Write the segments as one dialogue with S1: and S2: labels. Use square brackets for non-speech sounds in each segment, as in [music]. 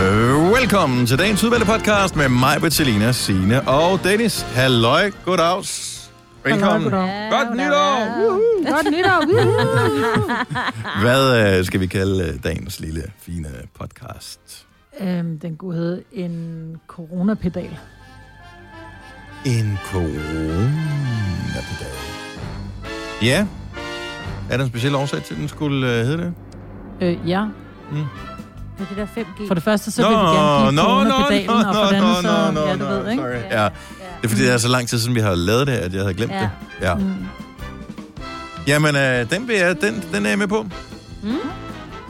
S1: Øh, Velkommen til dagens udvalgte podcast med mig, Bettelina, Sine og Dennis. Halløj, goddags. Velkommen.
S2: goddag.
S1: Godt nytår. Woohoo.
S2: Godt [laughs] nytår.
S1: Hvad øh, skal vi kalde øh, dagens lille, fine podcast?
S2: øhm, den kunne hedde en coronapedal.
S1: En coronapedal. Ja. Er der en speciel årsag til, at den skulle øh, hedde det?
S2: Øh, ja.
S1: Mm.
S3: Det er det der 5G.
S2: For det første, så vil vi gerne give coronapedalen, og for det andet, så, ja, du ved, ikke?
S1: sorry. Ja. Det er fordi, det er så lang tid siden, vi har lavet det, at jeg havde glemt
S3: Ja.
S1: det. Ja.
S2: Mm.
S1: Jamen, øh, den, vil jeg, den, den er jeg med på.
S3: Mm.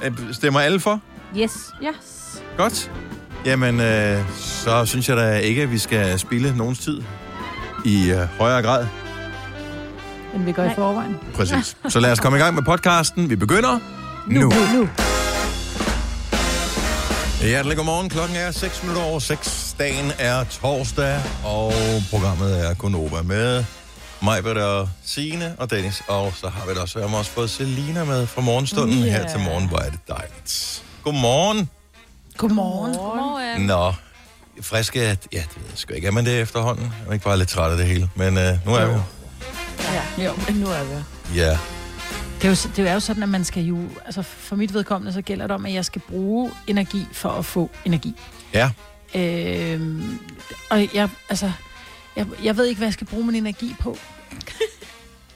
S1: Øh, Stemmer alle for?
S3: Yes.
S2: Yes.
S1: Godt. Jamen, øh, så synes jeg da ikke, at vi skal spille nogens tid i øh, højere grad.
S2: End vi gør i
S3: Nej.
S2: forvejen. [laughs]
S1: Præcis. Så lad os komme i gang med podcasten. Vi begynder nu. nu.
S2: nu.
S1: Hjertelig godmorgen. Klokken er 6 minutter over 6. Dagen er torsdag, og programmet er Konoba med mig, Britt og Signe og Dennis. Og så har vi da også, vi har også fået Selina med fra morgenstunden yeah. her til morgen. Hvor er det dejligt. Godmorgen.
S2: Godmorgen.
S3: Godmorgen.
S1: Nå, friske, ja, det ved jeg sgu ikke. Er man det efterhånden? Er man ikke bare lidt træt af det hele? Men øh, nu er vi.
S2: Jo, men nu er vi her.
S1: Ja.
S2: det er, jo, s- det er jo sådan, at man skal jo... Altså, for mit vedkommende, så gælder det om, at jeg skal bruge energi for at få energi.
S1: Ja.
S2: Øhm, og jeg, altså, jeg, jeg ved ikke, hvad jeg skal bruge min energi på.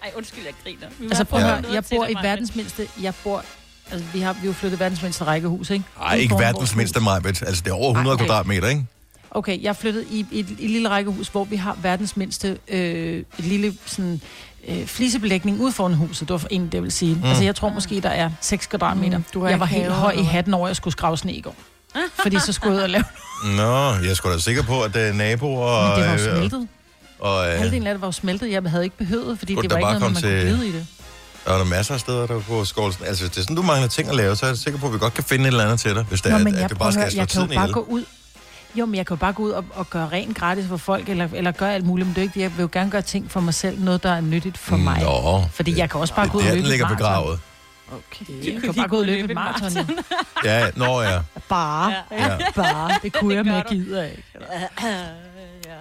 S3: Ej, undskyld, jeg griner. Vi
S2: Altså, prøv at
S1: Ja.
S2: høre, jeg bor i verdens mindste, jeg bor, altså vi har vi har jo flyttet verdens mindste rækkehus, ikke?
S1: Ej,
S2: Ude
S1: ikke
S2: foran
S1: verdens
S2: vores
S1: mindste
S2: hus.
S1: majbet. Altså, det er over 100
S2: Ej, okay.
S1: kvadratmeter, ikke?
S2: Okay, jeg er flyttet i, i, et, i et lille rækkehus, hvor vi har verdens mindste øh, et lille sådan, øh, flisebelægning ude foran huset, det var en, det vil sige. Mm. Altså jeg tror måske, der er 6 kvadratmeter. Mm,
S4: du har
S2: jeg
S4: ikke
S2: var helt
S4: have,
S2: høj i
S4: eller hvad?
S2: hatten over, at jeg skulle skrave sne i går. Fordi så skulle jeg ud og lave...
S1: Nå, jeg er sgu da sikker på, at øh, naboer
S2: Men
S1: og...
S2: det var jo
S1: øh,
S2: smeltet.
S1: Og, øh,
S2: Halvdelen af det var jo smeltet. Jeg havde ikke behøvet, fordi
S1: Kunne
S2: det
S1: der
S2: var ikke
S1: bare
S2: noget, med, man
S1: komme
S2: kunne
S1: til-
S2: glide i det.
S1: Der er der masser af steder, der på skovlsen. Altså, hvis det er sådan, du mangler ting at lave, så er jeg sikker på, at vi godt kan finde et eller andet til dig, hvis det
S2: Nå,
S1: er,
S2: men
S1: at,
S2: jeg,
S1: at du
S2: prøver
S1: bare
S2: at
S1: skal
S2: høre,
S1: slå
S2: jeg kan jo
S1: tiden
S2: bare
S1: ihjel.
S2: gå ud. Jo, men jeg kan jo bare gå ud og, og gøre rent gratis for folk, eller, eller gøre alt muligt, men det er jo ikke det. Jeg vil jo gerne gøre ting for mig selv, noget, der er nyttigt for mig.
S1: Nå,
S2: Fordi jeg kan også bare
S1: det
S2: gå ud
S1: er
S2: og
S1: der,
S2: løbe
S1: den
S2: et
S1: ligger
S2: maraton.
S1: begravet.
S2: Jeg kan jo bare gå ud og løbe et maraton.
S1: Ja, ja. nå ja.
S2: [laughs] Bare,
S1: ja.
S2: bare. Det kunne jeg,
S3: gør
S2: men jeg
S3: du.
S2: gider ikke.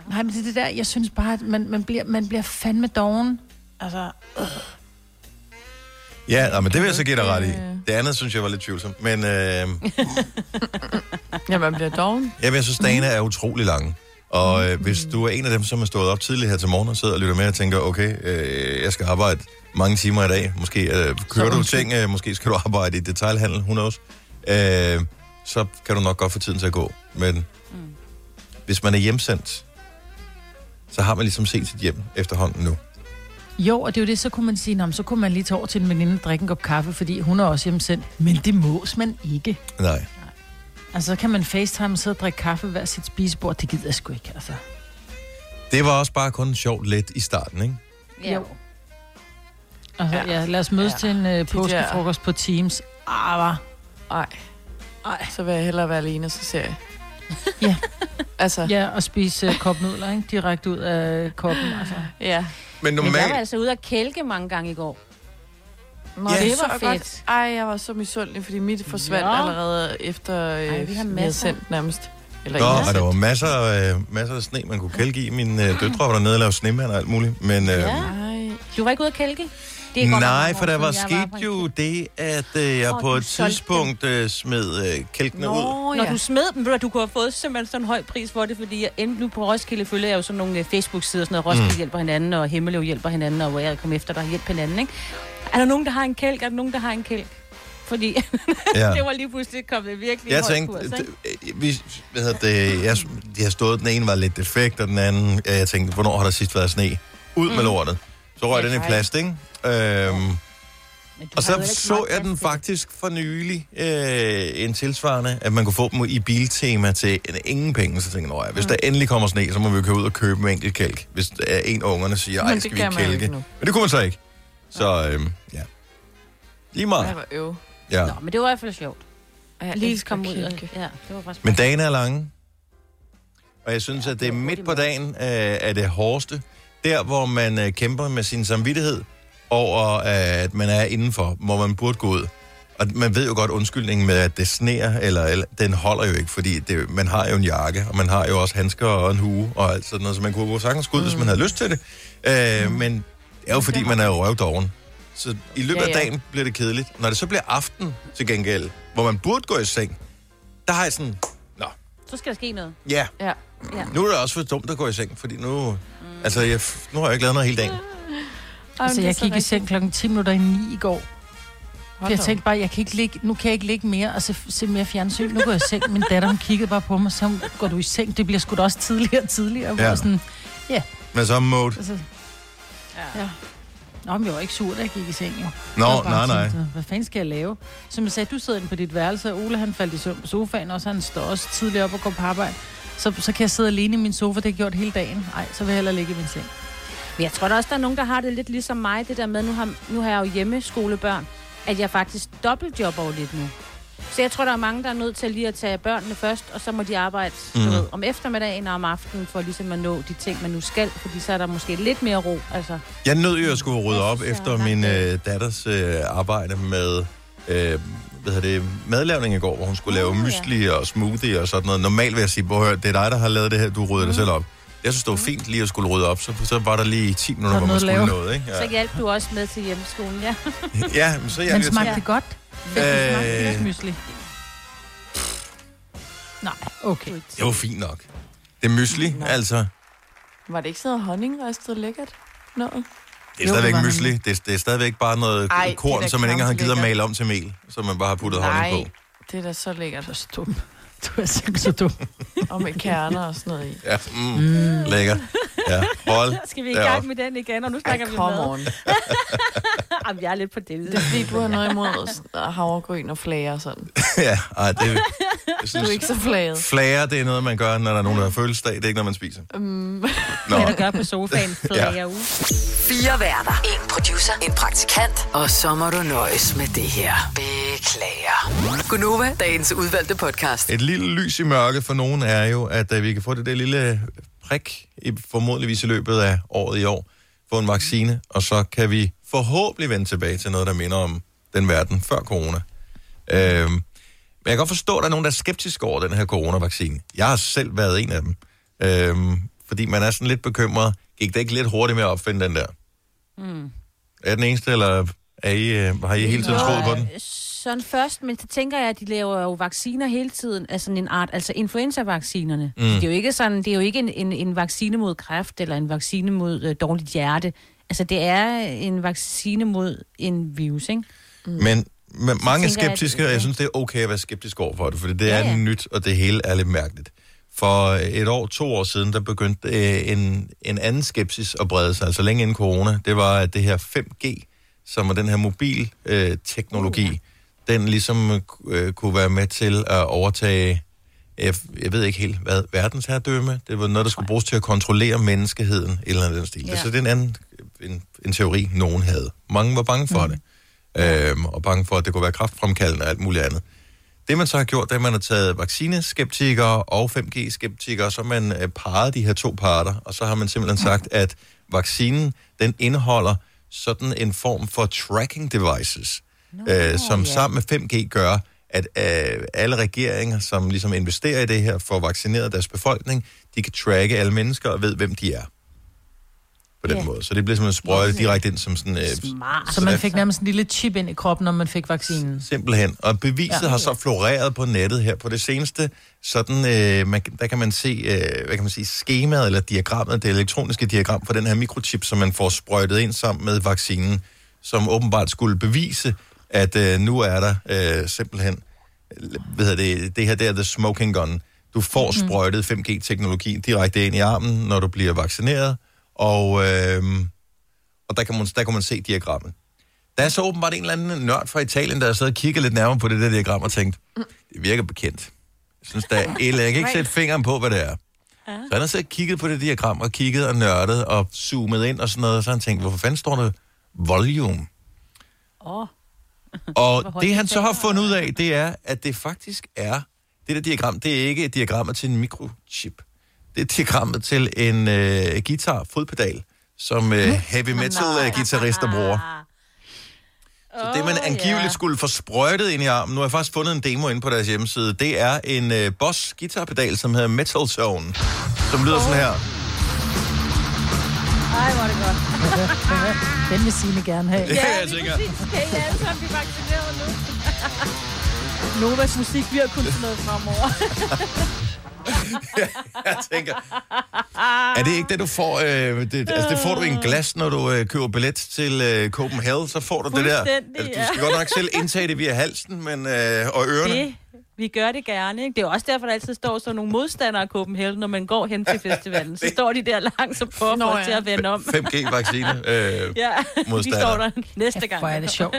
S2: Nej, men det er det der, jeg synes bare, at man, man, bliver, man bliver fandme doven. Altså,
S1: Ja, nå, men det vil jeg så give dig ret i. Det andet synes jeg var lidt tvivlsomt. Men øh,
S4: Ja, man bliver doven.
S1: jamen, jeg synes, dagene er utrolig lange. Og øh, hvis du er en af dem, som er stået op tidligt her til morgen og sidder og lytter med og tænker, okay, øh, jeg skal arbejde mange timer i dag. Måske øh, kører du ting, øh, måske skal du [laughs] arbejde i detailhandel, hun knows. Øh, så kan du nok godt få tiden til at gå. Men mm. hvis man er hjemsendt, så har man ligesom set sit hjem efterhånden nu.
S2: jo, og det er jo det, så kunne man sige, "Nå, men så kunne man lige tage over til en veninde og drikke en kop kaffe, fordi hun er også hjemsendt. Men det mås man ikke.
S1: Nej.
S2: Altså, så kan man facetime og sidde og drikke kaffe ved hver sit spisebord. Det gider jeg sgu ikke, altså.
S1: Det var også bare kun sjovt lidt i starten, ikke?
S3: Ja.
S2: Jo. Altså, ja.
S4: Ja.
S2: ja lad os mødes ja.
S4: Ja.
S2: til en øh,
S4: der-
S2: påskefrokost på Teams. Ah,
S4: Ej. Ej, så vil jeg hellere være alene, så ser jeg.
S2: [laughs] Ja.
S4: Altså, ja.
S2: ja, og spise øh, kopnudler, ikke? Direkte ud af koppen, altså.
S4: ja.
S1: Men
S3: Men jeg
S1: normalt...
S3: var altså ude og kælke mange gange i går.
S4: Nå,
S1: Ja.
S3: det
S4: så
S3: var
S4: godt.
S3: fedt.
S4: Ej, jeg var så misundelig, fordi mit forsvandt
S3: Nå.
S4: ja. allerede efter øh,
S3: Ej, vi har
S4: vi havde
S3: masser.
S4: sendt nærmest. Eller
S1: Nå,
S4: I har
S1: og der
S4: sendt.
S1: var masser, øh, masser af sne, man kunne kælke i. Min øh, døtre var dernede og lavede snemænd og alt muligt. Men, øh,
S3: Ja.
S1: ja.
S4: Ej,
S3: Du var ikke ude at kælke? Det godt nok mange
S1: Nej,
S3: år
S1: for der
S3: siden,
S1: var
S3: jeg
S1: sket
S3: på en-
S1: jo det, at øh, jeg
S3: Åh,
S1: på
S3: du
S1: et
S3: solgte
S1: tidspunkt øh, smed øh, kælkene ud.
S4: Nå,
S3: Når
S4: ja.
S3: du smed dem, ved du, du kunne have fået simpelthen sådan en høj pris for det, fordi jeg endte nu på Roskilde, følger jeg jo sådan nogle øh, Facebook-sider, sådan noget, Roskilde mm. hjælper hinanden, og Himmeløv hjælper hinanden, og hvor jeg kom efter dig hjælper hinanden, ikke? Er der nogen, der har en kælk? Er der nogen, der har en kælk? Fordi [laughs]
S1: Ja.
S3: det var lige pludselig kommet virkelig
S1: Jeg
S3: høj
S1: tænkte,
S3: kurs, ikke?
S1: d- øh, vi, hvad hedder det, jeg, de har stået, den ene var lidt defekt, og den anden, ja, jeg tænkte, hvornår har der sidst været sne? Ud
S4: Mm.
S3: Mm.
S1: med lortet. Så røg
S3: Ja,
S1: den i
S3: tak.
S1: plast, ikke? Øhm,
S3: Men
S1: og
S3: du har jo
S1: så
S3: ikke
S1: så
S3: meget
S1: jeg den
S3: plads til det.
S1: faktisk for nylig, øh, en tilsvarende, at man kunne få dem i biltema til en- ingen penge. Så tænkte jeg, "Nå
S4: Mm.
S1: ja, hvis der endelig kommer sne, så må vi jo køre ud og købe en enkelt kælk. Hvis der er en af ungerne siger,
S4: Men
S1: ej,
S4: det
S1: skal vi
S4: kan man jo
S1: kælke?
S4: ikke
S1: Men
S4: nu.
S1: det kunne man så ikke. Så øhm, ja. Lige
S4: jeg
S1: meget.
S4: var øv.
S1: Ja.
S3: Nå, men det var i hvert fald sjovt.
S4: Og jeg
S3: Lige
S4: elsker
S3: komme ud. Og,
S4: kælke.
S3: ja, det var faktisk
S1: Men dagen er lange. Og jeg synes, at det er
S3: det er
S1: midt
S3: hurtigt
S1: på dagen øh, er det hårdeste. Der, hvor man øh, kæmper med sin samvittighed over, øh, at man er indenfor, hvor man burde gå ud. Og man ved jo godt undskyldningen med, at det sneer, eller, eller den holder jo ikke, fordi det, man har jo en jakke, og man har jo også handsker og en hue og alt sådan noget, så man kunne jo sagtens gå ud, mm. hvis man havde lyst til det. Øh, men det er jo fordi, man er jo røvdoven. Så i løbet af
S4: Ja, ja.
S1: dagen bliver det kedeligt. Når det så bliver aften til gengæld, hvor man burde gå i seng, der har jeg sådan, nå,
S3: Så skal der ske noget.
S1: ja,
S4: Ja.
S3: Ja.
S1: nu er det også for dumt at gå i seng, fordi nu, altså, jeg, f- nu har jeg ikke lavet noget hele dagen.
S2: Altså, jeg gik i seng klokken 10 minutter i 9 i går. For
S4: Hold
S2: jeg
S4: da op.
S2: tænkte bare, jeg kan ikke ligge, nu kan jeg ikke ligge mere og se, se mere fjernsyn. Nu går jeg i seng. Min datter, hun kiggede bare på mig, så hun, går du i seng. Det bliver sgu da også tidligere og tidligere.
S1: Ja.
S2: Ja. Sådan,
S1: Men så mode.
S2: altså,
S3: Ja.
S2: ja. Nå, men jeg var ikke sur, da jeg gik i seng, jo.
S1: Nå,
S2: Jeg bare
S1: nej, nej.
S2: tænkte, Hvad fanden skal jeg lave? Som jeg sagde, du sidder inde på dit værelse, og Ole han faldt i søvn på sofaen, og så han står også tidligere op og går på arbejde. Så, så kan jeg sidde alene i min sofa, det har jeg gjort hele dagen. Nej, så vil jeg hellere ligge i min seng.
S3: Men jeg tror da også, der er nogen, der har det lidt ligesom mig, det der med, nu har, nu har jeg jo hjemmeskolebørn, at jeg faktisk dobbeltjobber jo lidt nu. Så jeg tror, der er mange, der er nødt til lige at tage børnene først, og så må de arbejde mm.
S1: Mhm.
S3: ved, om eftermiddagen og om aftenen, for ligesom at nå de ting, man nu skal, fordi så er der måske lidt mere ro. Altså,
S1: Jeg nød jo at skulle rydde
S3: Jeg
S1: op
S3: synes, jeg
S1: efter
S3: er
S1: min
S3: langt
S1: øh, datters øh, arbejde med øh, hvad hedder det, madlavning i går, hvor hun skulle lave
S3: Uh, ja.
S1: mysli og smoothie og sådan noget. Normalt vil jeg sige, hvor det er dig, der har lavet det her, du rydder mm. det selv op. Jeg synes, det var fint lige at skulle rydde op, så, så var der lige 10 minutter,
S2: Så
S1: hvor man
S2: noget at
S1: skulle
S2: lave.
S1: noget. Ikke?
S3: ja. Så hjalp du også med til hjemmeskolen, ja.
S1: [laughs] Ja. ja, men så
S2: Ja,
S1: jeg
S2: men
S1: lige
S2: smagte
S1: tænker,
S2: det godt? Fik
S1: Øh.
S2: det smagte godt mysli? Nej, okay.
S1: det var fint nok. Det er mysli, altså.
S4: Var det ikke sådan noget honningristet lækkert? Noget?
S1: Det er
S2: Jo,
S1: stadigvæk
S2: det var
S1: mysli. Det er, det er stadigvæk bare noget
S4: Ej,
S1: Ej,
S4: det er
S1: korn,
S4: da
S1: som man ikke engang gider at
S4: knaplækkert.
S1: male om til mel, som man bare har puttet honning på.
S4: Nej, det er da så lækkert.
S2: Du er så dum. Du er simpelthen så dum.
S4: [laughs] Og med kerner og sådan noget i.
S1: Ja, mm, mm. lækker. Ja, hold
S4: [laughs]
S3: Skal vi i gang
S1: deroppe.
S3: med den igen, og nu
S4: Ej,
S3: snakker vi
S4: come
S3: med.
S4: on.
S3: Jamen, jeg er lidt på det.
S4: Det er fordi, du har noget imod at havregryn og flager og sådan.
S1: [laughs] Ja, ej, det jeg
S4: Du
S1: synes,
S4: er ikke så flaget.
S1: Flager, det er noget, man gør, når der er nogen, der har fødselsdag. Det er ikke noget, man spiser.
S4: Mm.
S1: Nå,
S3: Hvad der gør på sofaen, flager ja. ud.
S5: Fire værter. En producer. En praktikant. Og så må du nøjes med det her. Beklager. Gunova, dagens udvalgte podcast.
S1: et lille lys i mørket for nogen er jo, at øh, vi kan få det der lille prik, i, formodentligvis i løbet af året i år, få en vaccine, og så kan vi forhåbentlig vende tilbage til noget, der minder om den verden før corona. Øhm, men jeg kan godt forstå, at der er nogen, der er skeptiske over den her coronavaccine. Jeg har selv været en af dem. Øhm, fordi man er sådan lidt bekymret. Gik det ikke lidt hurtigt med at opfinde den der?
S3: Mm.
S1: Er jeg den eneste, eller er I, øh, har I hele tiden
S3: Nå,
S1: troet på den?
S3: Sådan først, men så tænker jeg, at de laver jo vacciner hele tiden, altså sådan en art, altså influenza-vaccinerne. Mm. Det er jo ikke sådan, det er jo ikke en, en, en vaccine mod kræft, eller en vaccine mod øh, dårligt hjerte. Altså, det er en vaccine mod en virus, ikke? Mm.
S1: Men, men mange er
S3: tænker jeg, at-
S1: skeptiske, og jeg synes, det er okay at være skeptisk over for det, for det er
S3: Ja, ja.
S1: nyt, og det hele er lidt mærkeligt. For et år, to år siden, der begyndte øh, en, en anden skepsis at brede sig, altså længe inden corona. Det var at det her 5G, som er den her mobilteknologi, øh,
S3: Uh,
S1: teknologi, den ligesom øh, kunne være med til at overtage, jeg, jeg ved ikke helt hvad, verdensherredømme. Det var noget, der skulle bruges til at kontrollere menneskeheden, et eller andet i den stil.
S3: Ja.
S1: Så det er en anden en, en teori, nogen havde. Mange var bange for mm. det øhm, og bange for, at det kunne være kraftfremkaldende og alt muligt andet. Det, man så har gjort, det er, at man har taget vaccineskeptikere og 5G-skeptikere, så har man øh, parret de her to parter, og så har man simpelthen sagt, at vaccinen, den indeholder sådan en form for tracking devices, Nå, øh, som ja. sammen med 5G gør, at øh, alle regeringer, som ligesom investerer i det her, får vaccineret deres befolkning, de kan tracke alle mennesker og ved, hvem de er. På den
S3: Ja.
S1: måde. Så det bliver simpelthen sprøjtet direkte ind som sådan... Øh,
S3: Smart.
S2: Så man fik nærmest en lille chip ind i kroppen, når man fik vaccinen.
S1: Simpelthen. Og beviset ja.
S2: Ja.
S1: har så floreret på nettet her på det seneste. Sådan, øh, man, der kan man se, øh, hvad kan man sige, skemaet eller diagrammet, det elektroniske diagram for den her mikrochip, som man får sprøjtet ind sammen med vaccinen, som åbenbart skulle bevise, at øh, nu er der øh, simpelthen, øh, hvad hedder det, det her der, the smoking gun. Du får sprøjtet 5G-teknologi direkte ind i armen, når du bliver vaccineret, og, øh, og der, kan man, der kan man se diagrammet. Der er så åbenbart en eller anden nørd fra Italien, der har siddet og kigget lidt nærmere på det der diagram og tænkt, det virker bekendt. Jeg synes, der er et eller andet. Jeg kan ikke sætte fingeren på, hvad det er. Så han har siddet og kigget på det diagram og kigget og nørdet og zoomet ind og sådan noget, og så har han tænkt, hvorfor fanden står der volume?
S3: Åh,
S1: Og det, han så har fundet ud af, det er, at det faktisk er, det der diagram, det er ikke et diagram til en mikrochip. Det er diagrammet til en øh,
S3: Hm?
S1: guitar, fodpedal, som øh, heavy metal øh, guitarister bruger. Så det, man
S3: Åh,
S1: angiveligt
S3: ja.
S1: skulle få sprøjtet ind i armen, nu har jeg faktisk fundet en demo inde på deres hjemmeside, det er en øh, Boss guitarpedal, som hedder Metal Zone, som lyder sådan her.
S3: Ej, hvor er det godt.
S2: [laughs] Den vil Signe gerne have.
S1: Ja, jeg tænker.
S3: Kan I alle sammen blive vaccineret nu? Novas musik bliver kun sådan noget fremover.
S1: Jeg tænker, er
S3: ah.
S1: det ikke det, du får? Øh, det, altså, det får du i en glas, når du øh, køber billet til øh, Copenhagen, så får du det der.
S3: Fuldstændig,
S1: Altså, du
S3: ja.
S1: skal godt nok selv indtage det via halsen men, øh, og ørerne.
S3: Det, vi gør det gerne, ikke? Det er også derfor, der altid står sådan nogle modstandere af Copenhagen, når man går
S1: [laughs]
S3: hen til festivalen. Så står de der langt som på
S4: Nå,
S3: for
S4: ja.
S3: til at vende om.
S1: 5G-vaccine.
S3: [laughs]
S1: Øh,
S2: [laughs]
S3: Ja, de
S1: Modstandere.
S3: står der næste
S2: Ja,
S3: gang.
S2: hvor er det sjovt.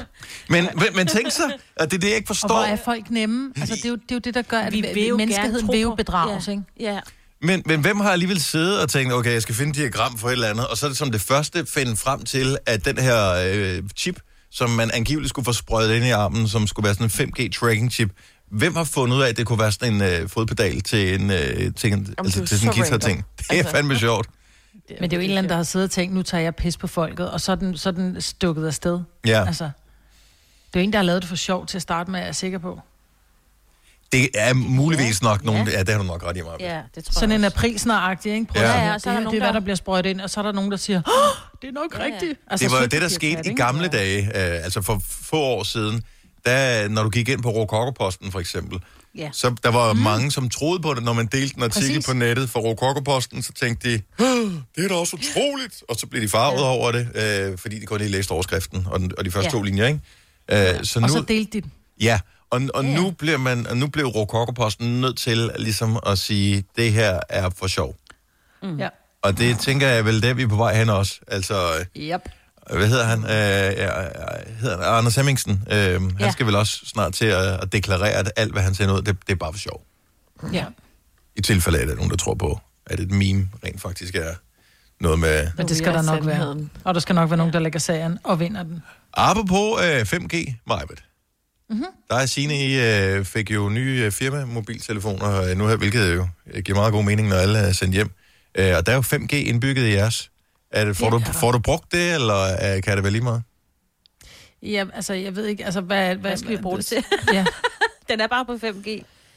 S1: men, men, men tænk så, at det er det, jeg ikke
S2: Og hvor
S1: forstår.
S2: er folk nemme? Altså, det er jo det, er jo det der gør, at vi
S3: jo gerne
S2: menneskeheden
S3: tro
S2: vil jo
S3: på-
S2: bedrages,
S3: ja.
S2: ikke?
S3: Ja.
S1: Men, men hvem har alligevel siddet og tænkt, okay, jeg skal finde et diagram for et eller andet, og så er det som det første finde frem til, at den her øh, chip, som man angiveligt skulle få sprøjtet ind i armen, som skulle være sådan en 5G-tracking-chip, hvem har fundet ud af, at det kunne være sådan en øh, fodpedal til, en, øh, til, en, altså,
S4: er
S1: til sådan en
S4: så
S1: guitar-ting?
S4: random.
S1: Det er
S4: Altså.
S1: fandme sjovt.
S2: Men det er jo en eller anden, der har siddet og tænkt, nu tager jeg pis på folket, og så er den, så er den stukket afsted.
S1: Ja.
S2: Altså, det er jo en, der har lavet det for sjov til at starte med, er jeg sikker på.
S1: Det er muligvis nok nogen...
S3: Ja.
S1: Ja, det har du nok ret i, mig.
S3: ja, det tror
S2: Sådan
S3: jeg
S2: en
S3: også.
S2: aprilsnaragtig, ikke? Prøv
S1: Ja.
S2: at høre,
S1: Ja,
S3: ja,
S2: det,
S3: så er der
S2: her, det
S3: nogen,
S2: er, hvad
S3: der-
S2: der bliver sprøjtet ind, og så er der nogen, der siger, oh, det er nok
S3: Ja, ja.
S2: rigtigt. Altså,
S1: Det var jo
S2: så
S1: det, der skete i
S2: ikke?
S1: gamle dage, øh, altså for få år siden, da, når du gik ind på Rokokoposten for eksempel,
S3: Ja.
S1: så der var mm. mange, som troede på det, når man delte en artikel
S2: Præcis.
S1: på nettet fra Rokokoposten, så tænkte de, "Åh, det er da også utroligt, og så blev de farvet ja. over det, øh, fordi de kun lige læste overskriften og, den, og de første ja.
S3: Ja.
S1: to linjer, ikke? Øh, så nu,
S2: Og så delte de den.
S1: ja, og, og ja. nu bliver man, og nu blev Rokokoposten nødt til ligesom at sige, det her er for sjov.
S3: Mm.
S2: Ja.
S1: Og det tænker jeg vel, der vi er på vej hen også. Altså, øh,
S2: Yep.
S1: hvad hedder han? Øh, ja, ja, hedder han? Anders Hemmingsen. Øh, han
S3: Ja.
S1: skal vel også snart til at, at deklarere, at alt, hvad han sender ud, det, det er bare for sjov.
S2: Ja.
S1: I tilfælde af, at der er nogen, der tror på, at et meme rent faktisk er noget med...
S2: Men det skal
S4: Ja,
S2: der nok være.
S4: sandheden.
S2: Og der skal nok være nogen, der lægger sagen og vinder den.
S1: Apropos øh, 5G, Majbet.
S2: Mhm.
S1: Mm-hmm. Der er Signe, I øh, fik jo nye øh, firma-mobiltelefoner øh, nu her, hvilket jo øh, giver meget god mening, når alle er sendt hjem. Øh, og der er jo 5G indbygget i jeres. Er det, får,
S2: Ja,
S1: du,
S2: det er der.
S1: får du brugt det, eller øh, kan det være lige meget?
S2: Ja, altså, jeg ved ikke, altså, hvad...
S3: Hvad skal vi bruge det til?
S2: [laughs] Ja.
S3: Den er bare på 5G.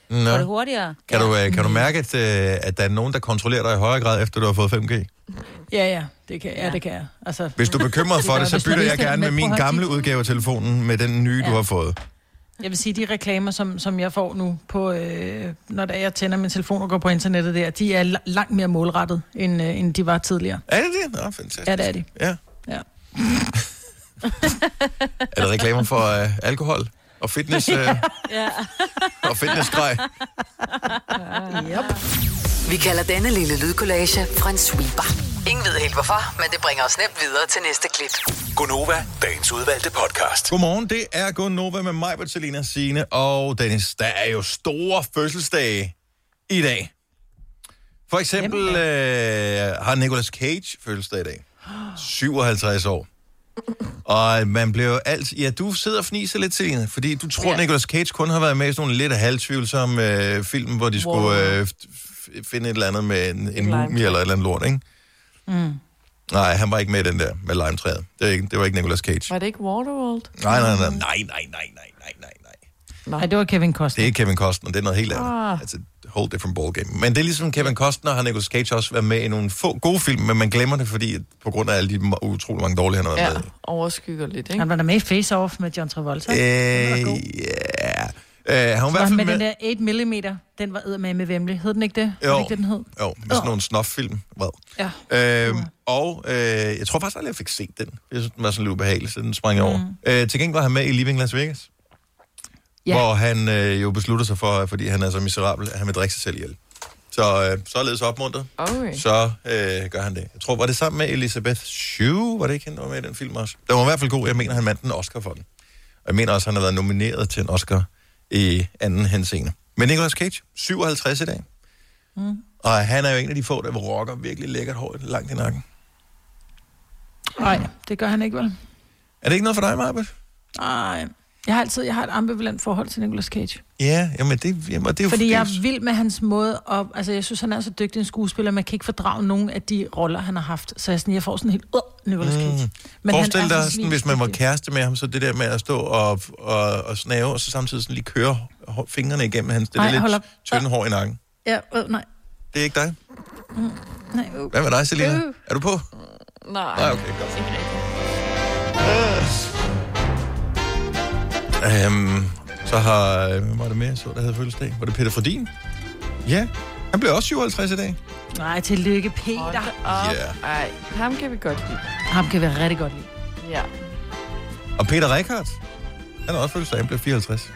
S1: Nå.
S3: Går det hurtigere?
S1: Kan, du, øh, kan du mærke, at, øh, at der er nogen, der kontrollerer dig i højere grad, efter du har fået 5G?
S2: ja, ja, det kan, ja,
S3: Ja.
S2: det kan jeg. Altså,
S1: Hvis du er
S2: [laughs]
S1: bekymret for
S2: gør
S1: det,
S2: jeg.
S1: så
S2: Hvis
S1: bytter
S2: man
S1: jeg
S2: lige
S1: gerne med
S2: stiller den
S1: min
S2: med på
S1: gamle
S2: højtid.
S1: udgave af telefonen med den nye, du
S2: Ja.
S1: har fået.
S2: Jeg vil sige, de reklamer, som, som jeg får nu, på, øh, når det er, jeg tænder min telefon og går på internettet der, de er la- langt mere målrettet, end, øh, end de var tidligere.
S1: Er det det? Nå, fantastisk.
S2: Ja, det er de.
S1: Ja.
S2: Ja.
S1: Er der reklamer for øh, alkohol og fitness? Øh,
S3: Ja.
S1: [laughs] og fitnessgrej?
S5: Vi kalder denne lille lydkollage en sweeper. Ingen ved helt hvorfor, men det bringer os nemt videre til næste klip.
S6: Gunova, dagens udvalgte podcast.
S1: Godmorgen, det er Gunnova med mig, Bertalina Signe og Dennis. Der er jo store fødselsdage i dag. For eksempel øh, har Nicolas Cage fødselsdag i dag. 57 år. Og man bliver jo alt... Ja, du sidder og fniser lidt, Selina, fordi du tror, ja. Nicolas Cage kun har været med i sådan nogle lidt halvtvivlsomme øh, film, hvor de wow. skulle øh, f- f- finde et eller andet med en, en
S4: Lime
S1: mumie eller et eller andet lort, ikke? Mm. Nej, han var ikke med i den der med limetræet. Det, er ikke- det var ikke Nicolas Cage.
S4: Var det ikke Waterworld?
S1: Nej, nej, nej, nej, nej, nej, nej, nej, nej, nej.
S2: Nej, det var Kevin
S1: Det
S2: Costner.
S1: er ikke Kevin Costner, det er noget helt andet. Ah.
S4: Ah.
S1: Altså, whole different ballgame. Men det er ligesom Kevin Costner, har Nicolas Cage også været med i nogle få gode film, men man glemmer det, fordi på grund af alle de ma- utrolig mange dårlige, han har
S4: Ja,
S1: været med. i.
S4: overskygger lidt, ikke?
S2: Han var der med i Face Off med John Travolta.
S1: Øh,
S2: Øh, den var god.
S1: ja. Øh, han var i hvert
S2: Var han
S1: fald
S2: med,
S1: med...
S2: den der 8mm, den var med med vemmelig. Hed den ikke det? Var
S1: Jo.
S2: det ikke det, den hed?
S1: Jo, oh, med sådan nogle snoffilm. Wow.
S2: Ja.
S1: Øhm, og øh, jeg tror faktisk aldrig, jeg fik set den. Jeg synes, den var sådan lidt ubehagelig, så den sprang jeg over.
S2: Mm.
S1: Øh, til gengæld var han med i Leaving Las Vegas.
S2: Ja.
S1: Hvor han øh, jo beslutter sig for, fordi han er så miserabel, at han vil drikke sig selv ihjel. Så øh, således opmuntret,
S4: Okay.
S1: så øh, gør han det. Jeg tror, var det sammen med Elizabeth Shue? Var det ikke hende, der var med i den film også? Den var i hvert fald god. Jeg mener, han vandt en Oscar for den. Og jeg mener også, han har været nomineret til en Oscar i anden henseende. Men Nicolas Cage, 57 i dag. Mm. Og han er jo en af de få, der rocker virkelig lækkert hår langt i nakken.
S2: Nej, det gør han ikke, vel?
S1: Er det ikke noget for dig, Marbet?
S2: Nej. Jeg har altid jeg har et ambivalent forhold til Nicolas Cage.
S1: Ja, jamen det, jamen, og det er jo
S2: Fordi jeg
S1: det-
S2: er vild med hans måde, og altså, jeg synes, han er så dygtig en skuespiller, man kan ikke fordrage nogen af de roller, han har haft. Så jeg, er sådan, jeg får sådan helt, øh, Nicolas Cage. Men han er
S1: Mm.
S2: altså
S1: Forestil
S2: så
S1: dig, sådan,
S2: svin-
S1: hvis man var
S2: dygtig.
S1: kæreste med ham, så det der med at stå og, og, og snave, og så samtidig sådan lige køre hår- fingrene igennem hans det
S2: Ej,
S1: der
S2: hold
S1: lidt
S2: op.
S1: tynde hår i nakken.
S2: Ja, øh, nej.
S1: Det er ikke dig.
S2: nej øh.
S1: Hvad med dig, Selina?
S2: Øh.
S1: Er du på?
S4: Nej.
S1: Nej, okay, godt. Øhm, så har, øh, hvem var det med, jeg så, der havde fødselsdag? Var det Peter Frodin? Ja, han blev også 57 i dag.
S2: Nej, tillykke, Peter.
S4: Op.
S1: Ja.
S4: Ej, ham kan vi godt lide.
S2: Ham kan være rigtig godt lide.
S4: Ja.
S1: Og Peter Reichhardt, han har også fødselsdag, han blev 54.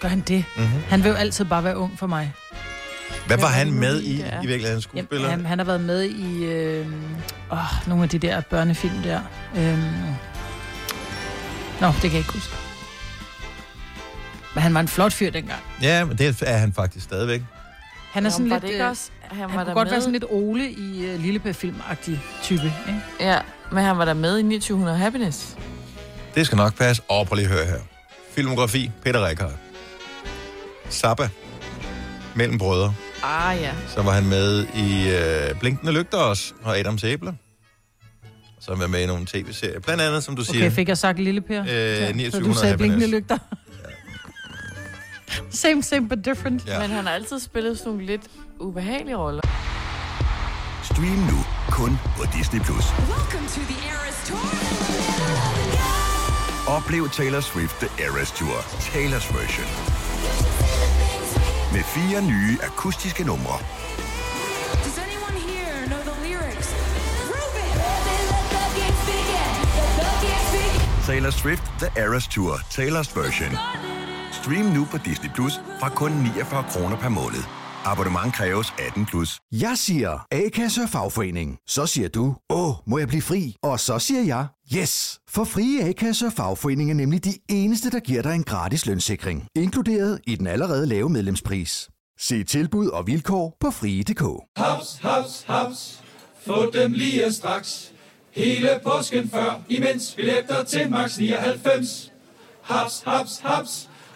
S2: Gør han det?
S1: Mm.
S2: Mm-hmm. Han vil jo altid bare være ung for mig.
S1: Hvad var
S4: er
S1: han
S4: det nu
S1: med
S4: lige,
S1: i,
S4: det er?
S1: i virkeligheden, skuespiller?
S2: Jamen, han har været med i øh, åh, nogle af de der børnefilm der. Øh, nå, det kan jeg ikke huske. Men han var en flot fyr dengang.
S1: Ja, men det er han faktisk stadigvæk.
S2: Han er sådan
S4: var
S2: lidt...
S4: det ikke
S2: øh,
S4: også? Han,
S2: Han
S4: var
S2: kunne
S4: der
S2: godt
S4: med.
S2: være sådan lidt Ole i uh, Lillebær-film-agtig type, ikke?
S4: Ja, men han var der med i 2900 Happiness.
S1: Det skal nok passe. Og prøv lige at høre her. Filmografi, Peter Reichhardt. Zappa. Mellem brødre.
S4: Ah ja.
S1: Så var han med i øh, Blinkende Lygter også, og Adams Æbler. Så var han med i nogle tv-serier. Blandt andet, som du siger,
S2: Okay, fik jeg sagt Lillebær? Øh, du
S1: 2900
S2: sagde blinkende
S1: Happiness.
S2: lygter. same, same, but different.
S1: Ja.
S4: Men han har altid spillet sådan nogle lidt ubehagelige roller.
S7: Stream nu kun på Disney+. Plus. Oplev Taylor Swift The Eras Tour, Taylor's version. Med fire nye akustiske numre. Taylor Swift The Eras Tour, Taylor's version. Stream nu på Disney Plus fra kun 49 kroner per måned. Abonnement kræves 18 plus.
S8: Jeg siger A-kasse og fagforening. Så siger du, åh, må jeg blive fri? Og så siger jeg, yes! For frie A-kasse og fagforening er nemlig de eneste, der giver dig en gratis lønssikring. Inkluderet i den allerede lave medlemspris. Se tilbud og vilkår på frie.dk.
S9: Haps, haps, haps. Få dem lige straks. Hele påsken før, imens billetter til max 99. Haps, haps, haps.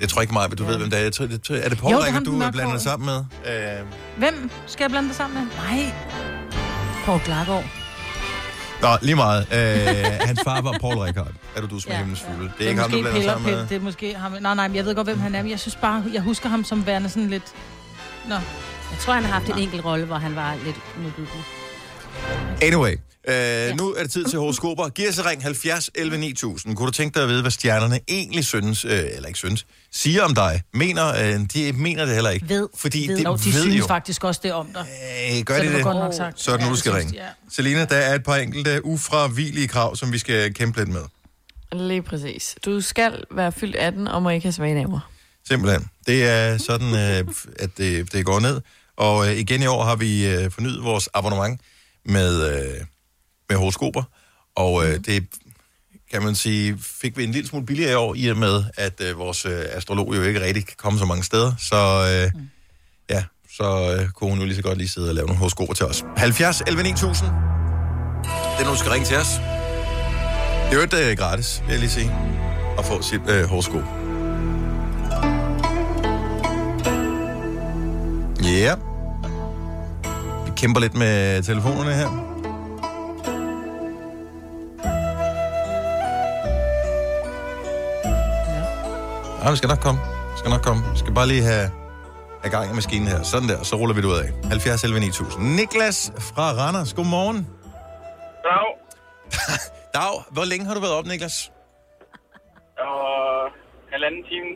S1: Jeg tror ikke meget, men du ved, hvem det er. Jeg tror, det, tror- er det Paul
S2: Jo,
S1: jo,
S2: det er
S1: Rikker,
S2: ham, den
S1: du er
S2: mørkhårede.
S1: blandet sammen med? Øh,
S2: Hvem skal jeg blande det sammen med? Nej. Poul Klargaard.
S1: nå, lige meget. Øh, hans far var Paul Rickard. Er du du som ja,
S2: Ja,
S1: himlens fugle? Det er
S2: Det
S1: ikke
S2: er
S1: ham, du
S2: måske
S1: blander
S2: Pelle og
S1: sammen med.
S2: Pelle. Det er måske ham. Nej, nej, men jeg ved godt, hvem han er. Men jeg synes bare, jeg husker ham som værende sådan lidt... Nå,
S3: Jeg tror, han har haft en enkelt rolle, hvor han var lidt udbyggelig.
S1: Anyway, øh, ja. nu er det tid til horoskoper. Giv os et ring 70 11 9000. Kunne du tænke dig at vide, hvad stjernerne egentlig synes, øh, eller ikke synes, siger om dig? Mener, øh, de mener det heller ikke.
S2: ved.
S1: Fordi
S2: ved.
S1: det
S2: Nå, de
S1: ved
S2: synes
S1: jo.
S2: faktisk også det om dig.
S1: Øh, gør
S2: Så
S1: de
S2: det var
S1: det?
S2: godt nok sagt.
S1: Så er det nu,
S2: Ja,
S1: du
S2: det
S1: skal
S2: synes
S1: ringe.
S2: de,
S1: Ja.
S2: ja.
S1: Selina, der er et par enkelte ufravigelige krav, som vi skal kæmpe lidt med.
S4: Lige præcis. Du skal være fyldt 18 og må ikke have svage naver.
S1: Simpelthen. Det er sådan, øh, at det, det går ned. Og øh, igen i år har vi øh, fornyet vores abonnement med, øh, med horoskoper. Og øh, det, kan man sige, fik vi en lille smule billigere i år, i og med, at øh, vores øh, astrolog jo ikke rigtig kan komme så mange steder. Så øh, ja, så øh, kunne hun jo lige så godt lige sidde og lave nogle horoskoper til os. 70 11 9000. Det er nu, du skal ringe til os. Det er jo ikke øh, gratis, vil jeg lige sige, at få sit øh, horoskop. Ja. Yeah. Vi kæmper lidt med telefonerne her. Ja, det skal nok komme. Det skal nok komme. Vi skal bare lige have, have gang i maskinen her. Sådan der, så ruller vi det ud af. 70 11 9000. Niklas fra Randers, godmorgen.
S9: Dag.
S1: [laughs] Dag, hvor længe har du været op, Niklas?
S9: Og halvanden time.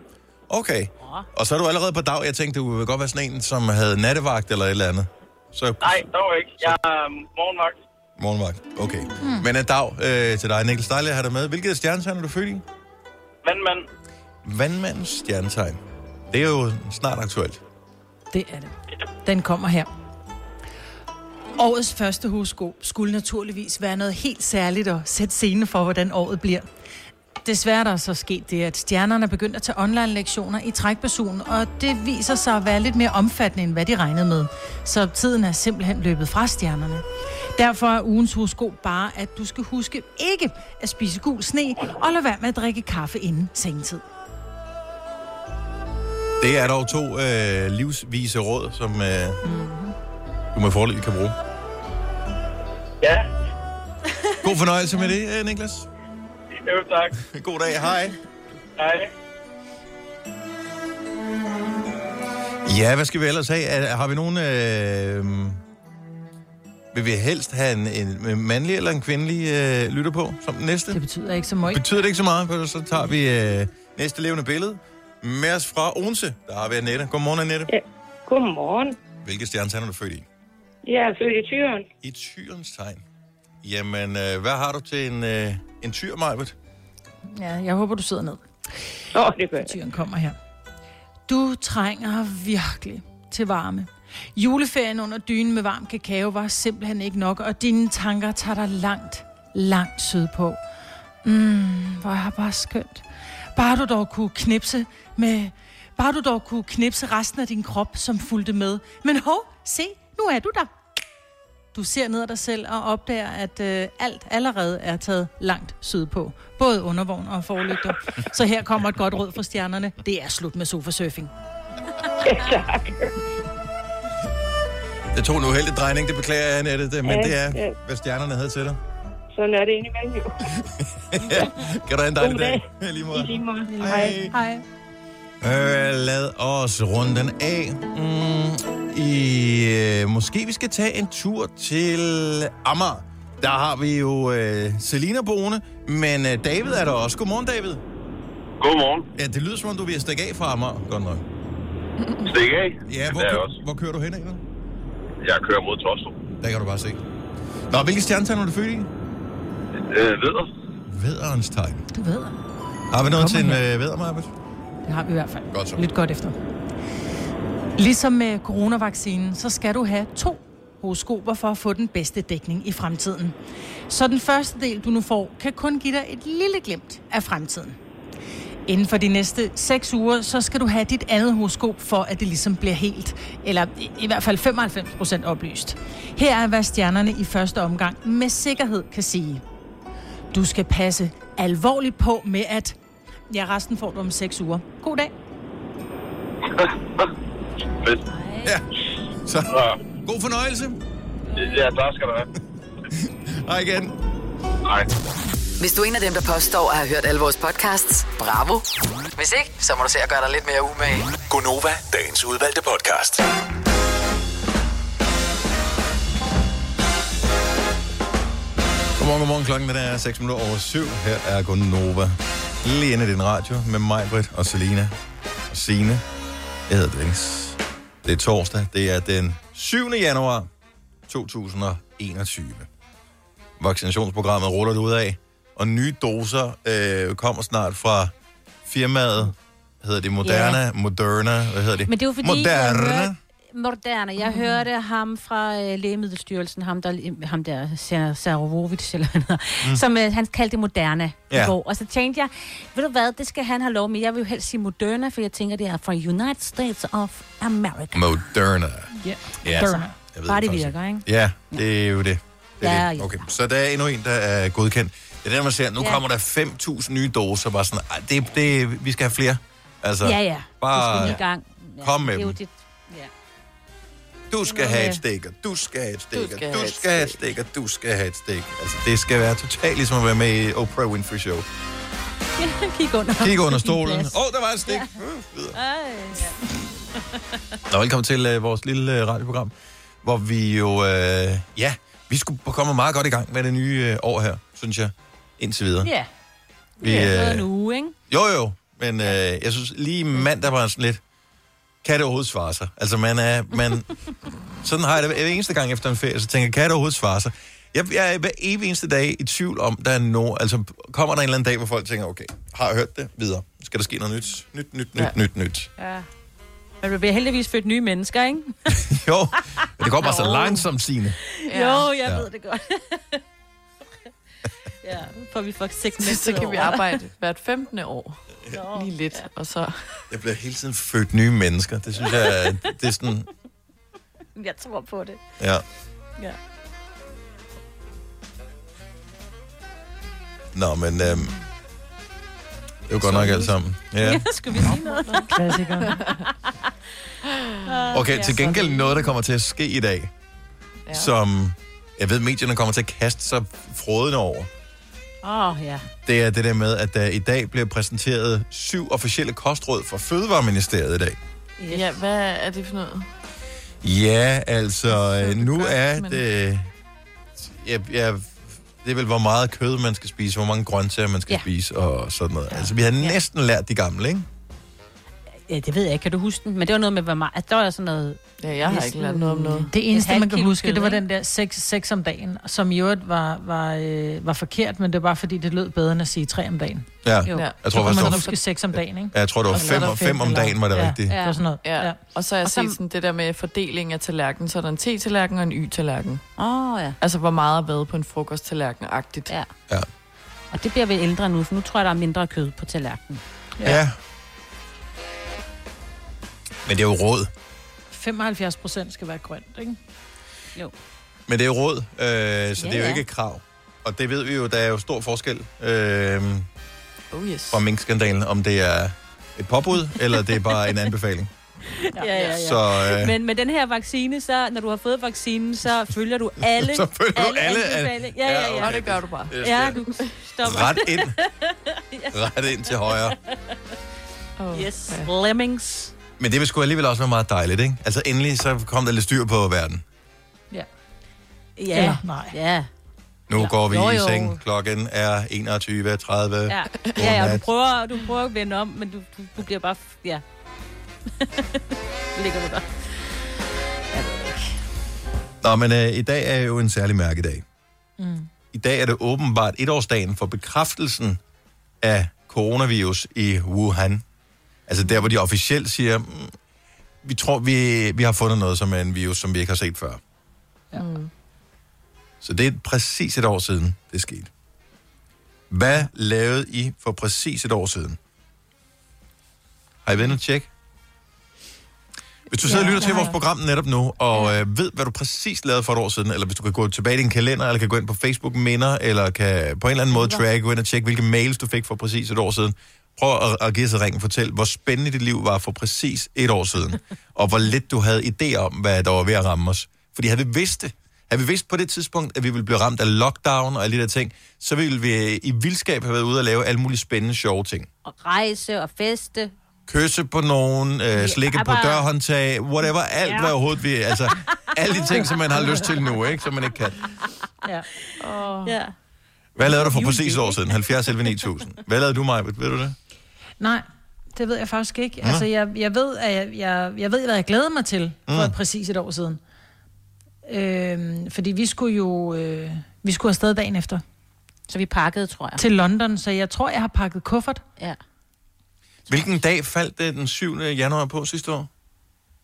S1: Okay. Og så er du allerede på dag. Jeg tænkte, du ville godt være sådan en, som havde nattevagt eller et eller andet. Så
S9: Nej, dog ikke. Jeg er øhm, morgenvagt.
S1: Morgenvagt, okay. Mm. øh, Men en dag øh, til dig, Niklas Dejle, har dig med. Hvilket stjernetegn er du født i?
S9: Vandmand.
S1: Vandmandens stjernetegn. Det er jo snart aktuelt.
S2: Det er det. Den kommer her. Årets første horoskop skulle naturligvis være noget helt særligt og sætte scene for, hvordan året bliver. Desværre er der så sket det, at stjernerne er begyndt at tage online-lektioner i trækpersonen, og det viser sig at være lidt mere omfattende, end hvad de regnede med. Så tiden er simpelthen løbet fra stjernerne. Derfor er ugens horoskop bare, at du skal huske ikke at spise gul sne, og lade være med at drikke kaffe inden sengetid.
S1: Det er dog to øh, livsvise råd, som øh, du med fordel kan bruge.
S10: Ja.
S1: God fornøjelse med det, øh, Niklas.
S10: Jo, tak.
S1: [laughs] God dag. Hej.
S10: Hej.
S1: Ja, hvad skal vi ellers have? Er, har vi nogen... Øh, vil vi helst have en, en mandlig eller en kvindelig øh, lytter på som den næste? Det
S2: betyder ikke så meget.
S1: Betyder det ikke så meget, for så tager vi øh, næste levende billede. Med os fra Odense, der har vi Annette. Godmorgen, Annette. Ja.
S11: Godmorgen.
S1: Hvilke stjernetegn er du født i?
S11: Jeg er født i Tyren.
S1: I Tyrens tegn. Jamen, øh, hvad har du til en, øh, en tyr, Majbet?
S2: Ja, jeg håber, du sidder ned.
S11: Åh, oh, det gør jeg.
S2: Tyren kommer her. Du trænger virkelig til varme. Juleferien under dynen med varm kakao var simpelthen ikke nok, og dine tanker tager dig langt, langt sydpå. Mm, hvor er bare skønt. Bare du dog kunne knipse med... Bare du dog kunne knipse resten af din krop, som fulgte med. Men hov, se, nu er du der. Du ser ned ad dig selv og opdager, at øh, alt allerede er taget langt sydpå. Både undervogn og forlygter. Så her kommer et godt råd fra stjernerne. Det er slut med sofasurfing.
S1: Det tog en uheldig drejning, det beklager jeg, Annette, det, men
S11: Ja,
S1: det
S11: ja.
S1: er, hvad stjernerne havde til dig.
S11: Sådan er det indimellem jo.
S1: Kan du have en [laughs] dejlig
S11: God
S1: dag.
S11: dag.
S1: Lige måde.
S11: I lige måde.
S1: Hej.
S2: Hej.
S1: Øh, lad os runde den af. Mm, i, øh, måske vi skal tage en tur til Amager. Der har vi jo øh, Selina boende, men øh, David er der også. Godmorgen, David.
S10: Godmorgen.
S1: Ja, det lyder som om, du vil stikke af fra Amager, godt nok.
S10: Stik af.
S1: Ja, hvor,
S10: Det er jeg
S1: kø- hvor kører du hen, Engel?
S10: Jeg kører mod Tostrup.
S1: Der kan du bare se. Nå, hvilke stjernetegn er du født i?
S10: Øh, Vedder.
S1: Væderens tegn.
S2: Du ved.
S1: Har vi noget til en
S2: Kommer
S1: øh, vædermarbet?
S2: Det har vi i hvert fald.
S1: Godt så.
S2: Lidt godt efter. Ligesom med coronavaccinen, så skal du have to horoskoper for at få den bedste dækning i fremtiden. Så den første del, du nu får, kan kun give dig et lille glimt af fremtiden. Inden for de næste 6 uger, så skal du have dit andet horoskop, for at det ligesom bliver helt, eller i, i hvert fald 95% oplyst. Her er, hvad stjernerne i første omgang med sikkerhed kan sige. Du skal passe alvorligt på med at... Ja, resten får du om 6 uger. God dag.
S1: Ja. Så, god fornøjelse.
S10: Ja, tak skal du have.
S1: Hej igen.
S10: Hej.
S5: Hvis du er en af dem, der påstår at have hørt alle vores podcasts, bravo. Hvis ikke, så må du se at gøre dig lidt mere umage.
S6: Gonova, dagens udvalgte podcast.
S1: Godmorgen, godmorgen. Klokken den er 6 minutter over 7. Her er Gunnova. Lige inde i din radio med mig, Britt og Selina og Signe. Jeg hedder Dennis. Det er torsdag. Det er den 7. januar 2021. Vaccinationsprogrammet ruller det ud af, og nye doser øh, kommer snart fra firmaet. Hedder det Moderna?
S3: Ja.
S1: Yeah. Moderna? Hvad hedder det?
S3: Men det er jo fordi, øh,
S1: Moderna.
S3: jeg hørte, Moderna. Jeg
S2: Mm.
S3: hørte ham fra øh, Lægemiddelstyrelsen, ham der, ham der Ser- Serovovic, [laughs] eller hvad han hedder,
S12: Mm.
S3: mm. som øh, han kaldte det Moderna
S12: Ja.
S3: i går. Og så tænkte jeg, ved du hvad, det skal han have lov med. Jeg vil jo helst sige Moderna, for jeg tænker, det er fra United States of America.
S1: Moderna.
S3: Ja,
S1: Ja, altså, jeg ved
S3: Bare
S1: det
S3: det
S1: faktisk
S3: virker, ikke?
S1: Ja, det er jo det. det, er
S3: Ja,
S1: det.
S3: ja.
S1: Okay, så der er endnu en, der er godkendt. Det er der, man ser, nu
S3: Ja.
S1: kommer der 5.000 nye doser, bare sådan, "Ej, det, det, vi skal have flere. Altså,
S3: ja, [laughs] ja. Vi
S1: Bare
S3: skal i gang. Ja,
S1: kom med
S3: det er jo
S1: dem.
S3: det. Ja. øh,
S1: Du skal have et
S3: Ja.
S1: stik, og du skal have et stik, og du skal have et stik, og du skal have et stik. Altså, det skal være totalt ligesom at være med i Oprah Winfrey Show.
S3: Kig under.
S1: Kig under
S3: Din
S1: stolen.
S3: plads.
S1: Åh, oh, der var et stik.
S3: Ja. Ej, ja.
S1: Nå, velkommen til uh, vores lille uh, radioprogram, hvor vi jo, uh, ja, vi skulle komme meget godt i gang med det nye uh, år her, synes jeg, indtil videre.
S3: Ja.
S1: Vi,
S3: Vi er altså
S1: øh,
S3: en uge, ikke?
S1: Jo, jo, men øh, jeg synes lige mandag var sådan lidt, kan det overhovedet svare sig? Altså man er, man, sådan har jeg det hver eneste gang efter en ferie, så tænker jeg, kan det overhovedet svare sig? Jeg, jeg er hver evig eneste dag i tvivl om, der er no, altså, kommer der en eller anden dag, hvor folk tænker, okay, har jeg hørt det, videre. Skal der ske noget nyt? Nyt, nyt, nyt,
S3: Ja.
S1: ja. nyt, nyt. [laughs]
S3: Ja. Men du bliver heldigvis født nye
S4: [laughs]
S3: mennesker, ikke?
S1: Jo, men det går bare så langsomt, Signe.
S3: Ja. Jo, jeg
S1: Ja.
S3: ja. ved det godt. [laughs] ja, for vi får
S4: [laughs]
S3: segmentet
S4: Så kan vi
S3: over dig.
S4: arbejde hvert 15.
S3: [laughs]
S4: år. Lige lidt, og så...
S1: Jeg bliver hele tiden født nye mennesker. Det synes jeg, det er sådan,
S3: [laughs] Jeg tror på det.
S1: ja.
S3: Ja.
S1: Nå, men øhm, det er jo godt nok alt sammen. Ja.
S3: Skal vi sige noget? Ah,
S2: Klassiker.
S1: Okay, til gengæld noget, der kommer til at ske i dag, ja. som jeg ved, medierne kommer til at kaste sig frodende over.
S3: Åh, oh, ja.
S1: Det er det der med, at der i dag bliver præsenteret syv officielle kostråd fra Fødevareministeriet i dag.
S4: Yes. Ja, hvad er det for noget?
S1: Ja, altså, øh, nu er det... Jeg, jeg, det er vel, hvor meget kød man skal spise, hvor mange grøntsager man skal
S3: Ja.
S1: ja. spise og sådan noget. Altså, vi har næsten lært de gamle, ikke?
S3: ja. det ved jeg ikke. Kan du huske den? Men det var noget med, hvor meget... Altså, der var sådan noget...
S4: Ja, jeg har ikke lært noget om noget.
S2: Det eneste, man kan huske, det var den der 6, 6 om dagen, som i øvrigt var, var, øh, var forkert, men det var bare fordi, det lød bedre end at sige 3 om dagen.
S1: Ja.
S2: Jo.
S1: Ja.
S2: Jeg
S1: Jeg
S2: tror,
S1: tror
S2: så
S1: faktisk,
S2: kunne man
S1: det var-
S2: huske 6 om dagen, ikke?
S1: Ja, jeg tror, det var
S2: Eller
S1: fem-
S2: der
S1: fem om
S2: eller-
S1: dagen var det
S2: ja.
S1: rigtige.
S2: Ja, det var sådan noget.
S4: Ja.
S2: Ja.
S4: Og så har jeg
S2: Og
S4: set
S2: så-
S4: sådan det der med fordeling af tallerkenen, så er der en te-tallerken og en y-tallerken.
S3: Åh, oh, ja.
S4: Altså, hvor meget er været på en frokosttallerken-agtigt.
S3: Ja.
S1: ja.
S3: Og det bliver vel ældre nu, for nu tror jeg, der er mindre kød på tallerkenen.
S1: Ja. ja. Men det er jo råd.
S2: 75 procent skal være grønt, ikke?
S3: Jo.
S1: Men det er jo råd, øh, så ja, det er jo
S2: ja.
S1: ikke et krav. Og det ved vi jo, der er jo stor forskel øh,
S4: Oh yes.
S1: fra minkskandalen, om det er et påbud, eller det er bare en anbefaling.
S3: Ja, ja, ja.
S1: Så, øh,
S3: Men med den her vaccine, så når du har fået vaccinen, så følger du
S1: [laughs]
S3: alle...
S1: Så følger du alle-
S3: anbefalinger. Ja, ja, ja.
S1: Ja, okay. Nå, det gør
S4: du bare.
S1: Det-
S3: Ja, du stopper.
S1: Ret
S3: [laughs]
S1: ind. Ret ind til højre.
S4: Oh,
S3: yes, lemmings.
S1: Men det vil sgu alligevel også være meget dejligt, ikke? Altså endelig så kom der lidt styr på verden.
S3: Ja.
S2: Eller
S3: nej. Ja.
S1: Nu ja. går vi
S3: Jo,
S1: jo,
S3: jo.
S1: i seng. Klokken er 21.30.
S3: Ja,
S1: Ja.
S3: ja, ja du, prøver, du prøver at vende om, men du, du, du bliver bare... f- Ja. Ligger du der.
S1: Nå, men øh, i dag er jo en særlig mærkedag.
S2: Mm.
S1: I dag er det åbenbart etårsdagen for bekræftelsen af coronavirus i Wuhan. Altså der, hvor de officielt siger, "Mm, vi tror, vi, vi har fundet noget, som er en virus, som vi ikke har set før.
S2: Ja. Mm.
S1: Så det er præcis et år siden, det skete. Hvad lavede I for præcis et år siden? Har I været inde at tjekke? Hvis du sidder
S12: Ja,
S1: og lytter
S12: det
S1: til
S12: har
S1: vores
S12: jeg.
S1: program netop nu, og øh, ved, hvad du præcis lavede for et år siden, eller hvis du kan gå tilbage i din kalender, eller kan gå ind på Facebook-minder, eller kan på en eller anden måde track, gå ind og tjekke, hvilke mails du fik for præcis et år siden, prøv at, at give sig ringen og fortæl, hvor spændende dit liv var for præcis et år siden, og hvor lidt du havde idé om, hvad der var ved at ramme os. Fordi havde vi vidst det, havde vi vidst på det tidspunkt, at vi ville blive ramt af lockdown og alle de der ting, så ville vi i vildskab have været ude og lave alle mulige spændende, sjove ting.
S3: Og rejse og feste.
S1: Kysse på nogen, øh, slikke på
S3: bare-
S1: dørhåndtag, whatever, alt
S3: Ja.
S1: ja. hvad overhovedet vi... Altså, alle de ting, som man har lyst til nu, ikke? Som man ikke kan.
S2: Ja.
S3: Oh. ja.
S1: Hvad lavede du for præcis et år siden? 70 11 9000. Hvad lavede du, Maja? Ved du det?
S2: Nej, det ved jeg faktisk ikke.
S1: Nå.
S2: Altså, jeg, jeg, ved, at jeg, jeg, jeg ved, hvad jeg glæder mig til for
S1: Mm.
S2: præcis et år siden. Øhm, fordi vi skulle jo øh, vi skulle afsted dagen efter.
S3: Så vi pakkede, tror jeg.
S2: Til London, så jeg tror, jeg har pakket kuffert.
S3: Ja.
S1: Hvilken dag faldt det den 7. januar på sidste år?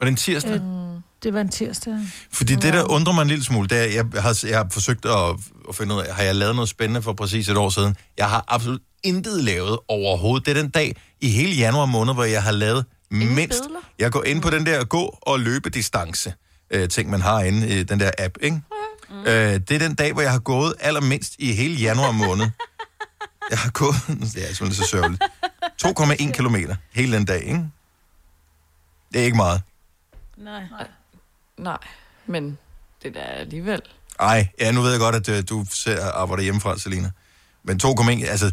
S1: Var det en tirsdag?
S2: Øh, det var en tirsdag.
S1: Fordi det, der undrer mig en lille smule, det er, jeg har, jeg har forsøgt at, at finde ud af, har jeg lavet noget spændende for præcis et år siden? Jeg har absolut intet lavet overhovedet. Det er den dag i hele januar måned, hvor jeg har lavet Ingen Mm. mindst. Bedler. Jeg går ind på den der gå- og løbedistance, øh, ting man har inde i den der app, ikke? Mm. Øh, det er den dag, hvor jeg har gået allermindst i hele januar måned. jeg har gået, [laughs] det er simpelthen så [laughs] sørgeligt, 2,1 kilometer hele den dag, ikke? Det er ikke meget.
S3: Nej.
S4: Nej, men det er da alligevel...
S1: Ej, ja, nu ved jeg godt, at øh, du ser, arbejder hjemmefra, Selina. Men 2,1, altså,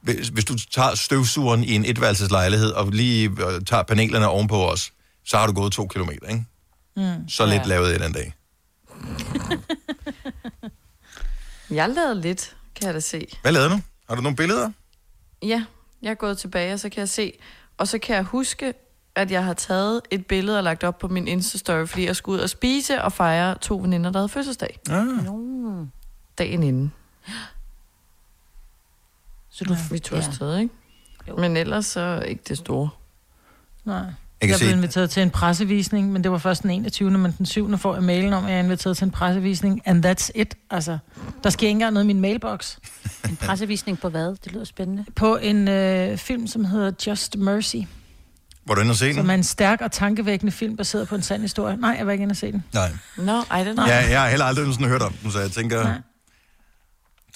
S1: hvis, hvis du tager støvsugeren i en etværelseslejlighed og lige øh, tager panelerne ovenpå os, så har du gået to kilometer, ikke?
S4: Mm.
S1: Så lidt lavet jeg den dag.
S4: Jeg lavede lidt, kan jeg da se.
S1: Hvad lavede du? Har du nogle billeder?
S4: Ja, jeg er gået tilbage, og så kan jeg se. Og så kan jeg huske, at jeg har taget et billede og lagt op på min Insta-story, fordi jeg skulle ud og spise og fejre to veninder, der havde fødselsdag.
S1: Ah.
S4: Mm. dagen inden.
S2: Så du,
S4: vi tog afsted, ikke? Jo. Men øh, ellers så ikke det store.
S2: Nej.
S4: kan
S2: Jeg, jeg
S4: se-
S2: blev inviteret til en pressevisning, men det var først den 21. Men den 7. får jeg mailen om, at jeg er inviteret til en pressevisning. And that's it. Altså, der sker ikke engang noget i min mailbox.
S3: [laughs] En pressevisning på hvad? Det lyder spændende.
S2: På en øh, film, som hedder Just Mercy.
S1: Var du inde og se
S2: Som er
S1: den?
S2: en stærk og tankevækkende film, baseret på en sand historie. Nej, jeg var ikke inde og se den.
S1: Nej.
S4: Nå, ej, den
S1: Ja, jeg har heller aldrig sådan hørt om den, så jeg tænker,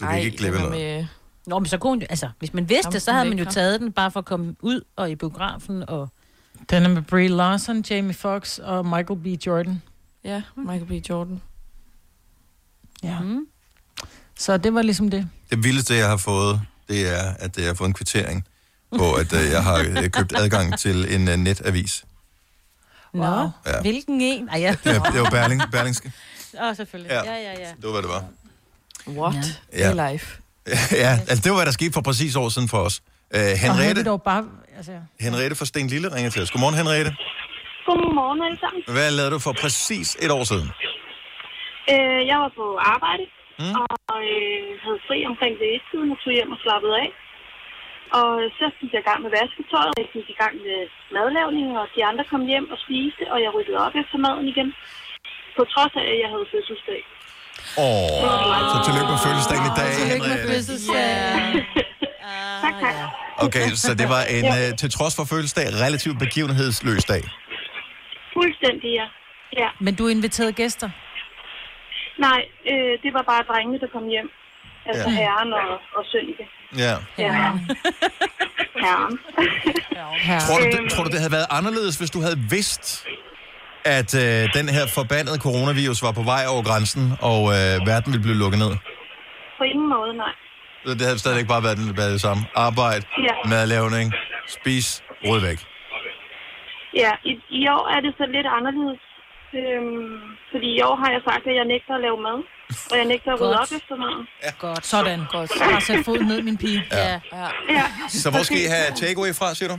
S1: du kan ikke klippe noget.
S4: Med...
S3: Nå, men så kunne hun jo- altså, hvis man vidste det, så
S2: Jamen,
S3: havde man jo
S2: lækker.
S3: taget den, bare for at komme ud og i biografen. Og...
S2: Den er med Brie Larson, Jamie Foxx og Michael B. Jordan.
S4: Ja, Michael B. Jordan.
S2: Ja. Mm. Så det var ligesom det.
S1: Det vildeste, jeg har fået, det er, at jeg har fået en kvittering på, at øh, jeg har øh, købt adgang til en øh, netavis.
S3: Nå,
S1: Ja.
S3: ja. hvilken en? Ej, ja.
S1: Det er- det var Berling,
S3: [laughs]
S1: Berlingske.
S3: Åh, oh, selvfølgelig.
S1: Ja.
S3: Ja, ja, ja.
S1: Det var, hvad det var.
S4: What?
S1: Ja. Det er
S4: life.
S1: [laughs] ja, altså, det var, hvad der skete for præcis år siden for os. Øh,
S2: Og havde vi
S1: Henriette,
S2: dog bare... Altså, ja.
S1: Henriette fra Sten Lille ringer til os. Godmorgen, Henriette.
S12: Godmorgen alle sammen.
S1: Hvad lavede du for præcis et år siden?
S12: Øh, jeg var på arbejde mm. og øh, havde fri omkring lægetiden og tog hjem og slappede af. Og øh, så gik jeg i gang med vasketøjet, jeg gik i gang med madlavningen, og de andre kom hjem og spiste, og jeg ryddede op efter maden igen. På trods af, at jeg havde fødselsdag.
S1: Åh, oh, så tillykke med fødselsdagen i dag, Henriette.
S4: fødselsdag.
S12: tak, tak.
S1: Okay, så det var en, øh, til trods for fødselsdag, relativt begivenhedsløs dag.
S12: Fuldstændig, ja. ja.
S2: Men du inviterede gæster?
S12: [laughs] Nej, øh, det var bare drengene, der kom hjem. Altså ja.
S1: Ja.
S12: herren og, og sønneke.
S1: Ja.
S12: Ja. Herren.
S1: Tror du, det, tror du, det havde været anderledes, hvis du havde vidst, at øh, den her forbandede coronavirus var på vej over grænsen, og øh, verden ville blive lukket ned?
S12: På ingen måde, nej.
S1: Så Det havde stadigvæk bare været, været det samme. Arbejde,
S12: Ja.
S1: madlavning, spis, rød væk.
S12: Ja, i, i år er det så lidt anderledes. Øhm, fordi i år har jeg sagt, at jeg nægter at lave mad. Og jeg nægter at rydde
S2: Godt.
S12: op efter maden.
S1: Ja.
S2: Godt. Sådan. Godt. Så har sat foden ned, min pige.
S1: Ja.
S12: Ja. ja.
S1: Så hvor skal I have takeaway fra, siger du?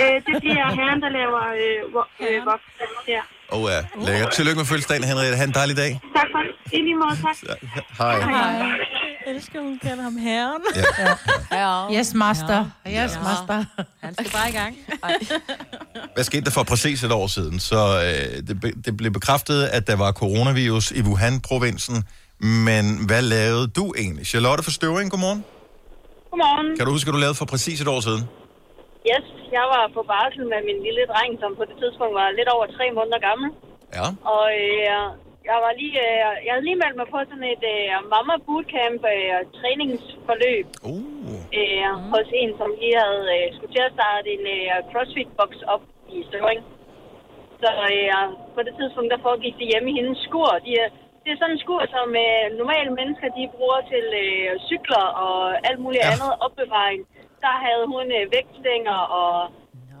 S12: Øh, det bliver herren, der laver øh, vo- øh, vok. Ja.
S1: Åh oh, ja, lækkert. Tillykke med fødselsdagen, Henriette. Ha' en dejlig dag.
S12: Tak for det. I lige måde, tak.
S1: Hej.
S3: Hej. Jeg elsker, hun kalder ham herren.
S1: Ja.
S3: ja.
S2: Yes, master. Ja. Yes, master.
S3: Han skal bare i gang.
S1: Hvad skete der for præcis et år siden? Så øh, det, be- det blev bekræftet, at der var coronavirus i Wuhan-provinsen. Men hvad lavede du egentlig? Charlotte fra Støvring, godmorgen.
S11: Godmorgen.
S1: Kan du huske, hvad du lavede for præcis et år siden?
S11: Yes, jeg var på barsel med min lille dreng, som på det tidspunkt var lidt over tre måneder gammel.
S1: Ja.
S11: Og øh, jeg var lige, øh, jeg havde lige meldt mig på sådan et øh, mamma bootcamp øh, træningsforløb.
S1: Uh.
S11: Øh, hos en, som lige havde øh, skulle til at starte en øh, crossfit box op i Støvring. Så øh, på det tidspunkt, der foregik det hjemme i hendes skur. De, er- det er sådan en skur, som øh, normale mennesker de bruger til øh, cykler og alt muligt ja. andet opbevaring. Der havde hun øh, vægtstænger og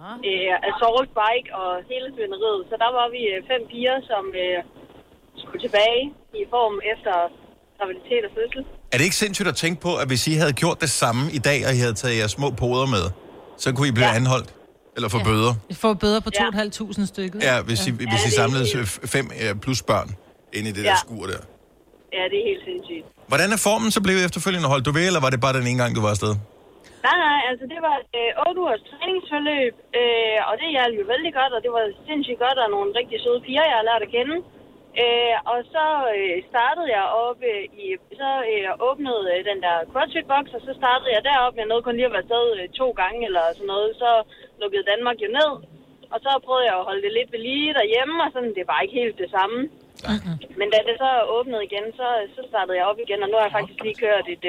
S13: Ah.
S11: øh, assault bike og hele svineriet. Så der var vi øh, fem piger, som øh, skulle tilbage i form efter graviditet og fødsel.
S1: Er det ikke sindssygt at tænke på, at hvis I havde gjort det samme i dag, og I havde taget jeres små poder med, så kunne I blive ja. anholdt? Eller få ja. bøder?
S2: Vi får bøder på 2.500 stykket.
S1: Ja, hvis I, hvis I samlede f- fem øh, plus børn inde i det ja.
S11: Ja.
S1: der skur der.
S11: Ja, det er helt sindssygt.
S1: Hvordan er formen så blevet efterfølgende? Holdt du ved, eller var det bare den ene gang, du var afsted?
S11: Nej, nej, altså det var øh, 8 ugers træningsforløb, øh, og det hjalp jo vældig godt, og det var sindssygt godt, og nogle rigtig søde piger, jeg har lært at kende. Øh, og så øh, startede jeg op øh, i, så øh, åbnede øh, den der CrossFit-box, og så startede jeg derop. Jeg nåede kun lige at være afsted øh, to gange eller sådan noget, så lukkede Danmark jo ned. Og så prøvede jeg at holde det lidt ved lige derhjemme, og sådan, det var ikke helt det samme. Men da det så åbnede igen, så, så startede jeg op igen, og nu har jeg faktisk lige kørt et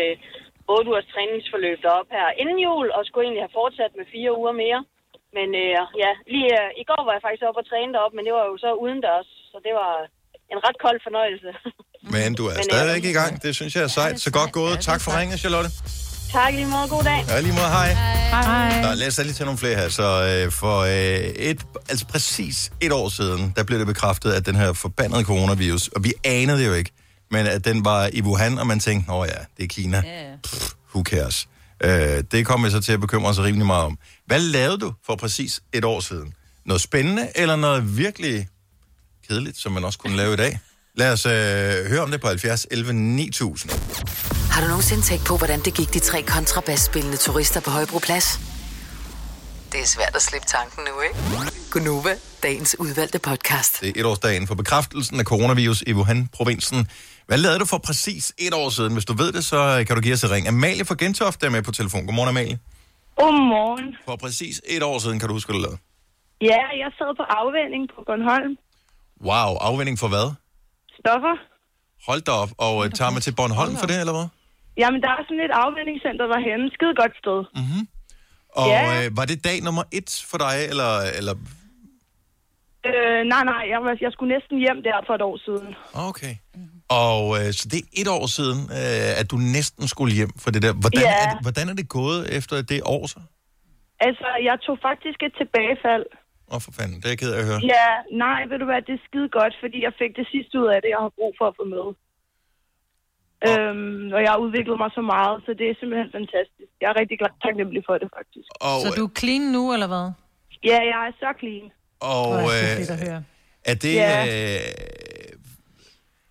S11: øh, 8 ugers træningsforløb derop her inden jul, og skulle egentlig have fortsat med fire uger mere. Men øh, ja, lige øh, i går var jeg faktisk oppe og træne derop, men det var jo så udendørs, så det var en ret kold fornøjelse. [laughs]
S1: Men du er
S11: Men,
S1: stadigvæk i gang. Det synes jeg er sejt. Så godt gået. Tak for ringen, Charlotte.
S11: tak i lige måde, god dag.
S1: Ja, lige måde. Hej.
S2: Hej.
S1: Nå, lad os da lige tage nogle flere her. Så øh, for øh, et, altså præcis et år siden, der blev det bekræftet, at den her forbandede coronavirus, og vi anede det jo ikke, men at den var i Wuhan, og man tænkte, åh ja, det er Kina. Pff, who cares? Øh, det kom vi så til at bekymre os rimelig meget om. Hvad lavede du for præcis et år siden? Noget spændende, eller noget virkelig kedeligt, som man også kunne lave i dag? Lad os øh, høre om det på 70 11 9000.
S5: Har du nogensinde tænkt på, hvordan det gik de tre kontrabasspillende turister på Højbroplads? Det er svært at slippe tanken nu, ikke? Gunova, dagens udvalgte podcast.
S1: Det er etårsdagen for bekræftelsen af coronavirus i Wuhan-provinsen. Hvad lavede du for præcis et år siden? Hvis du ved det, så øh, kan du give os et ring. Amalie fra Gentofte er med på telefon. Godmorgen, Amalie.
S14: Godmorgen.
S1: For præcis et år siden, kan du huske, hvad du lavede.
S14: Ja, jeg sad på afvænding på Bornholm.
S1: Wow, afvinding for hvad?
S14: Stoffer.
S1: Hold da op, og øh, tager man til Bornholm for det, eller hvad?
S14: Jamen, der er sådan et afvændingscenter derhenne. Skide godt sted.
S1: Mm-hmm. Og
S14: Ja.
S1: øh, var det dag nummer et for dig, eller... eller...
S14: Øh, nej, nej, jeg, var, jeg skulle næsten hjem der for et år siden.
S1: Ah, Okay. Og øh, så det er et år siden, øh, at du næsten skulle hjem for det der. Hvordan,
S14: Ja.
S1: er, det- hvordan er det gået efter det år så?
S14: Altså, jeg tog faktisk et tilbagefald.
S1: Åh, oh, for fanden, det er jeg ked af at høre.
S14: Ja, nej, ved du hvad, det er skide godt, fordi jeg fik det sidste ud af det, jeg har brug for at få med. Øhm, og jeg har udviklet mig så meget, så det er simpelthen fantastisk. Jeg er rigtig glad, taknemmelig for det, faktisk.
S1: Og,
S2: Så du er clean nu, eller hvad?
S14: Ja, jeg er så clean.
S1: Og
S2: Hvor er det fedt at
S1: øh,
S2: høre.
S1: er det...
S14: Ja.
S1: Øh,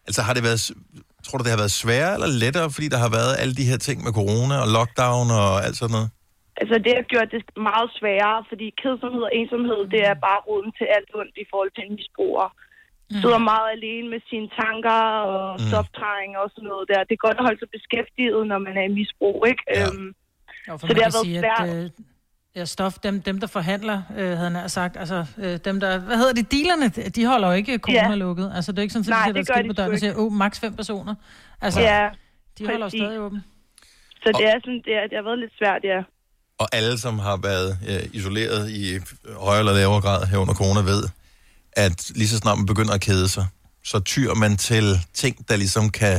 S1: altså har det været... s- Tror du, det har været sværere eller lettere, fordi der har været alle de her ting med corona og lockdown og alt sådan noget?
S14: Altså, det har gjort det meget sværere, fordi kedsomhed og ensomhed, det er bare roden til alt ondt i forhold til en misbruger. Mm. Sidder meget alene med sine tanker og
S1: Mm.
S14: mm. stoftrang og sådan noget der. Det er godt at holde sig beskæftiget, når man er i misbrug, ikke? Ja. Øhm,
S2: Jo, for
S14: så
S2: man
S14: det
S2: kan
S14: har været
S2: sige,
S14: svært.
S2: at øh, ja, stof, dem, dem der forhandler, øh, havde han nær sagt, altså øh, dem der, hvad hedder det, dealerne, de- de holder jo ikke corona lukket. Altså det er ikke sådan,
S14: Nej,
S2: at de sætter
S14: det
S2: et
S14: gør
S2: skilt
S14: de
S2: på
S14: sgu
S2: døren og
S14: ikke.
S2: siger, åh, maks fem personer. Altså,
S14: ja,
S2: de holder jo stadig åben.
S14: Så det er sådan, det, er, det har været lidt svært, ja.
S1: Og alle, som har været øh, isoleret i højere eller lavere grad her under corona, ved, at lige så snart man begynder at kede sig, så tyr man til ting, der ligesom kan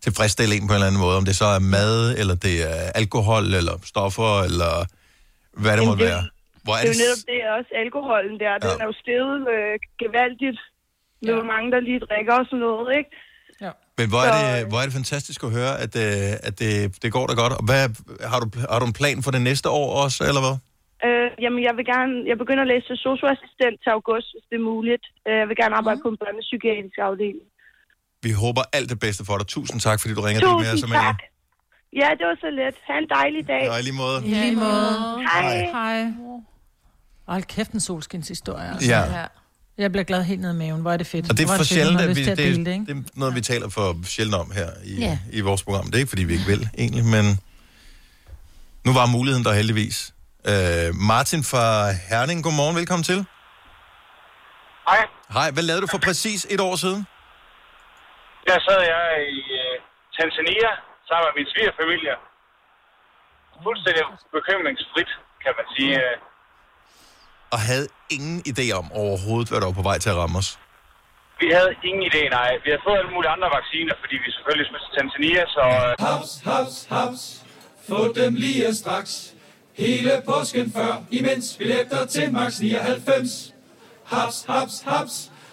S1: tilfredsstille en på en eller anden måde. Om det så er mad, eller det er alkohol, eller stoffer, eller hvad det
S14: Jamen,
S1: måtte
S14: det er
S1: være. Hvor
S14: det
S1: er
S14: er
S1: det...
S14: jo netop det, er også alkoholen der. Ja. Den er jo steget øh, gevaldigt med, hvor mange der lige drikker og sådan noget, ikke?
S1: Men hvor er, det, hvor er det fantastisk at høre, at, øh, at det, det går da godt. Og hvad, har, du, har du en plan for det næste år også, eller hvad?
S14: Øh, jamen, jeg vil gerne... Jeg begynder at læse til socioassistent til august, hvis det er muligt. Øh, jeg vil gerne arbejde
S2: Mhm.
S14: mm. på en børnepsykiatrisk afdeling.
S1: Vi håber alt det bedste for dig. Tusind tak, fordi du ringer og delte med os.
S14: Tusind
S1: Amalie.
S14: tak. Ja, det var så let. Ha' en dejlig dag.
S1: Og i lige måde.
S2: I lige måde.
S14: Hej.
S2: Hej. Og hold kæft, en solskinshistorie. altså.
S1: Ja.
S2: Jeg bliver glad helt ned i maven. Hvor er det fedt.
S1: Og det
S2: Hvor
S1: er
S2: er
S1: for
S2: fedt, hun
S1: sjældent,
S2: har
S1: at vi,
S2: lyst til
S1: det,
S2: at
S1: det,
S2: dele det, ikke?
S1: det er noget, vi taler for sjældent om her i,
S2: Ja.
S1: i vores program. Det er ikke, fordi vi ikke vil, egentlig, men nu var muligheden der heldigvis. Øh, Martin fra Herning, godmorgen, velkommen til.
S10: Hej.
S1: Hej, hvad lavede du for præcis et år siden?
S10: Der sad jeg i øh, Tanzania sammen med min svigerfamilie. Fuldstændig bekymringsfrit, kan man sige. Øh,
S1: Mm. Og havde ingen idé om overhovedet, hvad der var på vej til at ramme os.
S10: Vi havde ingen idé, nej. Vi havde fået alle mulige andre vacciner, fordi vi selvfølgelig skulle til Tanzania, så... øh,
S9: Haps, haps, haps. Få dem lige straks. Hele påsken før, imens billetter til max 99. Haps, haps, haps.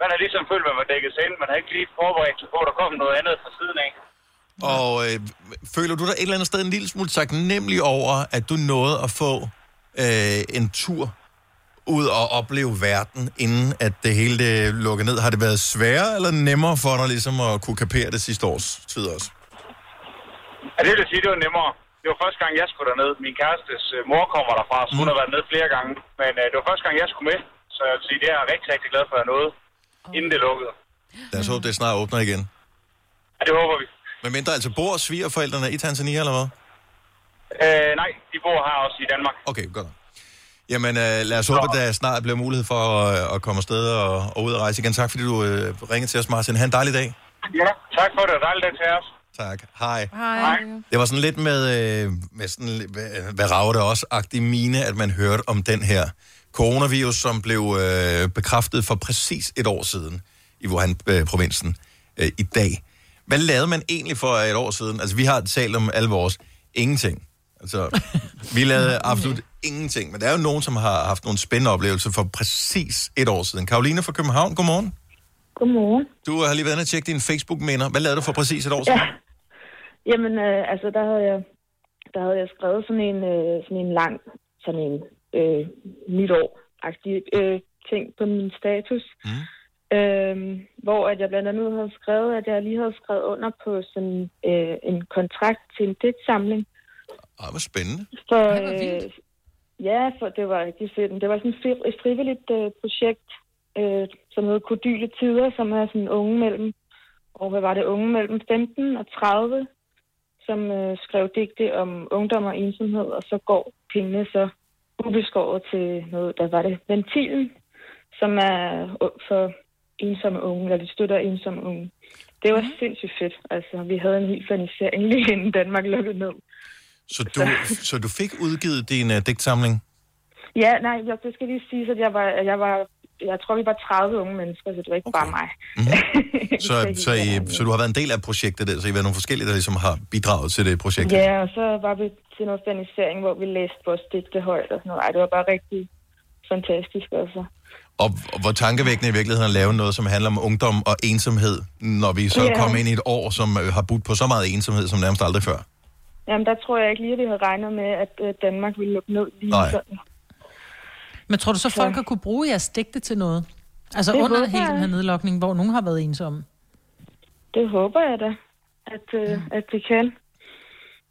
S10: man har ligesom følt, at man var dækket sig ind. Man har ikke lige forberedt sig på, at der kom noget andet fra siden af.
S1: Og øh, føler du dig et eller andet sted en lille smule taknemmelig over, at du nåede at få øh, en tur ud og opleve verden, inden at det hele det lukker ned? Har det været sværere eller nemmere for dig ligesom at kunne kapere det sidste års tid også?
S10: Ja, det vil jeg sige, det var nemmere. Det var første gang, jeg skulle derned. Min kærestes øh, mor kommer derfra, så hun
S9: Mm.
S10: har været ned flere gange. Men øh, det var første gang, jeg skulle med. Så jeg vil sige, det er jeg rigtig, rigtig glad for, at jeg nåede,
S2: Oh.
S10: inden det lukkede.
S1: Lad os håbe, det snart åbner igen.
S10: Ja, det håber vi.
S1: Men mindre altså bor svigerforældrene i Tanzania, eller hvad?
S10: Øh, nej, de bor her også i Danmark.
S1: Okay, godt. nok. Jamen, øh, lad os håbe, at der snart bliver mulighed for øh, at, at komme afsted og, og ud og rejse igen. Tak, fordi du øh, ringede til os, Martin. Ha' en dejlig dag.
S10: Ja, tak for det. Dejligt dag til os.
S1: Tak. Hej.
S2: Hej.
S1: Det var sådan lidt med, øh, med sådan, lidt, hvad, hvad rager det også, agtig mine, at man hørte om den her coronavirus, som blev øh, bekræftet for præcis et år siden i Wuhan-provinsen øh, i dag. Hvad lavede man egentlig for et år siden? Altså, vi har talt om alle vores ingenting. Altså, vi lavede absolut ingenting. Men der er jo nogen, som har haft nogle spændende oplevelser for præcis et år siden. Karoline fra København, godmorgen.
S15: Godmorgen.
S1: Du har lige været inde og tjekke dine Facebook-minder. Hvad lavede du for præcis et år siden?
S15: Ja. Jamen, øh, altså, der havde jeg, der havde jeg skrevet sådan en, øh, sådan en lang, sådan en øh, nytår-agtig øh, ting på min status. Mm. Øh, hvor at jeg blandt andet havde skrevet, at jeg lige havde skrevet under på sådan øh, en kontrakt til en digtsamling.
S1: Ej, hvor spændende.
S15: For, øh, ja, for det var rigtig fedt. Men Det var sådan et fri- et frivilligt øh, projekt, øh, som hedder Kodyle Tider, som er sådan unge mellem, og hvad var det, unge mellem 15 og 30, som øh, skrev digte om ungdom og ensomhed, og så går pengene så ubeskåret til noget, der var det, Ventilen, som er u- for ensomme unge, eller de støtter ensomme unge. Det
S1: Mhm.
S15: var sindssygt fedt. Altså, vi havde en hel planisering lige inden Danmark lukkede ned.
S1: Så du, så du fik udgivet din uh,
S15: [laughs]
S1: digtsamling?
S15: Ja, nej, jeg, det skal lige sige, at jeg var, jeg var, jeg tror, vi var 30 unge mennesker, så det var ikke okay. bare mig.
S1: Så, så, I, så du har været en del af projektet der, så I har været nogle forskellige, der ligesom har bidraget til det projekt?
S15: Ja, og så var vi til noget fanisering, hvor vi læste vores digte højt og sådan noget. Ej, det var bare rigtig fantastisk, altså.
S1: Og, og hvor tankevækkende i virkeligheden at lave noget, som handler om ungdom og ensomhed, når vi så
S15: Ja.
S1: kommer ind i et år, som øh, har budt på så meget ensomhed som nærmest aldrig før.
S15: Jamen, der tror jeg ikke lige, at vi havde regnet med, at øh, Danmark ville lukke ned lige
S1: Nej.
S15: sådan.
S2: Men tror du så, folk har kunne bruge jeres digte til noget? Altså
S15: Det
S2: under
S15: håber
S2: hele
S15: jeg.
S2: den her nedlukning, hvor nogen har været ensomme.
S15: Det håber jeg da, at, øh, at det kan.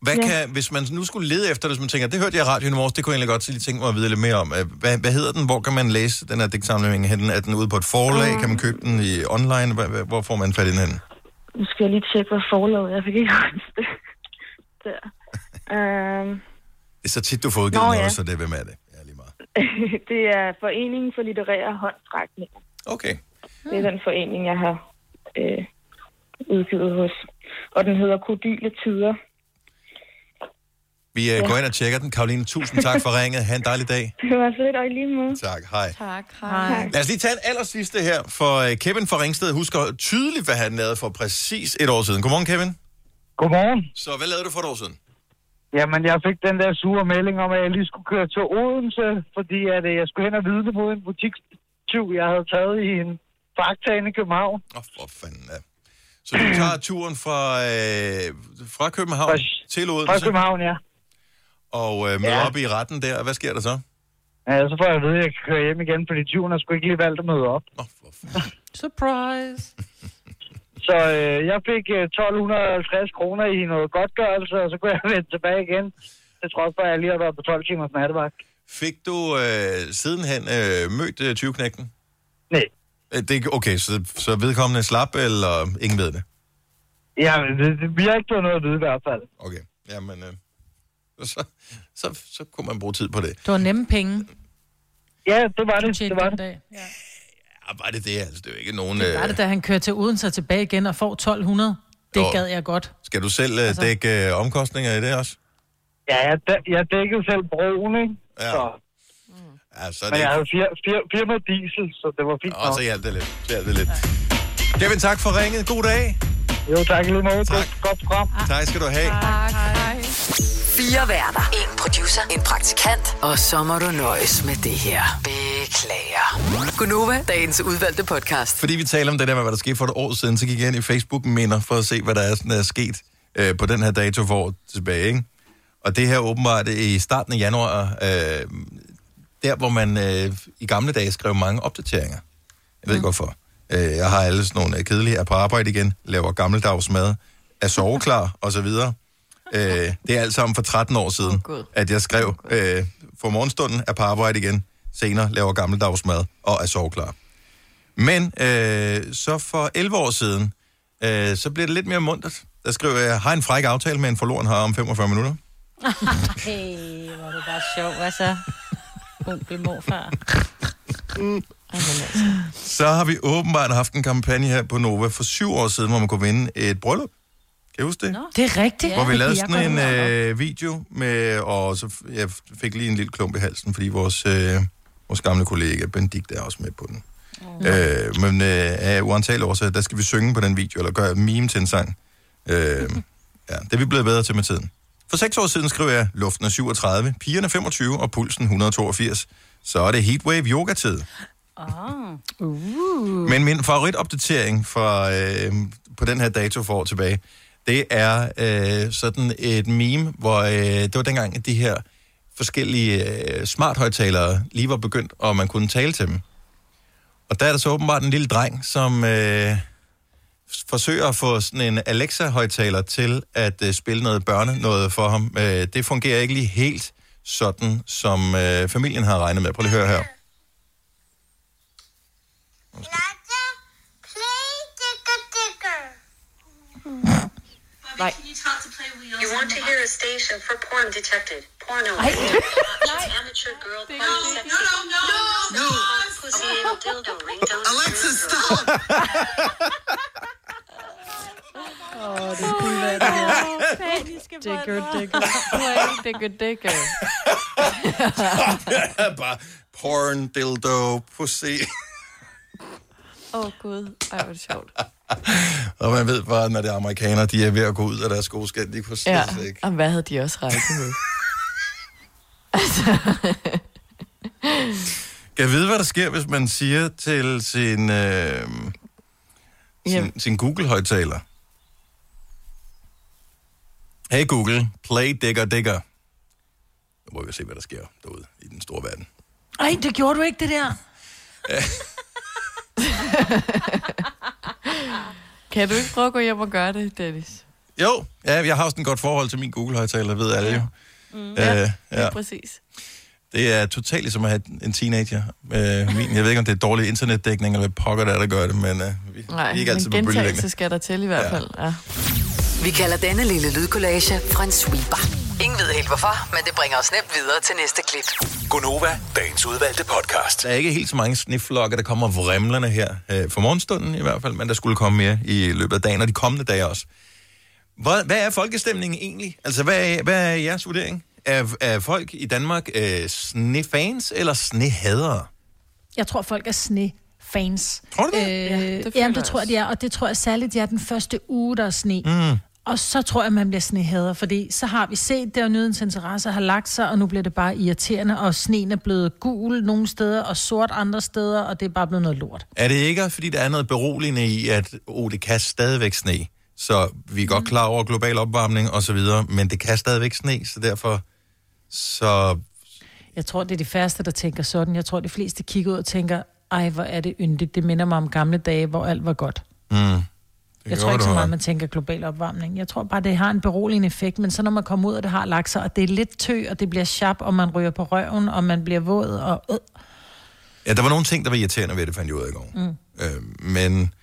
S1: Hvad
S15: Ja.
S1: ja. kan, hvis man nu skulle lede efter det, hvis man tænker, det hørte jeg i radioen i morges, det kunne jeg egentlig godt lige tænke mig at vide lidt mere om. Øh, Hvad, hvad hedder den? Hvor kan man læse den her digtsamling henne? Er den ude på et forlag?
S15: Ah.
S1: Kan man købe den i online? Hvad- hvad- Hvor får man fat i den henne?
S15: Nu skal jeg lige tjekke, hvad forlaget er. Jeg fik ikke [laughs] huske det. Der. Øhm, [laughs]
S1: Det er så tit, du får udgivet
S15: Nå, ja.
S1: noget, så det er hvem er det?
S15: det er Foreningen for Litterære Håndtrækninger.
S1: Okay.
S15: Det er den forening, jeg har øh, udgivet hos. Og den hedder Kodyle Tider.
S1: Vi ja. går ind og tjekker den. Karoline, tusind tak for ringet. Ha' en dejlig dag.
S15: Det var fedt, og i lige måde.
S1: Tak, hej.
S4: Tak, hej.
S1: Lad os lige tage en aller sidste her, for øh, Kevin fra Ringsted husker tydeligt, hvad han lavede for præcis et år siden. Godmorgen, Kevin.
S16: Godmorgen.
S1: Så hvad lavede du for et år siden?
S16: Jamen, jeg fik den der sure melding om, at jeg lige skulle køre til Odense, fordi at, øh, jeg skulle hen og vidne mod en butikstyv, jeg havde taget i en fakta inde i København.
S1: Åh, oh, for fanden da. Så du tager turen fra, øh, fra København fra, til Odense?
S16: Fra København, ja.
S1: Og øh, møder
S16: Ja.
S1: ja. op i retten der. Hvad sker der så?
S16: ja. Så får jeg at vide, at jeg kan køre hjem igen, fordi tyven har sgu ikke lige valgt at møde op.
S2: Surprise!
S16: Så øh, jeg fik øh, 1250 kroner i noget godtgørelse, og så kunne jeg [laughs] vende tilbage igen. Det tror jeg, at jeg lige har været på 12 timers nattevagt.
S1: Fik du øh, sidenhen øh, mødt øh, 20-knægten?
S16: Nej.
S1: Det, er- okay, så, så vedkommende slap, eller ingen ved det?
S16: Ja, det, det, vi har ikke fået noget at vide i hvert fald.
S1: Okay, jamen... Øh, [laughs] så, så, så kunne man bruge tid på det.
S2: Det var nemme penge.
S16: Ja, det var
S2: det. Det var det.
S1: Ja, var det det? Altså, det er jo ikke nogen...
S2: Det var det, da han kører til Odense og tilbage igen og får 1200. Det
S1: Jo.
S2: gad jeg godt.
S1: Skal du selv øh,
S2: Altså-
S1: altså... dække øh, omkostninger i det også?
S16: Ja, jeg, dæ- jeg dækkede selv broen, ikke? Ja. Så.
S1: Ja, så er det
S16: Men jeg
S1: ikke-
S16: havde fir, fir, firma diesel, så det var fint
S1: Og så hjalp det lidt. Så hjalp det lidt. Kevin, tak for ringet. God dag.
S16: Jo, tak i lige måde.
S1: Tak.
S16: Godt program.
S1: Tak skal du have.
S5: Tak, hej. Fire værter. En producer. En praktikant. Og så må du nøjes med det her. Beklager. Gunova, dagens udvalgte podcast.
S1: Fordi vi taler om det der med, hvad der skete for et år siden, så gik jeg ind i Facebook-minder for at se, hvad der er, sådan, er sket øh, på den her dato for år tilbage. Ikke? Og det her åbenbart i starten af januar, øh, der hvor man øh, i gamle dage skrev mange opdateringer. Jeg ved ikke hvorfor. Øh, jeg har alle sådan nogle øh, kedelige, er på arbejde igen, laver gammeldags mad, er soveklar og så videre. Øh, det er alt sammen for 13 år siden, oh, at jeg skrev, øh, for morgenstunden er på arbejde igen, senere laver gammeldags mad og er soveklar. Men øh, så for 11 år siden, øh, så blev det lidt mere muntert. Der skrev jeg, har en fræk aftale med en forloren her om 45 minutter.
S3: Ej, hvor er du bare sjov, altså. Onkel morfar.
S1: Mm. Så har vi åbenbart haft en kampagne her på Nova for syv år siden, hvor man kunne vinde et bryllup. Kan I huske det? Nå,
S2: Det er rigtigt.
S1: Hvor vi
S2: Det
S1: lavede
S2: kan jeg
S1: sådan en
S2: godt huske.
S1: øh, video, med, og så f- jeg fik lige en lille klump i halsen, fordi vores, øh, vores gamle kollega Benedikt er også med på øh, den. Oh. Øh, men øh, af uantagelige årsager, der skal vi synge på den video, eller gøre meme til en sang. Øh, ja, det er vi blevet bedre til med tiden. For seks år siden skrev jeg, luften er 37, pigerne er 25 og pulsen 182. Så er det heatwave yoga-tid.
S3: Oh.
S2: Uh.
S1: øh, [laughs] Men min favoritopdatering fra, øh, på den her dato for år tilbage, det er øh, sådan et meme, hvor øh, det var dengang, at de her forskellige øh, smarthøjtalere lige var begyndt, og man kunne tale til dem. Og der er der så åbenbart en lille dreng, som øh, s- forsøger at få sådan en Alexa-højtaler til at øh, spille noget børne noget for ham. Øh, det fungerer ikke lige helt sådan, som øh, familien havde regnet med. Prøv lige at høre her.
S17: Right. You want to hear a station for porn detected. Porno.
S18: I-
S17: [laughs] Amateur girl porn. Sexy. No. Pussy [laughs] and dildo ringtone. Alexa, stop.
S4: Åh, det er kunne være det. Digger, digger. Play, digger, digger.
S1: [laughs] [laughs] Bare porn, dildo, pussy.
S4: Åh, oh, Gud. Ej, hvor er det
S1: [laughs]
S4: sjovt.
S1: Og man ved bare, når det er amerikanere, de er ved at gå ud af deres skoskab. De kunne
S4: Ja,
S1: slet ikke.
S4: og hvad havde de også rækket [laughs] med? Altså.
S1: Kan jeg vide, hvad der sker, hvis man siger til sin, øh, sin, sin Google-højtaler? Hey Google, play digger digger. Nu må vi se, hvad der sker derude i den store verden.
S2: Ej, det gjorde du ikke, det der.
S4: [laughs] Kan du ikke prøve at gå hjem og gøre det, Dennis?
S1: Jo, ja, jeg har også et godt forhold til min Google-højtaler, ved alle jo.
S4: Mm.
S1: Øh, ja.
S4: ja, præcis.
S1: Det er totalt ligesom at have en teenager. Øh, min, jeg ved ikke, om det er dårlig internetdækning, eller hvad pokker der er, der gør det, men øh, vi, vi er
S4: Nej,
S1: ikke altid
S4: men
S1: på bølgelængde.
S4: gentagelse skal der til i hvert
S1: Ja.
S4: fald. Ja.
S5: Vi kalder denne lille lydkollage en sweeper. Ingen ved helt hvorfor, men det bringer os nemt videre til næste klip.
S6: Gunova, dagens udvalgte podcast.
S1: Der er ikke helt så mange sniflokke, der kommer vrimlerne her, øh, for morgenstunden i hvert fald, men der skulle komme mere i løbet af dagen, og de kommende dage også. Hvad, hvad er folkestemningen egentlig? Altså, hvad er, hvad er jeres vurdering? Er, er folk i Danmark øh, snefans eller snehadere?
S2: Jeg tror, folk er sne fans.
S1: Tror du det?
S2: Øh, ja, det,
S1: føler
S2: jamen,
S1: jeg
S2: det tror jeg, de er, og det tror jeg særligt, de er den første uge, der er sne.
S1: Mm.
S2: Og så tror jeg, man bliver snehader, fordi så har vi set det, og nødens interesse har lagt sig, og nu bliver det bare irriterende, og sneen er blevet gul nogle steder, og sort andre steder, og det er bare blevet noget lort.
S1: Er det ikke, fordi der er noget beroligende i, at oh, det kan stadigvæk sne, så vi er godt klar over global opvarmning og så videre, men det kan stadigvæk sne, så derfor så
S2: Jeg tror, det er de færreste, der tænker sådan. Jeg tror, de fleste kigger ud og tænker, ej, hvor er det yndigt. Det minder mig om gamle dage, hvor alt var godt.
S1: Mm. Det
S2: Jeg tror ikke så meget, man tænker global opvarmning. Jeg tror bare, det har en beroligende effekt, men så når man kommer ud, og det har lagt sig, og det er lidt tø, og det bliver sharp, og man ryger på røven, og man bliver våd, og... Øh.
S1: Ja, der var nogle ting, der var irriterende ved det, fandt jeg ud af i går. Mm. Øh, men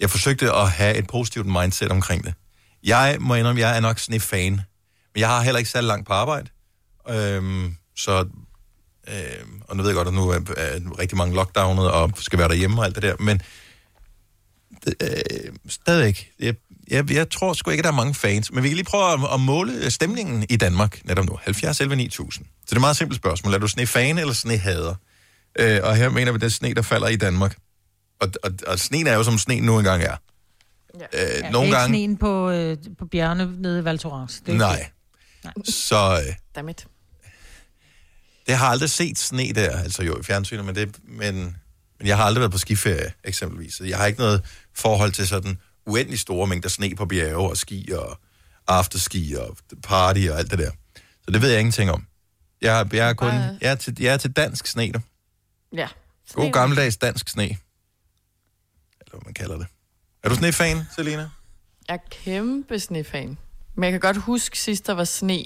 S1: jeg forsøgte at have et positivt mindset omkring det. Jeg må indrømme, jeg er nok sådan en fan. Men jeg har heller ikke særlig langt på arbejde. Øh, så, øh, og nu ved jeg godt, at nu er, er rigtig mange lockdownet og skal være derhjemme og alt det der. Men det, øh, stadigvæk, jeg, jeg, jeg tror sgu ikke, at der er mange fans. Men vi kan lige prøve at, at måle stemningen i Danmark netop nu. 70 11 9000. Så det er et meget simpelt spørgsmål. Er du snefan eller snehader? Øh, og her mener vi, det er sne, der falder i Danmark. Og, og, og sneen er jo, som sneen nu engang er. Ja. Øh,
S2: Ja,
S1: nogle
S2: ikke
S1: gange...
S2: sneen på, øh, på bjergene nede i Val Thorens. Det er ikke
S1: Nej. Så øh,
S4: Dammit.
S1: det har jeg aldrig set sne der, altså jo i fjernsynet, men, det, men, men jeg har aldrig været på skiferie, eksempelvis. Så jeg har ikke noget forhold til sådan uendelig store mængder sne på bjerge og ski og afterski og party og alt det der. Så det ved jeg ingenting om. Jeg, jeg, er, kun, jeg, er, til, jeg er til dansk sne nu.
S4: Ja.
S1: God gammeldags dansk sne. Eller hvad man kalder det. Er du snefan, Selina?
S4: Jeg er kæmpe snefan. Men jeg kan godt huske, sidst der var sne.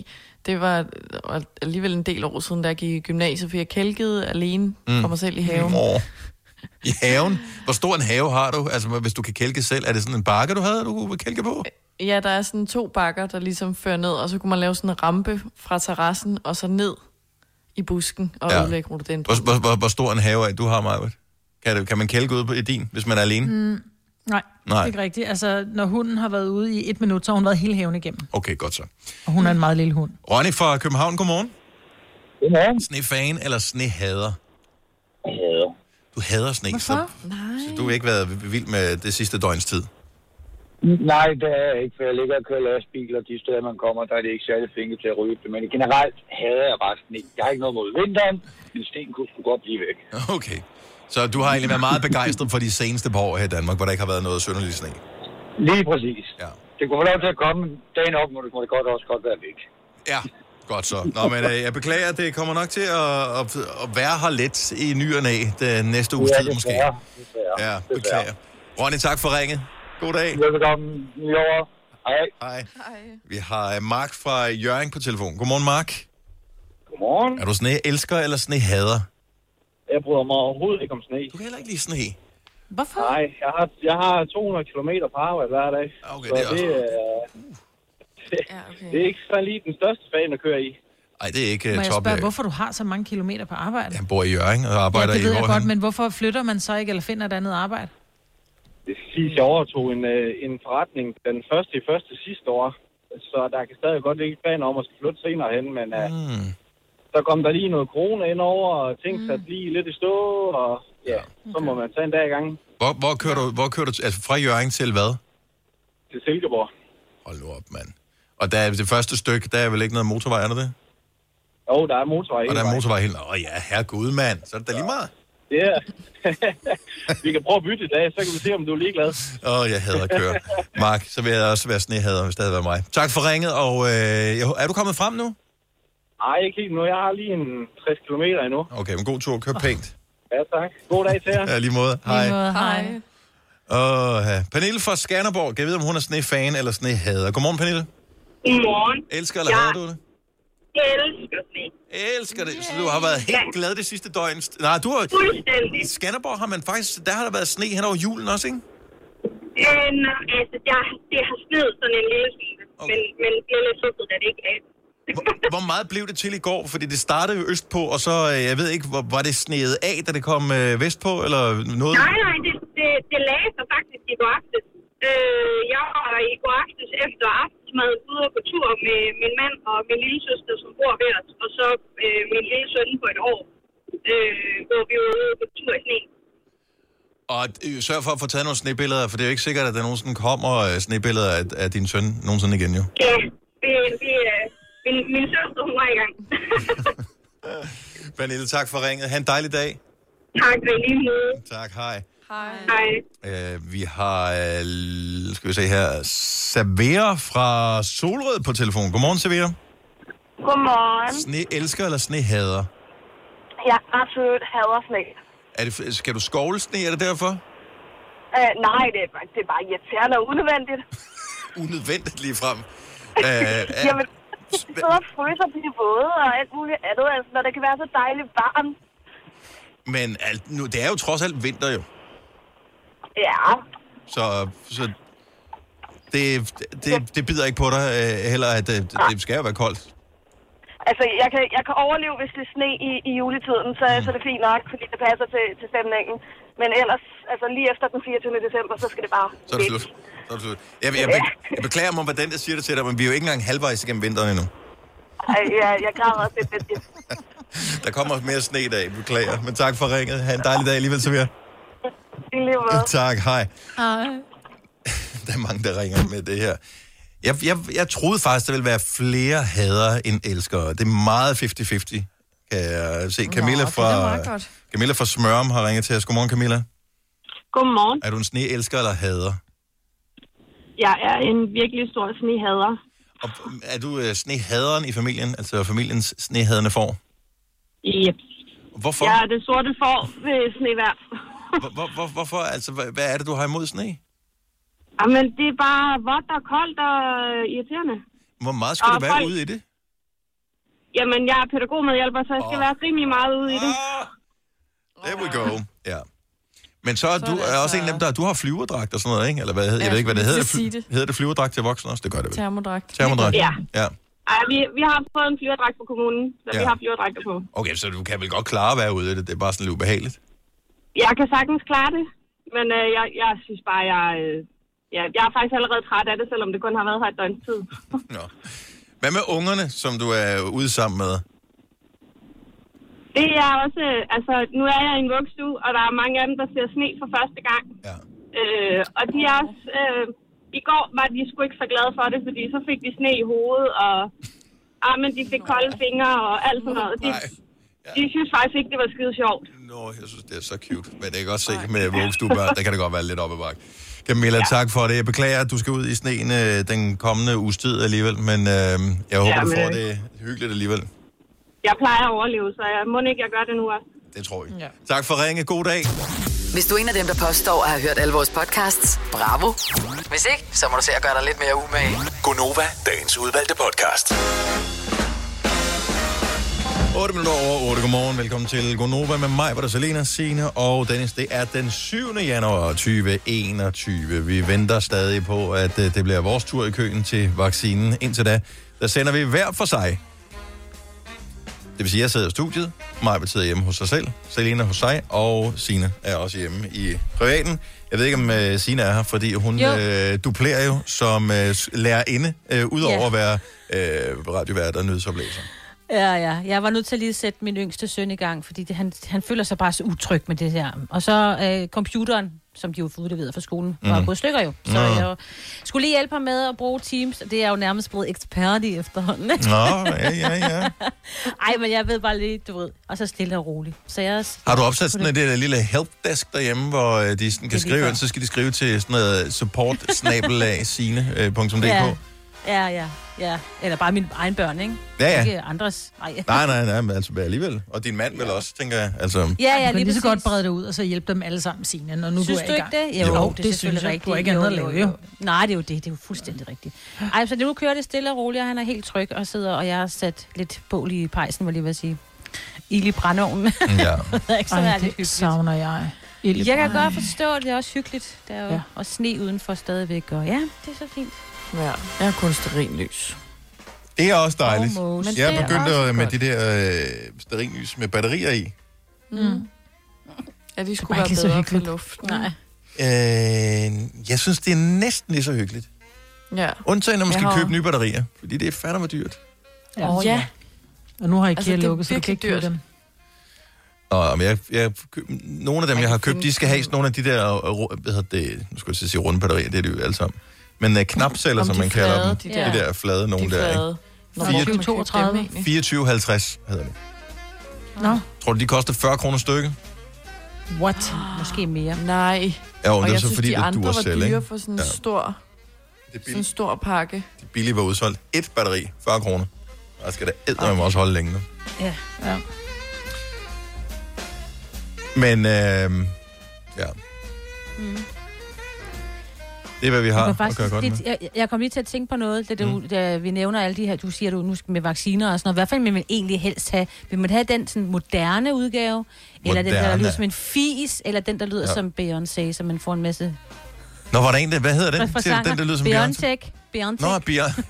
S4: Det var øh, alligevel en del år siden, da jeg gik i gymnasiet, for jeg kælkede alene mm. for mig selv i haven.
S1: Åh. I haven? Hvor stor en have har du? Altså, hvis du kan kælke selv, er det sådan en bakke, du havde, du kunne kælke på?
S4: Øh. Ja, der er sådan to bakker, der ligesom fører ned, og så kunne man lave sådan en rampe fra terrassen, og så ned i busken og
S1: Ja.
S4: ja. ødelægge rododendron.
S1: Hvor, hvor, hvor, hvor stor en have er du har, Majbert? Kan, det- kan man kælke ud på i din, hvis man er alene? Mm.
S2: Mm, nej,
S1: Nej.
S2: Nej, det er ikke rigtigt. Altså, når hunden har været ude i et minut, så har hun været hele haven igennem.
S1: Okay, godt så.
S2: Og hun er en meget lille hund.
S1: Ronny fra København, godmorgen. Godmorgen. Snefan eller snehader? Hader. Du hader sne, så,
S4: Nej.
S1: så du har ikke været vild med det sidste døgns tid.
S16: Nej, det er jeg ikke, for jeg ligger og kører lastbil, og de steder, man kommer, der er det ikke særlig flinke til at ryge det. Men generelt hader jeg bare sne. Jeg har ikke noget mod vinteren, men sten kunne sgu godt blive væk.
S1: [laughs] Okay. Så du har egentlig været meget begejstret for de seneste par år her i Danmark, hvor der ikke har været noget synderlig sne.
S16: Lige præcis. Ja. Det kunne få lov til at komme dagen op, må det, må det godt også godt være væk.
S1: Ja. Godt så. Nå, men øh, jeg beklager, det kommer nok til at, at, at være her lidt i ny og næ, den næste uges tid måske. Ja, beklager. Ronny, tak for ringet. God dag.
S16: Velkommen. Jo. Hej.
S1: Hej. Vi har øh, Mark fra Jørgen på telefon. Godmorgen, Mark.
S19: Godmorgen.
S1: Er du sneelsker eller snehader?
S19: Jeg bryder mig overhovedet ikke om sne.
S1: Du kan heller ikke lide sne.
S2: Hvorfor?
S19: Nej, jeg har, jeg har 200 km på arbejde hver dag.
S1: Ah, Okay,
S19: så
S1: det er også-
S19: er, [laughs] ja, okay. det er ikke sådan lige den største fan at køre i.
S1: Nej, det er ikke
S2: Må
S1: uh,
S2: jeg
S1: top.
S2: spørge, hvorfor du har så mange kilometer på arbejde?
S1: Han bor i Jørgen og arbejder
S2: ja, det ved
S1: i
S2: jeg godt,
S1: Hvorhen?
S2: men hvorfor flytter man så ikke, eller finder et andet arbejde?
S19: Sidst jeg overtog en, øh, en forretning den første i første sidste år, så der kan stadig godt ligge planer om at skulle flytte senere hen, men øh,
S1: mm.
S19: så kom der lige noget corona ind over, og ting satte lige lidt i stå, og ja, så må man tage en dag i gangen
S1: Hvor, hvor kører du, hvor kører du t- altså fra Jørgen til hvad?
S19: til Silkeborg.
S1: Hold nu op, mand. Og der er det første stykke, der er vel ikke noget motorvej, er der det?
S19: Jo, der er motorvej.
S1: Og der er motorvej helt. Åh ja, herregud, mand. Så er det da lige meget.
S19: Ja. [laughs] vi kan prøve at bytte i dag, så kan vi se, om du er ligeglad.
S1: Åh, oh, jeg hader at køre. Mark, så vil jeg også være snehader, hvis det havde været mig. Tak for ringet, og øh, jeg hå- er du kommet frem nu?
S19: Nej, ikke helt nu. Jeg har lige en 60 km endnu.
S1: Okay, men god tur. Kør pænt.
S19: [laughs] Ja, tak. God dag til jer.
S1: Ja, lige måde. Hej.
S2: Hej.
S1: Åh, ja. Pernille fra Skanderborg. Kan jeg vide, om hun er snefan eller snehader? Godmorgen, Pernille.
S9: Godmorgen.
S1: Elsker eller
S9: Ja.
S1: hader du det?
S9: Jeg elsker sne.
S1: Elsker det. Så du har været helt glad det sidste døgn. Nej, du har...
S9: Fuldstændig.
S1: Skanderborg har man faktisk... Der har der været sne hen over julen også, ikke?
S9: Øh, nej, altså, jeg, det har sneet sådan en lille smule, okay. men, men, men jeg synes, at det ikke af.
S1: Hvor, hvor meget blev det til i går? Fordi det startede jo østpå, og så... øh, Jeg ved ikke, hvor, var det sneet af, da det kom øh, vestpå, eller noget?
S9: Nej, nej, det, det, det lagde sig faktisk i går aftes. Øh, jeg var i går aftes efter aftensmaden ude og på tur med min mand og min lille søster, som bor ved os, og så øh, min lille søn på et år, øh, hvor vi var ude på tur i sne.
S1: Og øh, sørg for at få taget nogle snebilleder, for det er jo ikke sikkert, at der nogensinde kommer øh, snebilleder af, af din søn nogensinde igen, jo.
S9: Ja, det, det, øh, min, min søster, hun var i gang.
S1: Pernille, tak for ringet. Ha' en dejlig dag.
S9: tak, og i lige måde.
S1: Tak, hej.
S9: Hej. Hej.
S1: Øh, vi har, øh, l- skal vi se her, Savera fra Solrød på telefon. Godmorgen, Savera.
S14: Godmorgen.
S1: Sne elsker eller snehader?
S14: Jeg absolut hader sne.
S1: Er det, f- skal du skovle sne, er det derfor?
S14: Uh, nej, det er, bare- det er bare irriterende og unødvendigt.
S1: Unødvendigt lige frem. øh,
S14: Jamen, de sidder og fryser og bliver våde og alt muligt andet, altså, når det kan være så dejligt varmt.
S1: men alt, nu, det er jo trods alt vinter, jo.
S14: Ja,
S1: Så, så det, det, det bider ikke på dig øh, heller, at det, det skal jo være koldt.
S14: altså, jeg kan, jeg kan overleve, hvis det er sne i, i juletiden, så,
S1: Mm.
S14: så er det fint nok, fordi det passer til, til stemningen. Men ellers, altså lige efter den 24. december, så skal det bare...
S1: Så er det slut. Så er det slut. Jeg, jeg, jeg, jeg beklager mig, hvordan jeg siger det til dig, men vi er jo ikke engang halvvejs igennem vinteren endnu.
S14: Ej, jeg, jeg græder også lidt, lidt, lidt.
S1: Der kommer mere sne i dag, beklager. Men tak for ringet. Ha' en dejlig dag alligevel, Samir.
S14: i lige måde.
S1: Tak, hej.
S2: Hej.
S1: Der er mange, der ringer med det her. Jeg, jeg, jeg troede faktisk, der ville være flere hader end elskere. Det er meget 50-50, kan jeg se.
S13: okay,
S1: Camilla,
S13: det er
S1: fra,
S13: meget godt.
S1: Camilla fra Smørum har ringet til os. Godmorgen, Camilla.
S13: Godmorgen.
S1: Er du en sneelsker eller hader?
S13: Jeg er en virkelig stor snehader.
S1: Er du øh, snehaderen i familien? Altså familiens snehadende får?
S13: Yep.
S1: Hvorfor?
S13: Jeg er det sorte får ved snevær.
S1: Hvor, hvor, hvor, hvorfor? Altså, hvad, hvad er det, du har imod sne?
S13: Jamen, det er bare vådt og koldt og øh, irriterende.
S1: Hvor meget skal
S13: Og
S1: du være
S13: Ah, folk-
S1: ude i det?
S13: Jamen, jeg er pædagogmedhjælper, så jeg skal være rimelig meget ude i det.
S1: There we go. Ja. Men så er du er også en af dem, der du har flyverdragt og sådan noget, ikke? Eller hvad, hed- jeg
S13: Ja,
S1: ved ikke, hvad det
S13: jeg
S1: hedder.
S13: skulle lige
S1: Fly,
S13: sige
S1: hedder det flyverdragt til voksne også? Det gør det vel.
S13: Termodragt.
S1: Termodragt.
S13: Ja.
S1: ja.
S13: Ej, vi, vi har fået en flyverdragt fra kommunen, så ja. vi
S1: Ja.
S13: har flyverdragter på.
S1: Okay, så du kan vel godt klare at være ude i det. Det er bare sådan lidt ubehageligt.
S13: Jeg kan sagtens klare det, men øh, jeg, jeg synes bare, jeg... Øh, ja, jeg er faktisk allerede træt af det, selvom det kun har været her et døgns tid.
S1: Hvad med ungerne, som du er ude sammen med?
S13: Det er også, øh, altså nu er jeg i en vugstue, og der er mange af dem, der ser sne for første gang. Ja. Øh, og de er også øh,
S20: i går var de sgu ikke så glade for det, fordi så fik de sne i hovedet, og ah, men de fik kolde fingre og alt sådan noget. De, de synes faktisk ikke, det var skide sjovt.
S1: Nå, jeg synes, det er så cute. Men det kan godt se med vuggestuebørn, der kan det godt være lidt op ad bakke. Camilla, ja. tak for det. Jeg beklager, at du skal ud i sneen øh, den kommende uges tid alligevel, men øh, jeg håber, ja,
S20: Ja,
S1: men... du
S20: men-
S1: får det hyggeligt alligevel.
S20: Jeg plejer at overleve, så jeg må ikke, jeg gør det nu også.
S1: Det tror jeg. Ja. Tak for ringe. God dag.
S5: Hvis du er en af dem, der påstår at have hørt alle vores podcasts, bravo. Hvis ikke, så må du se at gøre dig lidt mere umage.
S6: Gonova, dagens udvalgte podcast.
S1: 8 minutter over 8. Godmorgen. Velkommen til Gonova med mig, hvor der Selena, Signe og Dennis. Det er den 7. januar 2021. Vi venter stadig på, at øh, det bliver vores tur i køen til vaccinen. Indtil da, der sender vi hver for sig. Det vil sige, at jeg sidder i studiet, Maja sidder hjemme hos sig selv, Selena hos sig, og Sina er også hjemme i privaten. Jeg ved ikke, om uh, Sina er her, fordi hun
S7: Jo.
S1: uh, duplerer jo som uh, lærerinde, uh, udover
S3: Ja.
S1: at være uh, radiovært og nyhedsoplæser.
S3: Ja, ja. Jeg var nødt til at lige sætte min yngste søn i gang, fordi det, han, han føler sig bare så utryg med det her. Og så øh, computeren, som de jo får udleveret fra skolen, mm. var
S8: Mhm.
S3: gået i stykker jo. Så
S8: Nå.
S3: jeg jo- skulle lige hjælpe ham med at bruge Teams, og det er jeg jo nærmest blevet ekspert i efterhånden.
S1: Nå, ja, ja, ja.
S3: [laughs] Ej, men jeg ved bare lige, du ved, og så stille og roligt. Så jeg,
S1: Har du opsat sådan et der lille helpdesk derhjemme, hvor øh, de sådan kan
S3: lige
S1: skrive
S3: før.
S1: ind, så skal de skrive til sådan noget øh, support
S3: Ja.
S1: sine.dk.
S3: Ja, ja, ja. Eller bare mine egne børn, ikke?
S1: Ja, ja.
S3: Ikke andres. Ej.
S1: Nej,
S2: [laughs]
S1: nej, nej, men altså men alligevel. Og din mand vel også, tænker jeg. Altså,
S3: Ja,
S2: du
S3: ja,
S2: kan
S3: lige
S2: lige så
S3: præcis.
S2: godt brede det ud, og så hjælpe dem alle sammen, Signe, når nu
S3: Synes
S2: du
S3: du
S2: er i
S3: ikke
S2: gang.
S3: det? Jo, det er
S2: det synes
S3: selvfølgelig
S2: jeg.
S3: rigtigt.
S2: Du har ikke andet at lave, jo.
S3: Nej, det er jo det. Det er jo fuldstændig rigtigt. Ej, så nu kører det stille og roligt, og han er helt tryg og sidder, og jeg har sat lidt bål i pejsen, må jeg lige ved at sige. Ild i brændeovnen.
S1: Ja.
S3: [laughs] det er ikke så
S2: Ej,
S3: Ej,
S2: det savner jeg. Ild i
S3: Jeg kan
S2: brændeovnen.
S3: godt forstå, at det er også hyggeligt. Der er jo ja.
S2: Ja.
S3: og sne udenfor stadigvæk, og ja, det er så fint.
S4: Ja, jeg har kun stearinlys.
S1: det er også dejligt.
S4: Almost. Men
S1: Jeg
S4: det er
S1: begyndte
S4: også
S1: med
S4: godt.
S1: de der øh, sterinlys med batterier i.
S4: Mm. Ja, de skulle
S2: bare
S4: være
S2: ikke lige så
S4: bedre for
S2: hyggeligt.
S4: luften. Nej.
S1: Øh, jeg synes, det er næsten lige så hyggeligt.
S4: Ja.
S1: Undtagen, når man skal
S4: Jeg har-
S1: købe nye batterier, fordi det er fandme dyrt.
S2: Ja.
S4: Åh, ja.
S2: Og nu har IKEA
S4: Altså,
S2: altså,
S4: det er
S2: lukket, så du kan
S4: virkelig
S2: ikke købe
S4: dyrt.
S2: dem.
S1: Og men jeg, jeg, køb- nogle af dem, jeg har købt, de skal have sådan nogle af de der, øh, ru- hvad hedder det, nu skulle jeg til at sige runde batterier, det er det jo alle sammen. Men uh, knapceller,
S4: Om
S1: som
S4: de
S1: man kalder
S4: flade,
S1: dem,
S4: de
S1: de
S4: der.
S1: der, de der flade nogen
S4: De
S1: der,
S4: flade. Nå, hvor kan man købe dem
S2: 32.
S4: egentlig?
S1: ikke? 24,50 hedder det.
S2: Nå.
S1: Tror du, de koster 40 kroner stykket?
S2: What?
S3: Måske mere.
S4: Nej.
S1: Ja, jo,
S4: og
S1: det er
S4: jeg
S1: så
S4: synes,
S1: fordi,
S4: de
S1: at du
S4: andre
S1: er
S4: var
S1: selv, ikke?
S4: dyre for sådan en
S1: Ja.
S4: stor,
S1: Det
S4: sådan en stor pakke.
S1: Billigt var udsolgt. Et batteri, 40 kroner. Der skal da eddermame også holde længe nu.
S3: Ja.
S2: ja.
S1: Men øh, ja,
S3: Mm.
S1: det er, hvad vi
S3: Jeg
S1: har
S3: kom
S1: at gøre
S3: faktisk
S1: godt med.
S3: lidt, jeg, jeg kom lige til at tænke på noget, da, du, mm. da vi nævner alle de her, du siger du nu skal med vacciner og sådan noget. Hvad fanden vil man egentlig helst have? Vil man have den sådan moderne udgave? Eller den, der
S1: Moderne.
S3: lyder som en fis? Eller den, der lyder
S1: Ja.
S3: ja. som Beyoncé, som man får en masse...
S1: Nå, var der en, der, hvad hedder den?
S3: fra
S1: Siger du,
S3: sanger?
S1: Den, der lyder som Beyoncé.
S3: Beyonce. Beyoncé.
S1: Nå, Beyoncé.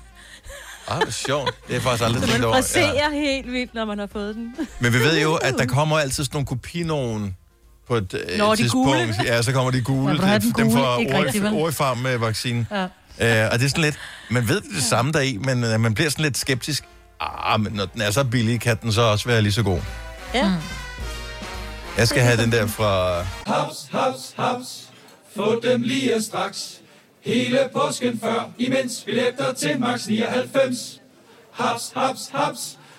S1: Ej, hvor sjovt. Det er jeg faktisk aldrig
S3: Så man
S1: tænkt over.
S3: fraserer ja. helt vildt, når man har fået den.
S1: Men vi ved jo, at der kommer altid sådan nogle kopinogen på et, øh,
S3: Nå, de
S1: tidspunkt.
S3: gule.
S1: Ja, så kommer de gule.
S2: Ja, du har den
S1: dem
S2: gule,
S1: fra
S2: ikke rigtig, vel?
S1: Orifarm med vaccinen.
S2: Ja.
S1: Ja. Øh, og det er sådan lidt, man ved det, er det samme der er i, men øh, man bliver sådan lidt skeptisk. Ah, men når den er så billig, kan den så også være lige så god.
S3: Ja. Mm.
S1: Jeg skal have den der fra...
S9: Haps, haps, haps. Få dem lige straks. Hele påsken før, imens billetter til max 99. Haps, haps, haps.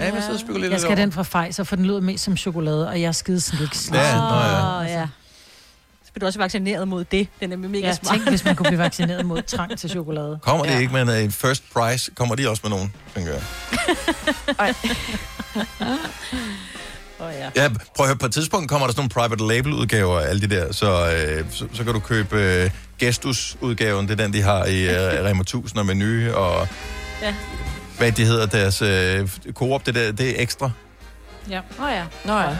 S1: Ja, vi sidder og spekulerer lidt
S2: Jeg skal
S1: over.
S2: have den fra Pfizer, for den lyder mest som chokolade, og jeg er skide sliks.
S1: Ja, nå ja.
S3: Åh, ja. Så bliver du også vaccineret mod det. Den er nemlig mega
S2: Ja,
S3: smart.
S2: tænk, hvis man kunne blive vaccineret
S3: [laughs]
S2: mod trang til chokolade.
S1: Kommer det
S2: ja.
S1: ikke med en øh, first price? Kommer de også med nogen, tænker jeg.
S3: Åh, ja.
S1: Ja, prøv at høre, på et tidspunkt kommer der sådan nogle private label udgaver af alle de der, så, øh, så, så kan du købe øh, Gestus-udgaven, det er den, de har i [laughs] øh, Rema 1000 og Menu, og
S3: Ja.
S1: hvad de hedder, deres øh, Coop, det der, det er ekstra.
S3: Ja. Åh, ja.
S4: Nå ja.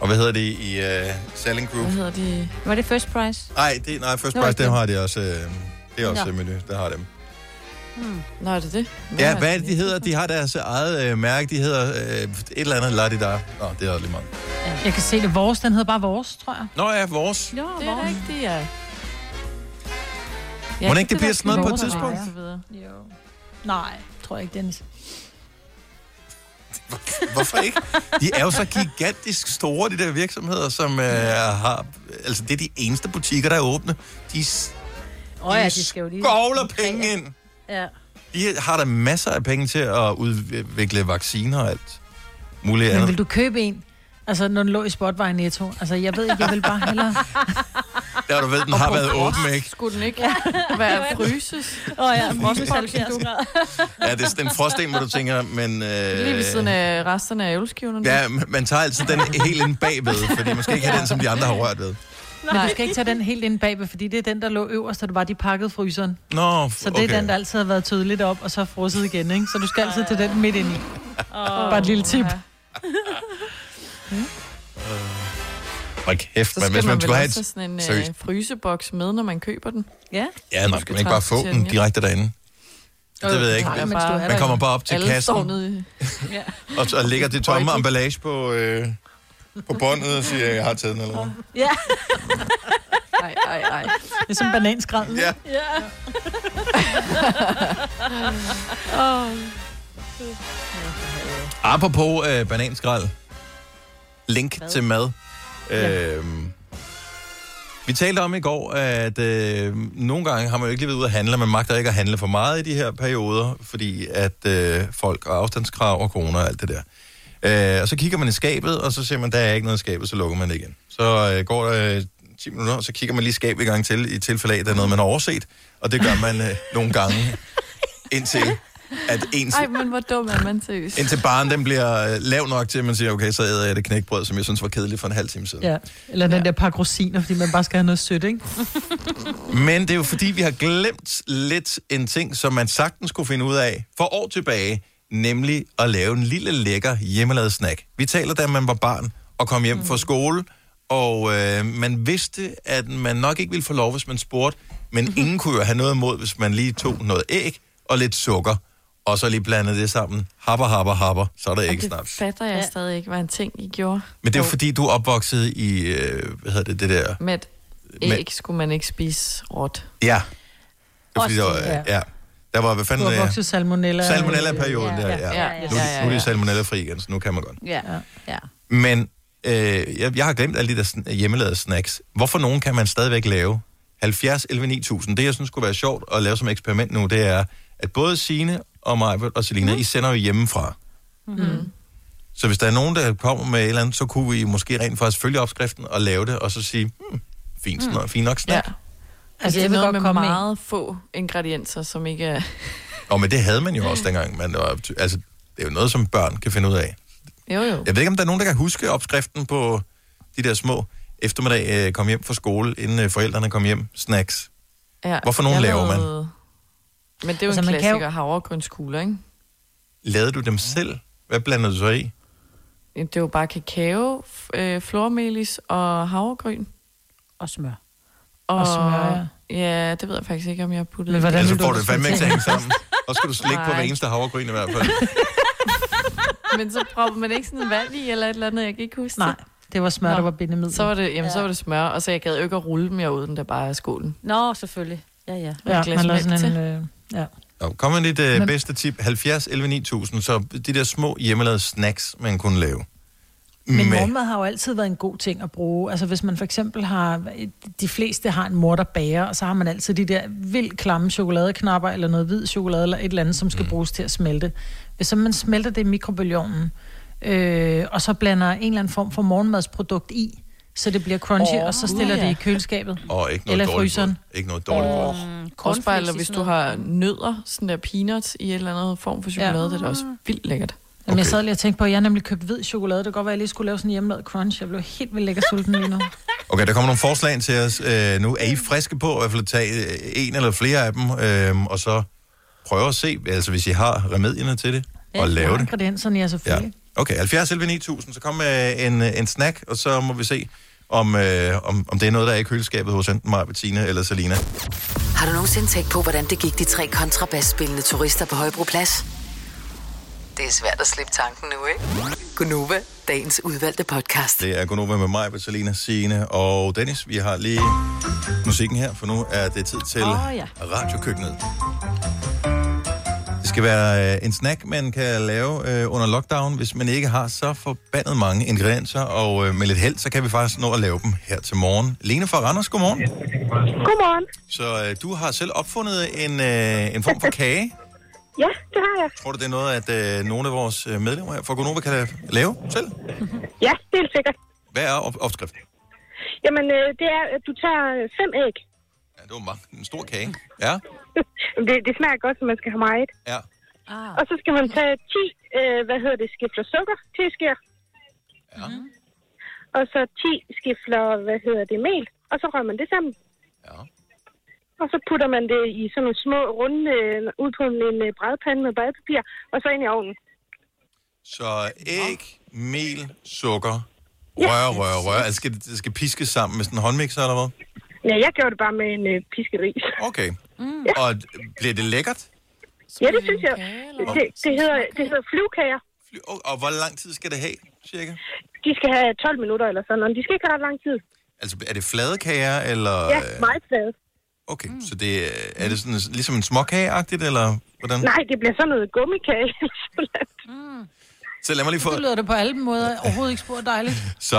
S1: Og hvad hedder det i øh, Selling Group?
S4: Hvad hedder de?
S3: Var det first price?
S1: Nej, det, nej, First
S3: Nå,
S1: Price,
S3: ikke
S1: dem
S3: det.
S1: har de også. Øh, Det er også
S4: Nå.
S1: ja. miljø, der har dem.
S4: Hmm. Nå, er det det? Nå,
S1: Ja, hvad er det, de hedder? De har deres eget øh, mærke. De hedder øh, et eller andet Ladidar. Nå, det er også lige meget.
S2: Jeg kan se det. Vores, den hedder bare vores, tror jeg.
S1: Nå ja, vores.
S2: Jo,
S4: Det er rigtigt, ja.
S1: Må det ikke, det bliver sådan noget på et tidspunkt?
S2: Jo. Nej, tror jeg ikke, Dennis.
S1: Hvorfor ikke? De er jo så gigantisk store, de der virksomheder, som øh, har... Altså, det er de eneste butikker, der er åbne. De, s-
S3: Åh oh, ja, de skal jo lige...
S1: skovler penge ind.
S3: Ja.
S1: de har der masser af penge til at udvikle vacciner og alt muligt
S2: Men vil
S1: andet.
S2: du købe en? Altså, når den lå i Spotvej Netto. Altså, jeg ved ikke, jeg vil bare hellere...
S1: Der har du ved, den har været åben, ikke?
S4: Skulle den ikke [laughs] være fryses?
S3: Åh oh, ja,
S4: frostes 70
S3: grader.
S1: Ja, det er sådan en frosten, hvor du tænker, men... Øh,
S4: Lige ved siden af resterne af æbleskiverne. [laughs]
S1: Ja, man- man tager altid den helt ind bagved, fordi man skal ikke have den, som de andre har rørt ved.
S2: Men du skal ikke tage den helt ind bagved, fordi det er den, der lå øverst, da du var de pakkede fryseren.
S1: Nå,
S2: Så det er den, der altid har været tydeligt op, og så frosset igen, ikke? Så du skal altid til den midt ind i. Bare et lille tip.
S1: Øh, Hold kæft,
S4: Så
S1: men
S4: skal
S1: hvis
S4: man
S1: man
S4: vel
S1: skulle have
S4: også have
S1: et...
S4: sådan en
S1: Seriøst.
S4: øh, fryseboks med, når man køber den.
S3: Ja.
S1: Ja, nå,
S4: Du
S1: skal
S4: skal
S1: man ikke bare
S4: trække
S1: få
S4: til
S1: den
S4: ja.
S1: direkte derinde?
S4: Jo,
S1: Det ved jeg
S4: du
S1: ikke.
S4: tager
S1: Man-
S4: den bare.
S1: man kommer bare op til
S4: Alle
S1: kassen.
S4: står nede i-
S1: Og, og lægger det tomme emballage på, øh, på båndet og siger, jeg har taget den eller noget.
S3: Ja.
S4: Ej, ej, ej.
S2: Det er som bananskrald.
S1: Ja.
S3: Ja.
S1: Apropos øh, bananskrald. Link Hvad? til mad. Øh, vi talte om i går, at øh, nogle gange har man jo ikke lige været ude at handle, man magter ikke at handle for meget i de her perioder, fordi at øh, folk og afstandskrav og corona og alt det der. Øh, og så kigger man i skabet, og så ser man, der er ikke noget i skabet, så lukker man det igen. Så øh, går der øh, 10 minutter, og så kigger man lige skabet i gang til, i tilfælde af, at der er noget, man har overset, og det gør man øh, nogle
S4: [laughs]
S1: gange, indtil at ens
S4: Ej, men hvor dum er man seriøst.
S1: Indtil barnet den bliver øh, lav nok til, at man siger, okay, så æder jeg det knækbrød, som jeg synes var kedeligt for en halv time siden.
S2: Ja. Eller den der pakke rosiner, fordi man bare skal have noget sødt, ikke?
S1: Men det er jo fordi, vi har glemt lidt en ting, som man sagtens kunne finde ud af for år tilbage, nemlig at lave en lille lækker hjemmelavet snack. Vi taler, da man var barn og kom hjem fra skole, og øh, man vidste, at man nok ikke ville få lov, hvis man spurgte, men ingen kunne jo have noget imod, hvis man lige tog noget æg og lidt sukker, og så lige blandede det sammen. Happer, happer, happer, så er der ikke
S4: Det
S1: snaps.
S4: fatter jeg stadig ikke, var en ting, I gjorde.
S1: Men det er jo fordi, du er opvokset i, øh, hvad hedder det, det der...
S4: Med et
S1: Med-
S4: æg skulle man ikke spise råt. Altså,
S1: Ja. Det er fordi,
S4: Også
S1: der var,
S4: det,
S1: ja. Der var, hvad
S2: Du
S1: fanden...
S2: har
S1: øh,
S2: vokset salmonella.
S1: Salmonella-perioden der, ja.
S4: ja, ja,
S1: Nu, er de- nu er
S4: ja.
S1: det salmonella-fri igen, så nu kan man godt.
S3: Ja. ja.
S1: Men øh, jeg, jeg har glemt alle de der sn- hjemmelavede snacks. Hvorfor nogen kan man stadigvæk lave? 70, 11, 9000. Det, jeg synes skulle være sjovt at lave som eksperiment nu, det er, at både Sine og mig og Selina, mm. I sender jo hjemmefra.
S4: Mm.
S1: Så hvis der er nogen, der kommer med et eller andet, så kunne vi måske rent faktisk følge opskriften og lave det, og så sige, hmm, fint,
S4: Mm.
S1: mm. fint nok snack. Ja.
S4: Altså,
S2: jeg
S4: det er
S2: vil
S4: noget
S2: godt
S4: med
S2: komme med en.
S4: meget få ingredienser, som ikke er...
S1: Og men det havde man jo også dengang. Man var, altså, det er jo noget, som børn kan finde ud af.
S4: Jo, jo.
S1: Jeg ved ikke, om der er nogen, der kan huske opskriften på de der små eftermiddag øh, kom hjem fra skole, inden øh, forældrene kom hjem. Snacks.
S4: Ja,
S1: Hvorfor nogen
S4: jeg
S1: laver man?
S4: lavede- Men det er jo
S2: Altså,
S4: altså, en
S2: man kan jo-
S4: klassiker, havregrønskugler, ikke?
S1: Lavede du dem selv? Hvad blandede du så i?
S4: Jamen, Det er jo bare kakao, f- øh, flormelis og havregryn.
S3: Og smør.
S4: Og,
S2: Og smør,
S4: ja. ja. det ved jeg faktisk ikke, om jeg har puttet
S2: Men
S4: i.
S2: hvordan
S1: Ellers
S2: vil
S1: så Altså, får du
S2: du
S1: det fandme
S2: ellers
S1: ikke til at hænge
S2: fortælle? [laughs]
S1: sammen. Og skal du slikke på hver
S4: Nej.
S1: eneste havregryn i hvert fald.
S4: [laughs] Men så propper man ikke sådan vand i, eller et eller andet, jeg kan ikke huske
S2: Nej, det var smør,
S4: Nå.
S2: der var bindemiddel.
S4: det. Så var det, jamen, så var det smør, og så jeg gad jo ikke at rulle dem, jeg åd den der bare af skålen.
S3: Nå, selvfølgelig. Ja, ja.
S4: et
S2: ja,
S4: glas
S2: man lavede
S4: mælk
S2: sådan en... Øh, ja.
S1: Nå, kom med dit øh,
S2: Men-
S1: bedste tip. 70 11 9000. Så de der små hjemmelavede snacks, man kunne lave.
S2: Men
S1: Med-
S2: morgenmad har jo altid været en god ting at bruge. Altså hvis man for eksempel har, de fleste har en mor, der bager, og så har man altid de der vildt klamme chokoladeknapper, eller noget hvid chokolade, eller et eller andet, som skal mm. bruges til at smelte. Hvis så man smelter det i mikrobølgeovnen, øh, og så blander en eller anden form for morgenmadsprodukt i, så det bliver crunchy, oh, og så stiller
S4: uh, ja.
S2: yeah. det i køleskabet.
S1: Og ikke noget
S2: Eller
S1: dårligt
S2: fryseren. Mm.
S1: brød. Ikke noget dårligt brød.
S4: Også bare,
S3: Cornflakes
S4: eller
S3: i
S4: hvis
S3: sådan
S4: du har nødder, sådan der peanuts i et eller andet form for chokolade, ja. det er da også vildt lækkert.
S2: Ah. Jamen, okay. jeg sad lige og tænkte på, at jeg nemlig købte hvid chokolade. Det kan godt være, at jeg lige skulle lave sådan en hjemmelavet crunch. Jeg blev helt vildt lækker sulten lige nu.
S1: Okay, der kommer nogle forslag ind til os øh, nu. Er I friske på at i hvert fald at tage øh, en eller flere af dem, øh, og så prøve at se, altså hvis I har remedierne til det, [laughs] og lave det.
S2: altså Ingredienserne, ja,
S1: Ja.
S2: selvfølgelig.
S1: øh, Okay, 70 11 9000, så kom med en, øh, en snack, og så må vi se, om, øh, om, om det er noget, der er i køleskabet hos enten mig, Bettina eller Selina.
S5: Har du nogensinde tænkt på, hvordan det gik de tre kontrabasspillende turister på Højbroplads? Det er svært at slippe tanken nu, ikke? Gunova, dagens udvalgte podcast.
S1: Det er Gunova med mig, Selina, Signe og Dennis. Vi har lige musikken her, for nu er det tid til
S3: Åh, ja.
S1: radiokøkkenet. Det skal være øh, en snack, man kan lave øh, under lockdown, hvis man ikke har så forbandet mange ingredienser, og øh, med lidt held, så kan vi faktisk nå at lave dem her til morgen. Lene fra Randers, godmorgen.
S13: Godmorgen.
S1: Så øh, du har selv opfundet en, øh, en form for kage.
S13: Ja, det har jeg.
S1: Tror du, det er noget, at øh, nogle af vores øh, medlemmer her fra Gonova kan la- lave selv?
S13: Ja, det er helt sikkert.
S1: Hvad er op- opskriften?
S13: Jamen, øh, det er, at du tager øh, fem æg.
S1: Ja, det var mange. En stor kage. Ja.
S13: Jamen, [laughs] det, det smager godt, så man skal have meget.
S1: Ja.
S13: Ah. Og så skal man tage 10, øh, hvad hedder det, skifler sukker, teskeer.
S1: Ja.
S13: Og så 10 skifler, hvad hedder det, mel. Og så rører man det sammen.
S1: Ja.
S13: Og så putter man det i sådan nogle små runde, øh, ud på en, en øh, brædpande med badepapir, og så ind i ovnen.
S1: Så æg, mel, sukker, rør, rør, rør. Altså, skal det det skal piskes sammen med sådan en håndmixer, eller hvad?
S13: Ja, jeg gjorde det bare med en øh, piskeris.
S1: Okay. Mm. Og d- bliver det lækkert?
S13: [laughs] Ja, det synes jeg. Det, det, hedder, det hedder flyvekager.
S1: Og, og hvor lang tid skal det have, cirka?
S13: De skal have 12 minutter eller sådan noget. De skal ikke have ret lang tid.
S1: Altså, er det flade kager, eller...
S13: Ja, meget flade.
S1: Okay, så det, er- er det sådan, ligesom en småkageagtigt, eller hvordan?
S13: Nej, det bliver sådan noget gummikage. [laughs]
S1: Så lad mig lige få...
S2: Mm. Det lyder det på alle måder overhovedet ikke spor dejligt.
S13: [laughs]
S1: Så,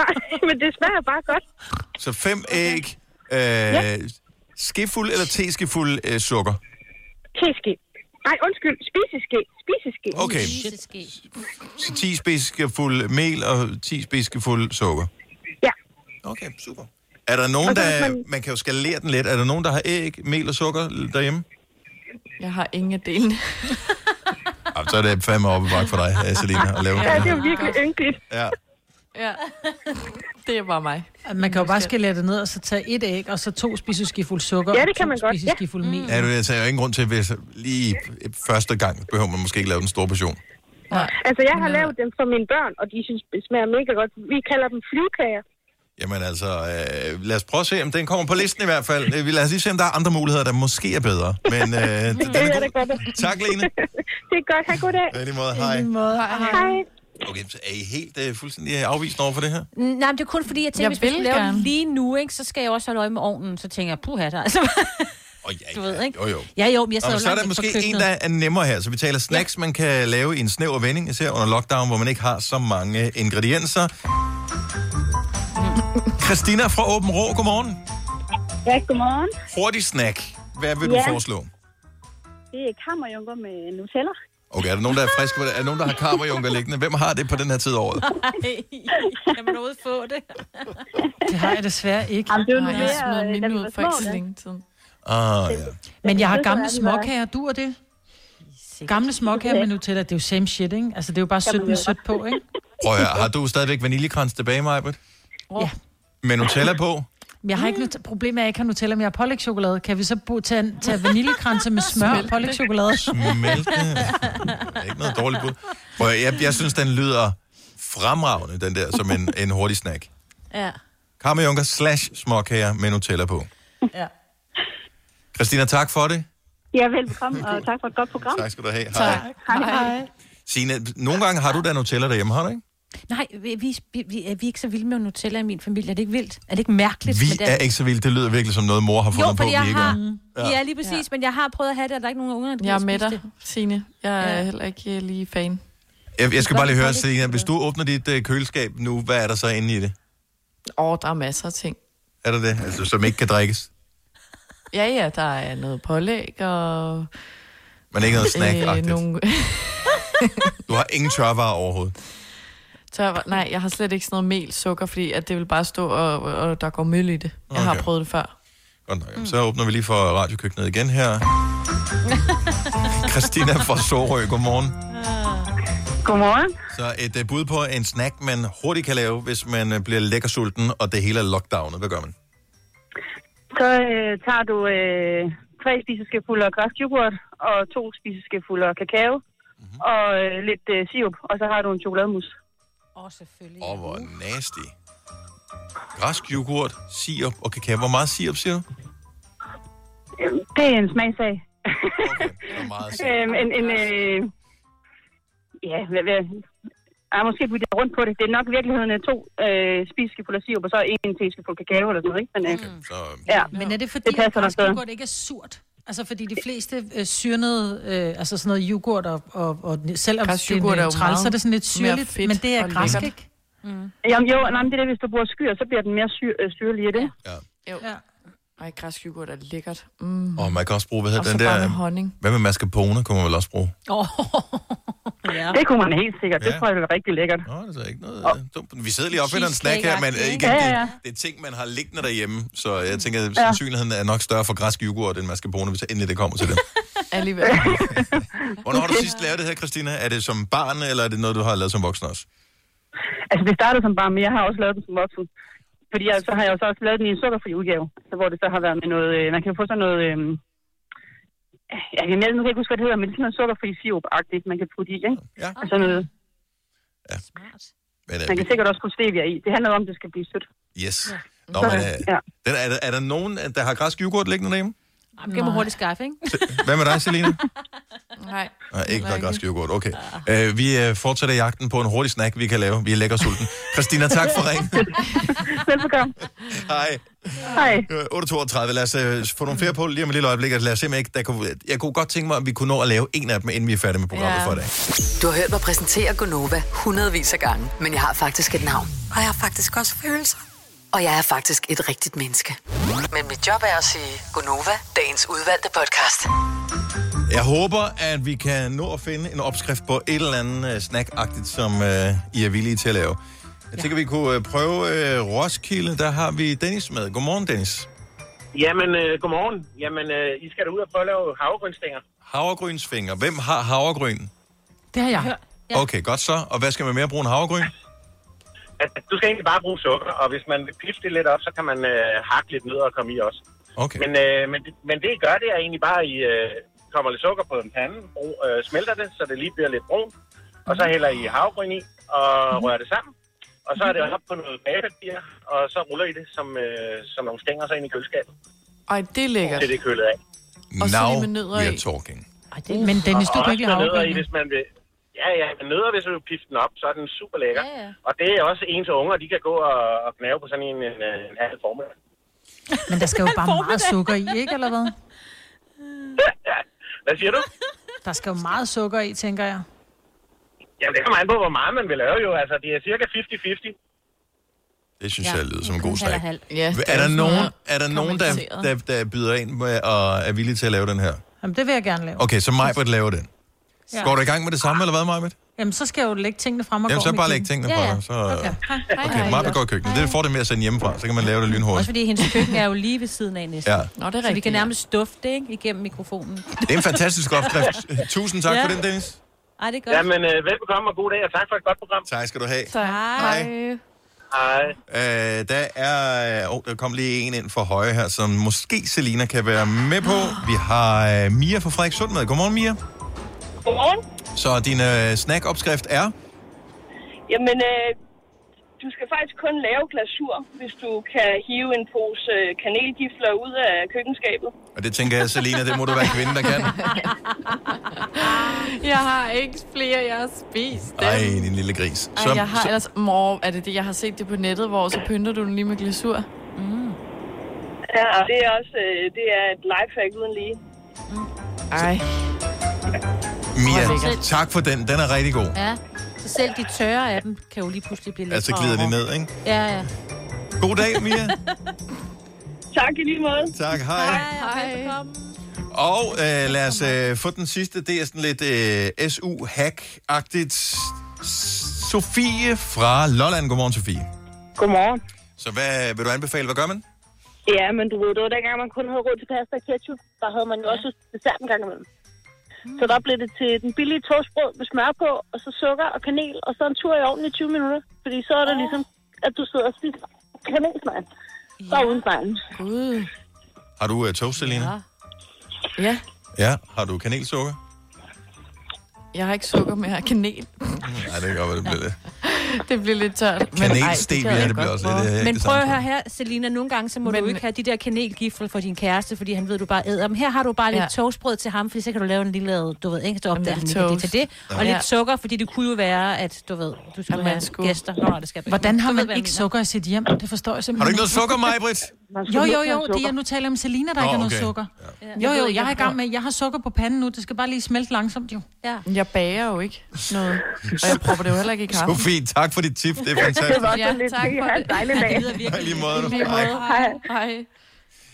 S13: Nej, men det smager bare godt.
S1: så fem æg, øh,
S13: Ja.
S1: skefuld eller teskefuld øh, sukker.
S13: Teske. Nej, undskyld. Spiseske. Spiseske.
S1: Okay. Så 10 spidskefuld mel og 10 spidskefuld sukker.
S13: Ja.
S1: Okay, super. Er der nogen,
S4: Og så
S1: der...
S4: hvis
S1: Man...
S4: man-
S1: kan jo skalere den lidt. Er der nogen, der har æg, mel og sukker derhjemme?
S4: Jeg har ingen af
S1: [laughs]
S4: delene.
S1: Ah, så er det fandme oppe i bakke for dig, øh,
S4: [laughs]
S1: Selina, at lave
S4: Ja,
S1: den
S4: det
S1: her.
S4: er jo
S13: virkelig ynkeligt.
S1: Ja.
S4: Ja. Det er bare mig.
S2: Man kan jo bare skille det ned, og så tage et æg, og så to spiseskefulde sukker,
S4: Ja, det
S2: og to
S4: kan man godt, ja.
S2: spiseskefulde mel.
S3: Mm-hmm.
S1: Ja, du, jeg tager jo ingen grund til, hvis lige første gang behøver man måske ikke lave den store portion.
S13: Altså, jeg har lavet dem for mine børn, og de synes, det smager mega godt. Vi kalder dem flyvekager.
S1: Jamen altså, øh, lad os prøve at se, om den kommer på listen i hvert fald. Øh, vi- Lad os lige se, om der er andre muligheder, der måske er bedre. Men
S3: [laughs]
S1: øh, den
S13: Det
S1: er
S13: er da
S1: god.
S13: godt.
S1: Tak, Lene.
S13: [laughs] Det er godt. Ha' en god dag.
S1: Ja, i lige måde. Hej.
S2: måde. Hej.
S13: Hej.
S1: Okay, så er I helt øh, fuldstændig afvist over for det her?
S3: Nej, men det er kun fordi, jeg tænker,
S4: Jeg
S3: jeg hvis vi
S4: vil
S3: skal lave
S4: gerne.
S3: den lige nu, ikke, så skal jeg også holde øje med ovnen. Så tænker jeg, puha, der er altså...
S1: Oh, ja,
S3: [laughs] du ved, ikke?
S1: Jo, jo.
S3: Ja, jo, men
S1: Nå,
S3: jeg sad jo
S1: men så er der
S3: langt væk fra
S1: måske en,
S3: køkkenet.
S1: der er nemmere her. Så vi taler snacks, man kan lave i en snæver vending, især under lockdown, hvor man ikke har så mange ingredienser.
S3: Mm.
S1: Christina fra Åben Rå, godmorgen.
S7: Ja, godmorgen.
S1: Hurtig snack. Hvad vil du
S7: Ja.
S1: foreslå?
S7: Det er kammerjunker med Nutella.
S1: Okay, er der nogen, der er friske? på det? Er der nogen, der har karmerjunker liggende? Hvem har det på den her tid af året?
S3: Nej, kan man overhovedet få det?
S2: Det har jeg desværre ikke.
S7: Jamen, det er jo
S2: Nej,
S7: nu
S2: jeg
S7: mere,
S2: smed
S7: øh,
S2: mine
S7: da vi
S2: ud
S7: var
S2: for
S7: små,
S2: ikke så
S7: da.
S2: længe siden.
S1: Ah, ja.
S2: Men jeg har
S7: Det tror
S2: gamle
S7: jeg, den var-
S2: småkager, du og det? Gamle småkager med Nutella, det er jo same shit, ikke? Altså, det er jo bare
S7: Kan man
S2: sødt med
S7: jo.
S2: sødt på, ikke?
S1: Prøv at høre, har du stadigvæk vaniljekrans tilbage, Majbert?
S2: Ja.
S1: Med Nutella på?
S2: Men jeg har ikke Nutella. Problemet er, at jeg ikke har Nutella, men jeg har pålægchokolade. Kan vi så bo- tage, tage vaniljekranse med smør og pålægchokolade?
S1: Smelte. Ikke noget dårligt bud. Prøv at høre, jeg, jeg synes, den lyder fremragende, den der, som en, en hurtig snack.
S3: Ja.
S1: Kammerjunker slash småkager med Nutella på.
S3: Ja.
S1: Christina, tak for det.
S7: Ja, velbekomme, og tak for et godt program.
S1: Tak skal du have. Hej.
S7: Hej. Hej.
S1: Signe, nogle gange har du da Nutella derhjemme, har du ikke?
S3: Nej, vi, vi, vi, vi er ikke så vilde med Nutella i min familie. Er det ikke vildt? Er det ikke mærkeligt?
S1: Vi
S3: Men det
S1: er ikke så vilde. Det lyder virkelig som noget, mor har fundet
S3: Jo,
S1: på, Mm. vi
S3: fordi jeg
S1: ikke
S3: har...
S1: er.
S3: Ja. ja, lige præcis, ja. men jeg har prøvet at have det, og der er ikke nogen unger, der
S4: Jeg er
S3: gider
S4: med
S3: spise
S4: dig, Signe. Jeg er ja. heller ikke øh, lige fan.
S1: Jeg, jeg skal bare lige høre, Selina, hvis du åbner dit øh, køleskab nu, hvad er der så inde i det?
S4: Åh, oh, der er masser af ting.
S1: Er der det? Altså, som ikke kan drikkes?
S4: Ja, ja, der er noget pålæg og...
S1: Men ikke noget snack øh,
S4: nogle [laughs]
S1: Du har ingen tørvarer overhovedet.
S4: tør... Nej, jeg har slet ikke sådan noget mel, sukker, fordi at det vil bare stå, og, og der går møl i det. Jeg okay. har prøvet det før.
S1: Godt nok. Jamen, Så åbner vi lige for radiokøkkenet igen her. Christina fra Sorø, godmorgen.
S7: Godmorgen.
S1: Så et øh, bud på en snack, man hurtigt kan lave, hvis man øh, bliver lækker sulten, og det hele er lockdownet. Hvad gør man?
S7: Så øh, tager du øh, tre spiseskefulde græsk yoghurt, og to spiseskefulde kakao, mm-hmm. og øh, lidt øh, sirup, og så har du en chokolademus.
S3: Åh, oh, selvfølgelig.
S1: Åh, oh, hvor nasty. Græsk yoghurt, sirup og kakao. Hvor meget sirup, siger du?
S7: Øhm, Det er en smagsag. [laughs] Okay, øhm, en, en, øh, ja, hvad, hvad, ah, måske bytte jeg rundt på det. Det er nok i virkeligheden øh, to øh, spiseskefulde sirup, og så en teskefuld kakao eller sådan noget, ikke? Men, øh, okay,
S1: så...
S7: ja,
S2: Men er det fordi, det at græsk yoghurt ikke er surt? Altså, fordi de fleste [laughs] øh, syrnede, øh, altså sådan noget yoghurt, og, og, og selvom
S4: Græsk
S2: det er,
S4: yoghurt er jo
S2: en træl, så er det sådan lidt
S4: meget mere
S2: syrligt,
S4: fedt
S2: men det er
S4: og
S2: græsk,
S4: lækkert.
S2: ikke? Mm.
S7: Jamen jo, nej, men det er det, hvis du bruger skyr, så bliver den mere syr, øh, syrlig i det.
S1: Ja.
S4: Jo. Ja. Ej, græsk yoghurt er lækkert. Mm.
S1: Og man kan også bruge, hvad hedder
S4: Og så
S1: den der... øh,
S4: bare med honning.
S1: Hvad med mascarpone, kunne man vel også bruge?
S2: [laughs] Oh.
S7: ja. Det kunne man helt sikkert. Det
S1: Ja.
S7: tror jeg, det var rigtig lækkert.
S1: Nå, det er ikke noget... Og, Øh, dumt. Vi sidder lige og opfinder en snack her, men øh,
S7: Cheesecake-agtigt,
S1: igen,
S7: ikke? Ja, Mm. ja,
S1: det,
S7: ja.
S1: det er ting, man har liggende derhjemme, så jeg tænker, at sandsynligheden er nok større for græsk yoghurt end mascarpone, hvis endelig det kommer til
S7: [laughs]
S1: det.
S4: Alligevel.
S1: Hvornår har du sidst lavet det her, Christina? Er det som barn, eller er det noget, du har lavet som voksen også?
S7: Altså, det startede som barn, men jeg har også lavet den som voksen. Fordi jeg, så har jeg jo så også lavet den i en sukkerfri udgave, så hvor det så har været med noget... Øh, man kan jo få sådan noget... Øh, jeg kan næsten ikke huske, hvad det hedder, men det er sådan noget sukkerfri sirup-agtigt, man kan putte i, ikke?
S1: Ja.
S7: Og sådan noget.
S1: Men, øh,
S7: Man kan sikkert også putte stevia i. Det handler om, at det skal blive sødt.
S1: Yes. Nå, men, øh,
S7: Ja.
S1: den, er, der, er der nogen, øh, der har græsk yoghurt liggende derhjemme?
S3: Jamen, kan man hurtigt skaffe,
S1: [laughs]
S3: ikke?
S1: Hvad med dig,
S7: [laughs]
S1: Selina?
S4: Nej.
S1: Nej, ikke der er græsk yoghurt. Okay.
S7: Ah.
S1: Øh, vi øh, fortsætter jagten på en hurtig snack, vi kan lave. Vi er lækker sulten. Christina, tak for ringen.
S7: [laughs] Velbekomme.
S1: Hej.
S7: Hej.
S1: 8.32. Lad os øh, få nogle flere på lige om et lille øjeblik. og Lad os se, om jeg, ikke, der kunne, jeg kunne godt tænke mig, at vi kunne nå at lave en af dem, inden vi er færdige med programmet
S5: Ja.
S1: ja. for i dag.
S5: Du har hørt mig præsentere Gonova hundredvis af gange, men jeg har faktisk et navn.
S8: Og jeg har faktisk også følelser.
S5: Og jeg er faktisk et rigtigt menneske. Men mit job er at sige Gonova, dagens udvalgte podcast.
S1: Jeg håber, at vi kan nå at finde en opskrift på et eller andet øh, snackagtigt, som øh, I er villige til at lave. Jeg tænker, vi kunne øh, prøve øh, Roskilde. Der har vi Dennis med. Godmorgen, Dennis.
S19: Jamen, øh, godmorgen. Jamen, øh, I skal da ud og prøve at lave havregrynstænger.
S1: Havregrynsfinger. Hvem har havregryn?
S2: Det har jeg hørt.
S1: Ja. Okay, godt så. Og hvad skal man mere bruge en havregryn?
S19: At, du skal egentlig bare bruge sukker, og hvis man vil pifte det lidt op, så kan man øh, hakke lidt ned og komme i også.
S1: Okay.
S19: Men, øh, men, det- men det I gør, det er egentlig bare, at I øh, kommer lidt sukker på en pande, brug, øh, smelter det, så det lige bliver lidt brun, og så hælder I havregryn i og rører det sammen. Og så er det op på noget bagepapir, og så ruller I det som, øh, som nogle stænger så ind i køleskabet,
S4: Ej, det er lækkert.
S19: til det er kølet af.
S4: Og så lige med nødder i.
S1: talking.
S2: Ej, det, men Dennis, du
S19: og
S2: kan
S19: også
S2: ikke lide
S19: med nødder i,
S2: havregryn.
S19: hvis man vil. Ja, ja, men nødder, hvis du pifter den op, så er den super lækker.
S2: Ja, ja.
S19: Og det er også ens unger, de kan gå og, og knave på sådan en, en, øh, en halv formel.
S2: Men der skal
S7: [laughs]
S2: jo bare meget sukker i, ikke, eller hvad?
S19: Hvad siger du?
S2: Der skal jo meget sukker i, tænker jeg.
S19: Jamen, det kommer an på, hvor meget man vil lave jo. Altså, det er cirka 50-50.
S1: Det synes ja. jeg lyder som en god snack.
S4: Ja,
S1: Er der nogen, er der, nogen der,
S2: karamelliseret.
S1: der, der byder ind med og er villige til at lave den her?
S2: Jamen, det vil jeg gerne lave.
S1: Okay, så Majbert laver den.
S2: Ja.
S1: Går du i gang med det samme, eller hvad, Majbert?
S2: Jamen, så skal jeg jo lægge tingene frem og
S1: Jamen,
S2: gå
S1: så
S2: med
S1: bare læg
S2: kniven.
S1: tingene
S2: ja,
S1: fra
S2: ja.
S1: dig, så-
S2: Okay.
S3: Hej, hej.
S1: Okay, Majbert går i køkkenet. Det er fordelen med at sende hjemmefra, så kan man lave det lynhurtigt.
S3: Også fordi hendes køkken er jo lige ved siden af næsten.
S1: Ja.
S3: Nå, det er rigtigt, så vi kan
S4: ja.
S3: nærmest dufte det, ikke? Igennem mikrofonen.
S1: Det er en fantastisk opskrift. Tusind tak
S3: Ja.
S1: ja. for den, Dennis.
S3: [laughs] Ej, det er godt.
S19: Jamen, øh, velbekomme og god dag, og tak for et godt program.
S1: Tak skal du have.
S3: Tak. Hej.
S19: Hej.
S1: Øh, der er... Oh, der kom lige en ind for høje her, som måske Selina kan være med på. Vi har øh, Mia fra Frederikssund med. Godmorgen, Mia.
S11: Godmorgen.
S1: Så din øh, snackopskrift er...
S11: Jamen, øh, du skal faktisk kun lave glasur, hvis du kan hive en pose øh, kanelgifler ud af køkkenskabet.
S1: Og det tænker jeg, Selina, det må du være kvinde, der kan.
S4: Jeg har ikke flere, jeg har spist.
S1: Ej, din lille gris.
S4: Ej, jeg har ellers... Mor, er det det, jeg har set det på nettet, hvor så pynter du den lige med glasur? Mm.
S11: Ja, og det er også øh, det er et lifehack uden lige.
S4: Ej.
S1: Mia, tak for den. Den er rigtig god.
S3: Ja. Så selv de tørre af dem kan jo lige pludselig blive lidt
S1: Altså, glider de ned, ikke?
S3: Ja, ja.
S1: God dag, Mia.
S11: tak i lige måde.
S1: Tak, hej.
S3: Hej, hej. velkommen.
S1: Og øh, lad os øh, få den sidste. Det er sådan lidt øh, SU-hack-agtigt. Sofie fra Lolland. Godmorgen, Sofie.
S11: Godmorgen.
S1: Så hvad vil du anbefale? Hvad gør man?
S12: Ja, men du ved, det var dengang, man kun havde råd til pasta og ketchup. Der havde man jo også dessert en gang imellem. Så der blev det til den billige toastbrød med smør på, og så sukker og kanel, og så en tur i ovnen i 20 minutter. Fordi så er det ligesom, at du sidder og spiser kanelsnegle. Så ja. uden sneglen.
S1: Har du øh, toast, Selina? Ja.
S4: Ja,
S1: ja. Har du kanelsukker?
S4: jeg har ikke sukker, men jeg har kanel.
S1: Hm, Nej, det kan godt være, det bliver det.
S4: det bliver lidt tørt.
S1: Kanelstevia, det bliver også lidt, øh, ikke
S3: Men
S1: det
S3: prøv
S1: samme
S3: at høre her, Selina, nogle gange så må men... du ikke have de der kanelgifler for din kæreste, fordi han ved, du bare æder dem. Her har du bare lidt
S4: Ja.
S3: ja. toastbrød til ham, fordi så kan du lave en lille, du ved, ikke, så opdager
S4: lidt
S3: han, lige, at det er
S4: toast.
S3: til det.
S4: Ja.
S3: Og
S4: Ja.
S3: lidt sukker, fordi det kunne jo være, at du ved, du skulle
S4: At man
S3: have
S4: skulle-
S3: gæster. Nå, nej, det skal du
S2: Hvordan
S3: ikke.
S2: har
S3: Du ved,
S2: man
S3: hvad jeg
S2: ikke
S3: mener.
S2: sukker i sit hjem? Det forstår jeg simpelthen
S1: Har du ikke noget
S2: ikke.
S1: sukker, Majbrit?
S2: Jo, jo, jo, det er, nu taler jeg om Selina,
S1: Nå,
S2: der ikke har noget
S1: okay.
S2: sukker.
S3: Ja.
S2: Jo, jo, jeg er i gang med, jeg har sukker på panden nu, det skal bare lige smelte langsomt jo.
S3: Ja.
S4: Jeg bager jo ikke noget, og jeg propper det jo heller ikke i kaffen.
S1: Sofie, tak for dit tip. Det er
S4: [laughs]
S1: fantastisk.
S4: var så lidt.
S13: tak for
S4: Ha'
S13: det.
S4: en dejlig dag.
S1: I lige måde.
S4: I lige måde. Hej. Hej.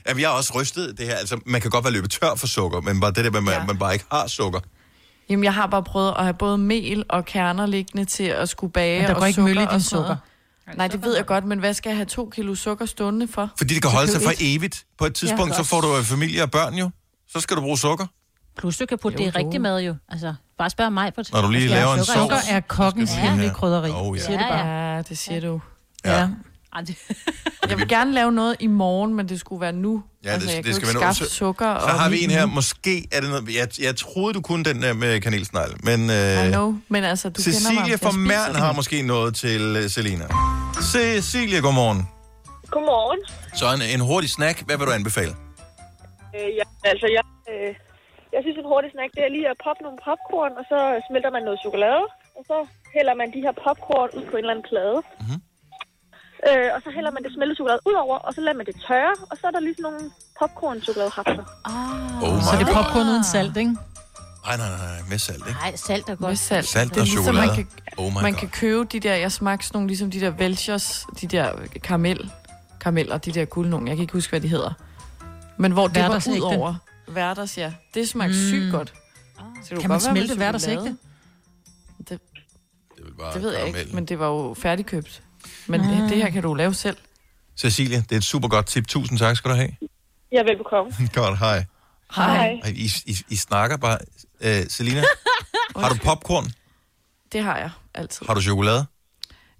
S1: Jamen, jeg har også rystet det her. Altså, man kan godt være løbet tør for sukker, men bare det der med, at man, man bare ikke har sukker.
S4: Jamen, jeg har bare prøvet at have både mel og kerner liggende til at skulle bage
S2: Men der
S4: og
S2: går ikke
S4: sukker
S2: møl i
S4: og
S2: din
S4: sådan noget.
S2: sukker.
S4: Nej, det ved jeg godt, men hvad skal jeg have to kilo sukker stående for?
S1: Fordi det kan holde
S4: Så
S1: sig
S4: køb
S1: for
S4: et.
S1: evigt. På et tidspunkt,
S4: Ja.
S1: så får du øh, familie og børn jo. Så skal du bruge sukker.
S3: Plus du kan putte
S1: Jo,
S3: det i rigtig mad jo. Altså, bare spørg mig på det.
S1: Når du lige laver en
S2: Sukker
S1: sovs.
S2: er kokkens
S1: Skal vi
S2: hemmelige
S1: have-
S2: krydderi.
S1: Oh, ja.
S2: Siger det bare.
S4: Ja, det siger du.
S1: Ja.
S3: Ej, det-
S4: [laughs] Jeg vil gerne lave noget i morgen, men det skulle være nu.
S1: Ja, det,
S4: jeg
S1: altså,
S4: kan jo
S1: det skal
S4: ikke
S1: være noget.
S4: skaffe sukker
S1: så
S4: og
S1: har vi
S4: mel
S1: en her.
S4: nu.
S1: Måske er det noget... Jeg, jeg troede, du kunne den der med kanelsnegle, men... Øh,
S4: I know, men altså, du kender mig.
S1: Cecilie
S4: Jeg
S1: fra
S4: spiser
S1: Mern
S4: dem.
S1: har måske noget til øh, Selina. Cecilie, godmorgen.
S13: Godmorgen.
S1: Så en, en hurtig snack. Hvad vil du anbefale?
S13: Øh, ja, altså, jeg, øh, jeg synes, en hurtig snack, det er lige at poppe nogle popcorn, og så smelter man noget chokolade, og så hælder man de her popcorn ud på en eller anden plade. Mm-hmm. Øh, og så hælder man det smeltede chokolade ud over, og så lader man det tørre, og så er der
S11: ligesom
S13: lige sådan nogle popcorn-chokoladehapser.
S1: Oh
S2: Så det er
S1: God.
S2: popcorn uden salt, ikke?
S1: Nej, nej, nej, nej. Med salt, ikke?
S3: Nej, salt er godt.
S4: Med salt.
S1: Salt
S4: Det er
S1: og
S4: ligesom,
S1: chokolade.
S4: Man, kan,
S1: Oh my
S4: man
S1: God.
S4: kan købe de der, jeg smagte sådan nogle, ligesom de der Welchers, de der karamel, karameller, de der gulde nogen. Jeg kan ikke huske, hvad de hedder. Men hvor det var ud
S2: Hverdagsægte.
S4: over. Hverdags, ja. Det smagte mm. sygt
S3: Ah.
S4: godt. Så det kunne
S2: Kan man
S4: godt være med
S2: smelte hverdagsægte?
S4: Det,
S1: det, vil bare
S4: det ved jeg ikke,
S1: karamellen.
S4: men det var jo færdigkøbt. Men
S2: Ah.
S4: mm. det her kan du lave selv.
S1: Cecilie, det er et super godt tip. Tusind tak skal du have. [laughs]
S13: Ja, velbekomme.
S1: godt, hej.
S4: Hej.
S1: Ej, I, I, I snakker bare. Øh, Selina,
S4: [laughs]
S1: har du popcorn?
S4: Det har jeg altid.
S1: Har du chokolade?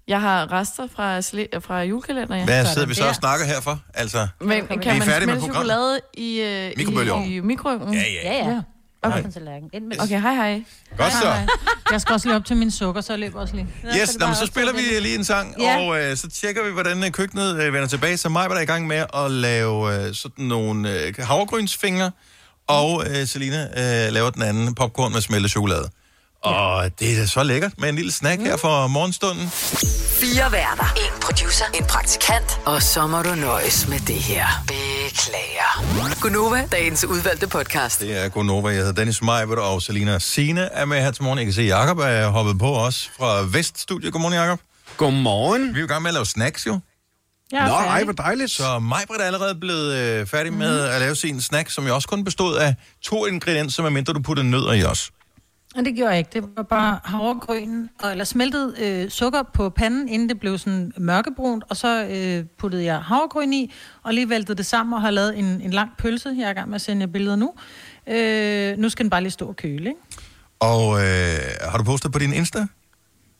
S4: Jeg har rester fra, sli- fra julekalenderen. ja.
S1: Hvad sidder vi så
S4: Der.
S1: og snakker her for? Altså,
S4: Men
S1: Vi er
S4: kan man
S1: færdige med
S4: smelte
S1: programmet.
S4: chokolade i, øh,
S1: Mikrobølgeovnen.
S4: i, i mikroovnen?
S1: Ja, ja.
S3: Ja, ja.
S4: Okay.
S3: På en tallerken. Ind med-
S4: Okay, hej hej.
S1: Godt så.
S2: Jeg skal også lige op til min sukker, så jeg løber også lige.
S1: Yes, nå, men så spiller vi lige en sang,
S2: Ja.
S1: og øh, så tjekker vi, hvordan øh, køkkenet øh, vender tilbage. Så mig var der i gang med at lave øh, sådan nogle øh, havregrynsfingre, og øh, Selina øh, laver den anden popcorn med smeltet chokolade. Og det er da så lækkert med en lille snack
S4: Mm.
S1: her for morgenstunden.
S5: Fire værter. En producer. En praktikant. Og så må du nøjes med det her. Beklager. Gunova, dagens udvalgte podcast.
S1: Det er Gunova. Jeg hedder Dennis Meibert, og Selina Sine er med her til morgen. Jeg kan se, at Jacob er hoppet på os fra Veststudiet. Godmorgen, Jacob.
S10: Godmorgen.
S1: Vi er jo i gang med at lave snacks, jo.
S10: Jeg er Nå, færdig. ej, hvor dejligt.
S1: Så Majbrit er allerede blevet øh, færdig med at lave sin snack, som jo også kun bestod af to ingredienser, medmindre du puttede nødder i os.
S2: Men det gjorde jeg ikke. Det var bare havregryn, og, eller smeltet øh, sukker på panden, inden det blev sådan mørkebrunt, og så øh, puttede jeg havregryn i, og lige væltede det sammen og har lavet en, en lang pølse. Jeg er i gang med at sende jer billeder nu. Øh, nu skal den bare lige stå og køle, ikke?
S1: Og øh, har du postet på din Insta?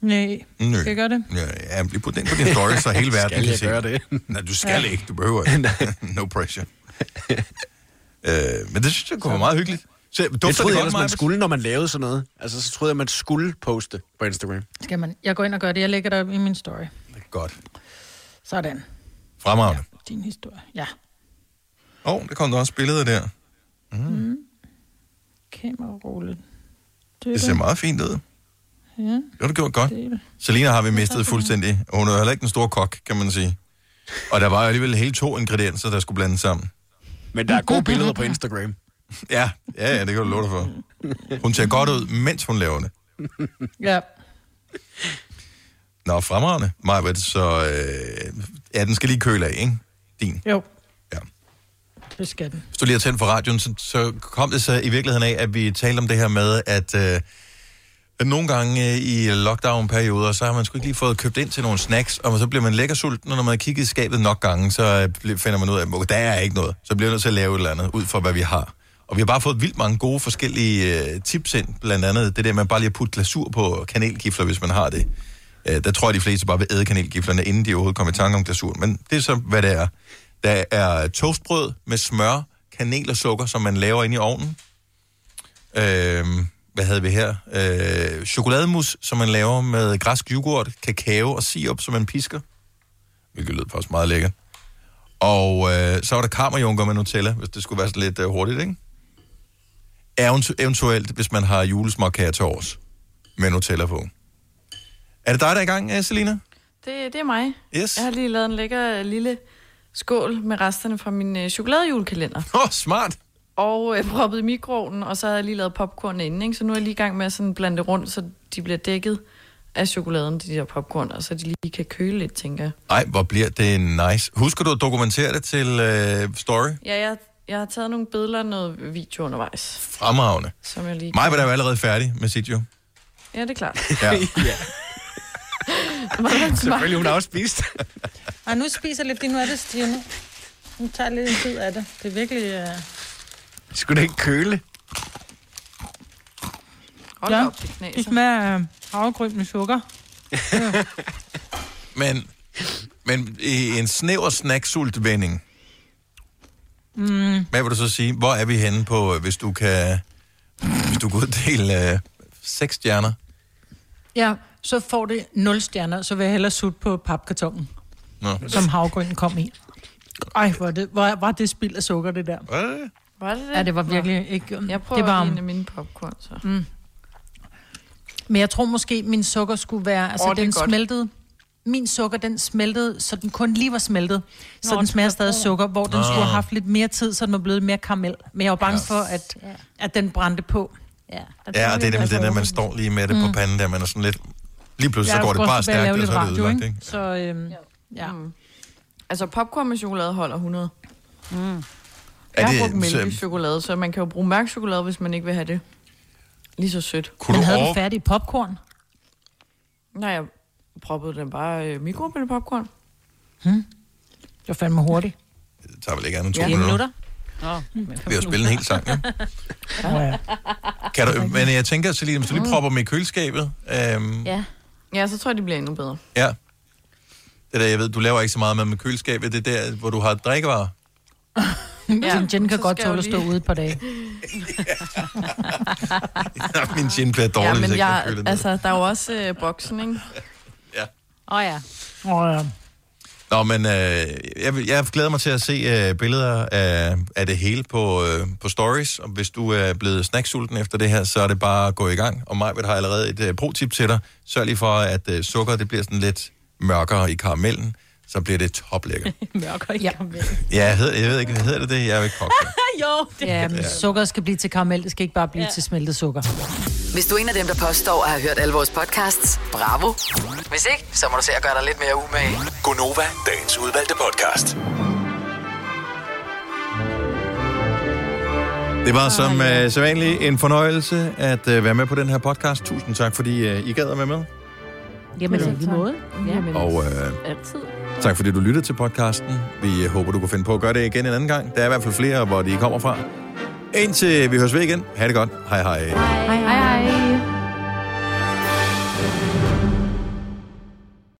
S2: Nej,
S1: Nø.
S2: skal jeg gøre det?
S1: Ja, ja, lige put den på din story, så hele verden
S10: Skal
S1: kan
S10: jeg
S1: se
S10: gøre
S1: Nej, du skal
S10: Ja.
S1: ikke. Du
S10: [laughs]
S1: behøver ikke. no pressure. øh, men det synes jeg kunne være meget hyggeligt. Så, dufter
S10: jeg
S1: det
S10: troede
S1: godt,
S10: ellers, man
S1: Maj-Brit?
S10: skulle, når man lavede sådan noget. Altså, så troede jeg, man skulle poste på Instagram.
S2: Skal man? Jeg går ind og gør det. Jeg lægger det op i min story.
S1: Godt.
S2: Sådan.
S1: Fremragende.
S2: Din historie. Ja.
S1: Åh, oh, der kom der også billeder der.
S2: Mm. Kamerarulle.
S1: Det ser meget fint ud.
S2: Ja.
S1: Det har du gjort godt. Selina har vi mistet fuldstændig. Og Hun er jo heller ikke den store kok, kan man sige. Og der var jo alligevel hele to ingredienser, der skulle blandes sammen.
S10: Men der er gode billeder på Instagram.
S1: [laughs] Ja, ja, ja det kan du love dig for. Hun ser godt ud, mens hun laver det.
S2: Ja.
S1: Nå, fremragende, Majbert, så øh, ja, den skal lige køle af, ikke? Din.
S2: Jo. Ja. Det
S1: [laughs]
S2: skal den.
S1: Hvis du lige har tændt for radioen, så, så kom det så i virkeligheden af, at vi talte om det her med, at, øh, at nogle gange øh, i lockdown-perioder, så har man sgu ikke lige fået købt ind til nogle snacks, og så bliver man lækker sulten, og når man har kigget i skabet nok gange, så øh, bl- finder man ud af, at okay, der er ikke noget. Så bliver man nødt til at lave et eller andet, ud fra hvad vi har. Og vi har bare fået vildt mange gode forskellige øh, tips ind, blandt andet det der med bare lige at putte glasur på kanelgifler, hvis man har det. Øh, der tror jeg, de fleste bare vil æde kanelgiflerne, inden de overhovedet kommer i tanke om glasur. Men det er så, hvad det er. Der er toastbrød med smør, kanel og sukker, som man laver ind i ovnen. Øhm, hvad havde vi her? Øh, chokolademus, som man laver med græsk yoghurt, kakao og sirup, som man pisker. Hvilket lød faktisk meget lækkert. Og øh, så var der kammerjunker med Nutella, hvis det skulle være sådan lidt øh, hurtigt, ikke? Eventu- eventuelt, hvis man har julesmåkager til års med Nutella på. Er det dig, der er i gang, øh, Selina?
S4: Det, det er mig.
S1: Yes.
S4: Jeg har lige lavet en lækker øh, lille skål med resterne fra min øh, chokoladejulekalender.
S1: Åh, oh, smart!
S4: Og øh, proppet i mikroovnen, og så havde jeg lige lavet popcorn inden, ikke? så nu er jeg lige i gang med at sådan blande det rundt, så de bliver dækket af chokoladen, de der popcorn, og så de lige kan køle lidt, tænker jeg.
S1: Ej, hvor bliver det nice. Husker du at dokumentere det til øh, Story?
S4: Ja, jeg, jeg har taget nogle billeder og noget video undervejs,
S1: Fremragende.
S4: som jeg lige...
S1: Mig var der jo allerede færdig med sit jo.
S4: Ja, det er klart. [laughs]
S1: Ja.
S2: Selvfølgelig, hun har
S1: også spist.
S2: Og nu spiser jeg lidt, fordi nu er det stivende. Nu tager jeg lidt en tid af det. Det er virkelig... Uh...
S10: Skulle det ikke køle?
S2: Hold ja. op, det knæser. Det smager af øh, havregryn med [laughs] sukker.
S1: men, men i en snæver snacksultvending,
S2: Mm.
S1: hvad vil du så sige? Hvor er vi henne på, øh, hvis du kan, hvis du kan uddele øh, seks stjerner?
S2: Ja, så får det 0 stjerner, så vil jeg hellere sutte på papkartongen,
S1: Nå.
S2: som havgrønnen kom i. Ej, hvor, er det, hvor var det spild af sukker, det der.
S4: Var det det?
S2: Ja, det var
S4: Nå.
S2: virkelig ikke...
S4: Jeg prøver
S2: det var,
S4: lige en af mine popcorn, så.
S2: Mm. Men jeg tror måske, min sukker skulle være... Altså,
S4: Åh,
S2: oh,
S4: det er
S2: den
S4: godt.
S2: smeltede... Min sukker, den smeltede, så den kun lige var smeltet. Så
S4: Nå,
S2: Nå, den
S4: det
S2: smager
S4: var
S2: stadig af
S4: bedre.
S2: sukker, hvor den
S4: Nå.
S2: skulle have haft lidt mere tid, så den var blevet mere karamel. Men jeg var bange
S1: Ah. Ja.
S2: ja. for, at, at den brændte på. Ja,
S1: Ja, og det er nemlig den der, man står lige med det på
S2: Mm.
S1: panden der, man er sådan lidt... Lige pludselig
S2: Jeg
S1: så går
S2: er
S1: det
S2: også
S1: bare
S2: tilbage at
S1: stærkt,
S2: lave
S1: og
S2: lidt
S1: så er det
S2: radio,
S1: ødelagt,
S2: ikke?
S1: ikke?
S2: Så, øhm, ja.
S4: Mm. Altså, popcorn med chokolade holder 100. Mm. Jeg
S1: Er
S4: har
S1: det-
S4: brugt
S1: så-
S4: mælkechokolade, så man kan jo bruge mærkchokolade, hvis man ikke vil have det. Lige så sødt.
S1: Kunne Men du havde du over-
S2: færdig popcorn?
S4: Nej, jeg proppede den bare øh, mikrobølge popcorn.
S2: Det var fandme hurtigt.
S1: Det tager vel ikke andet end to minutter.
S3: Nå, men
S1: Vi har spillet en hel sang, ja.
S2: ja.
S1: Kan du, men jeg tænker, Celine, hvis du lige propper dem i køleskabet... Øhm,
S4: Ja. [laughs] Ja, så tror jeg, det bliver endnu bedre.
S1: Ja. Det der, jeg ved, du laver ikke så meget med med køleskabet. Det er der, hvor du har drikkevarer. [laughs]
S2: ja. Din gin kan
S4: så
S2: godt
S4: skal jeg
S2: tåle at
S4: jo
S2: stå
S4: lige-
S2: ude et par
S4: [laughs]
S2: dage.
S1: Min gin bliver dårlig,
S4: ja,
S1: hvis
S4: men
S1: ikke jeg,
S4: jeg,
S1: køler altså...
S4: altså, der er jo også øh, boksen, ikke?
S1: Ja.
S4: Åh oh, ja.
S2: Åh oh, ja.
S1: Nå, men øh, jeg, vil- jeg glæder mig til at se øh, billeder af, af det hele på, øh, på stories. Og hvis du er blevet snacksulten efter det her, så er det bare at gå i gang. Og Majbet har allerede et øh, pro-tip til dig. Sørg lige for, at øh, sukker det bliver sådan lidt mørkere i karamellen. Så bliver det toplækker.
S3: Mørkere i ja.
S1: ja, jeg, hedder, jeg ved ikke, hvad hedder det det? Jeg er jo ikke kok.
S3: jo,
S2: det ja, men
S1: Ja.
S2: sukkeret skal blive til karamel, det skal ikke bare blive
S5: Ja.
S2: ja. til smeltet sukker.
S5: Hvis du er en af dem, der påstår at have hørt alle vores podcasts, bravo. Hvis ikke, så må du se at gøre dig lidt mere umage.
S6: Gonova, dagens udvalgte podcast.
S1: Det var som øh, sædvanligt en fornøjelse at øh, være med på den her podcast. Tusind tak, fordi øh, I gad at være med.
S3: Jamen, det er lige måde. Ja.
S1: Og øh,
S3: Altid.
S1: tak fordi du lyttede til podcasten. Vi øh, håber, du kan finde på at gøre det igen en anden gang. Der er i hvert fald flere, hvor de kommer fra. Indtil vi høres ved igen. Ha' det godt. Hej hej. hej.
S4: Hej, hej. hej.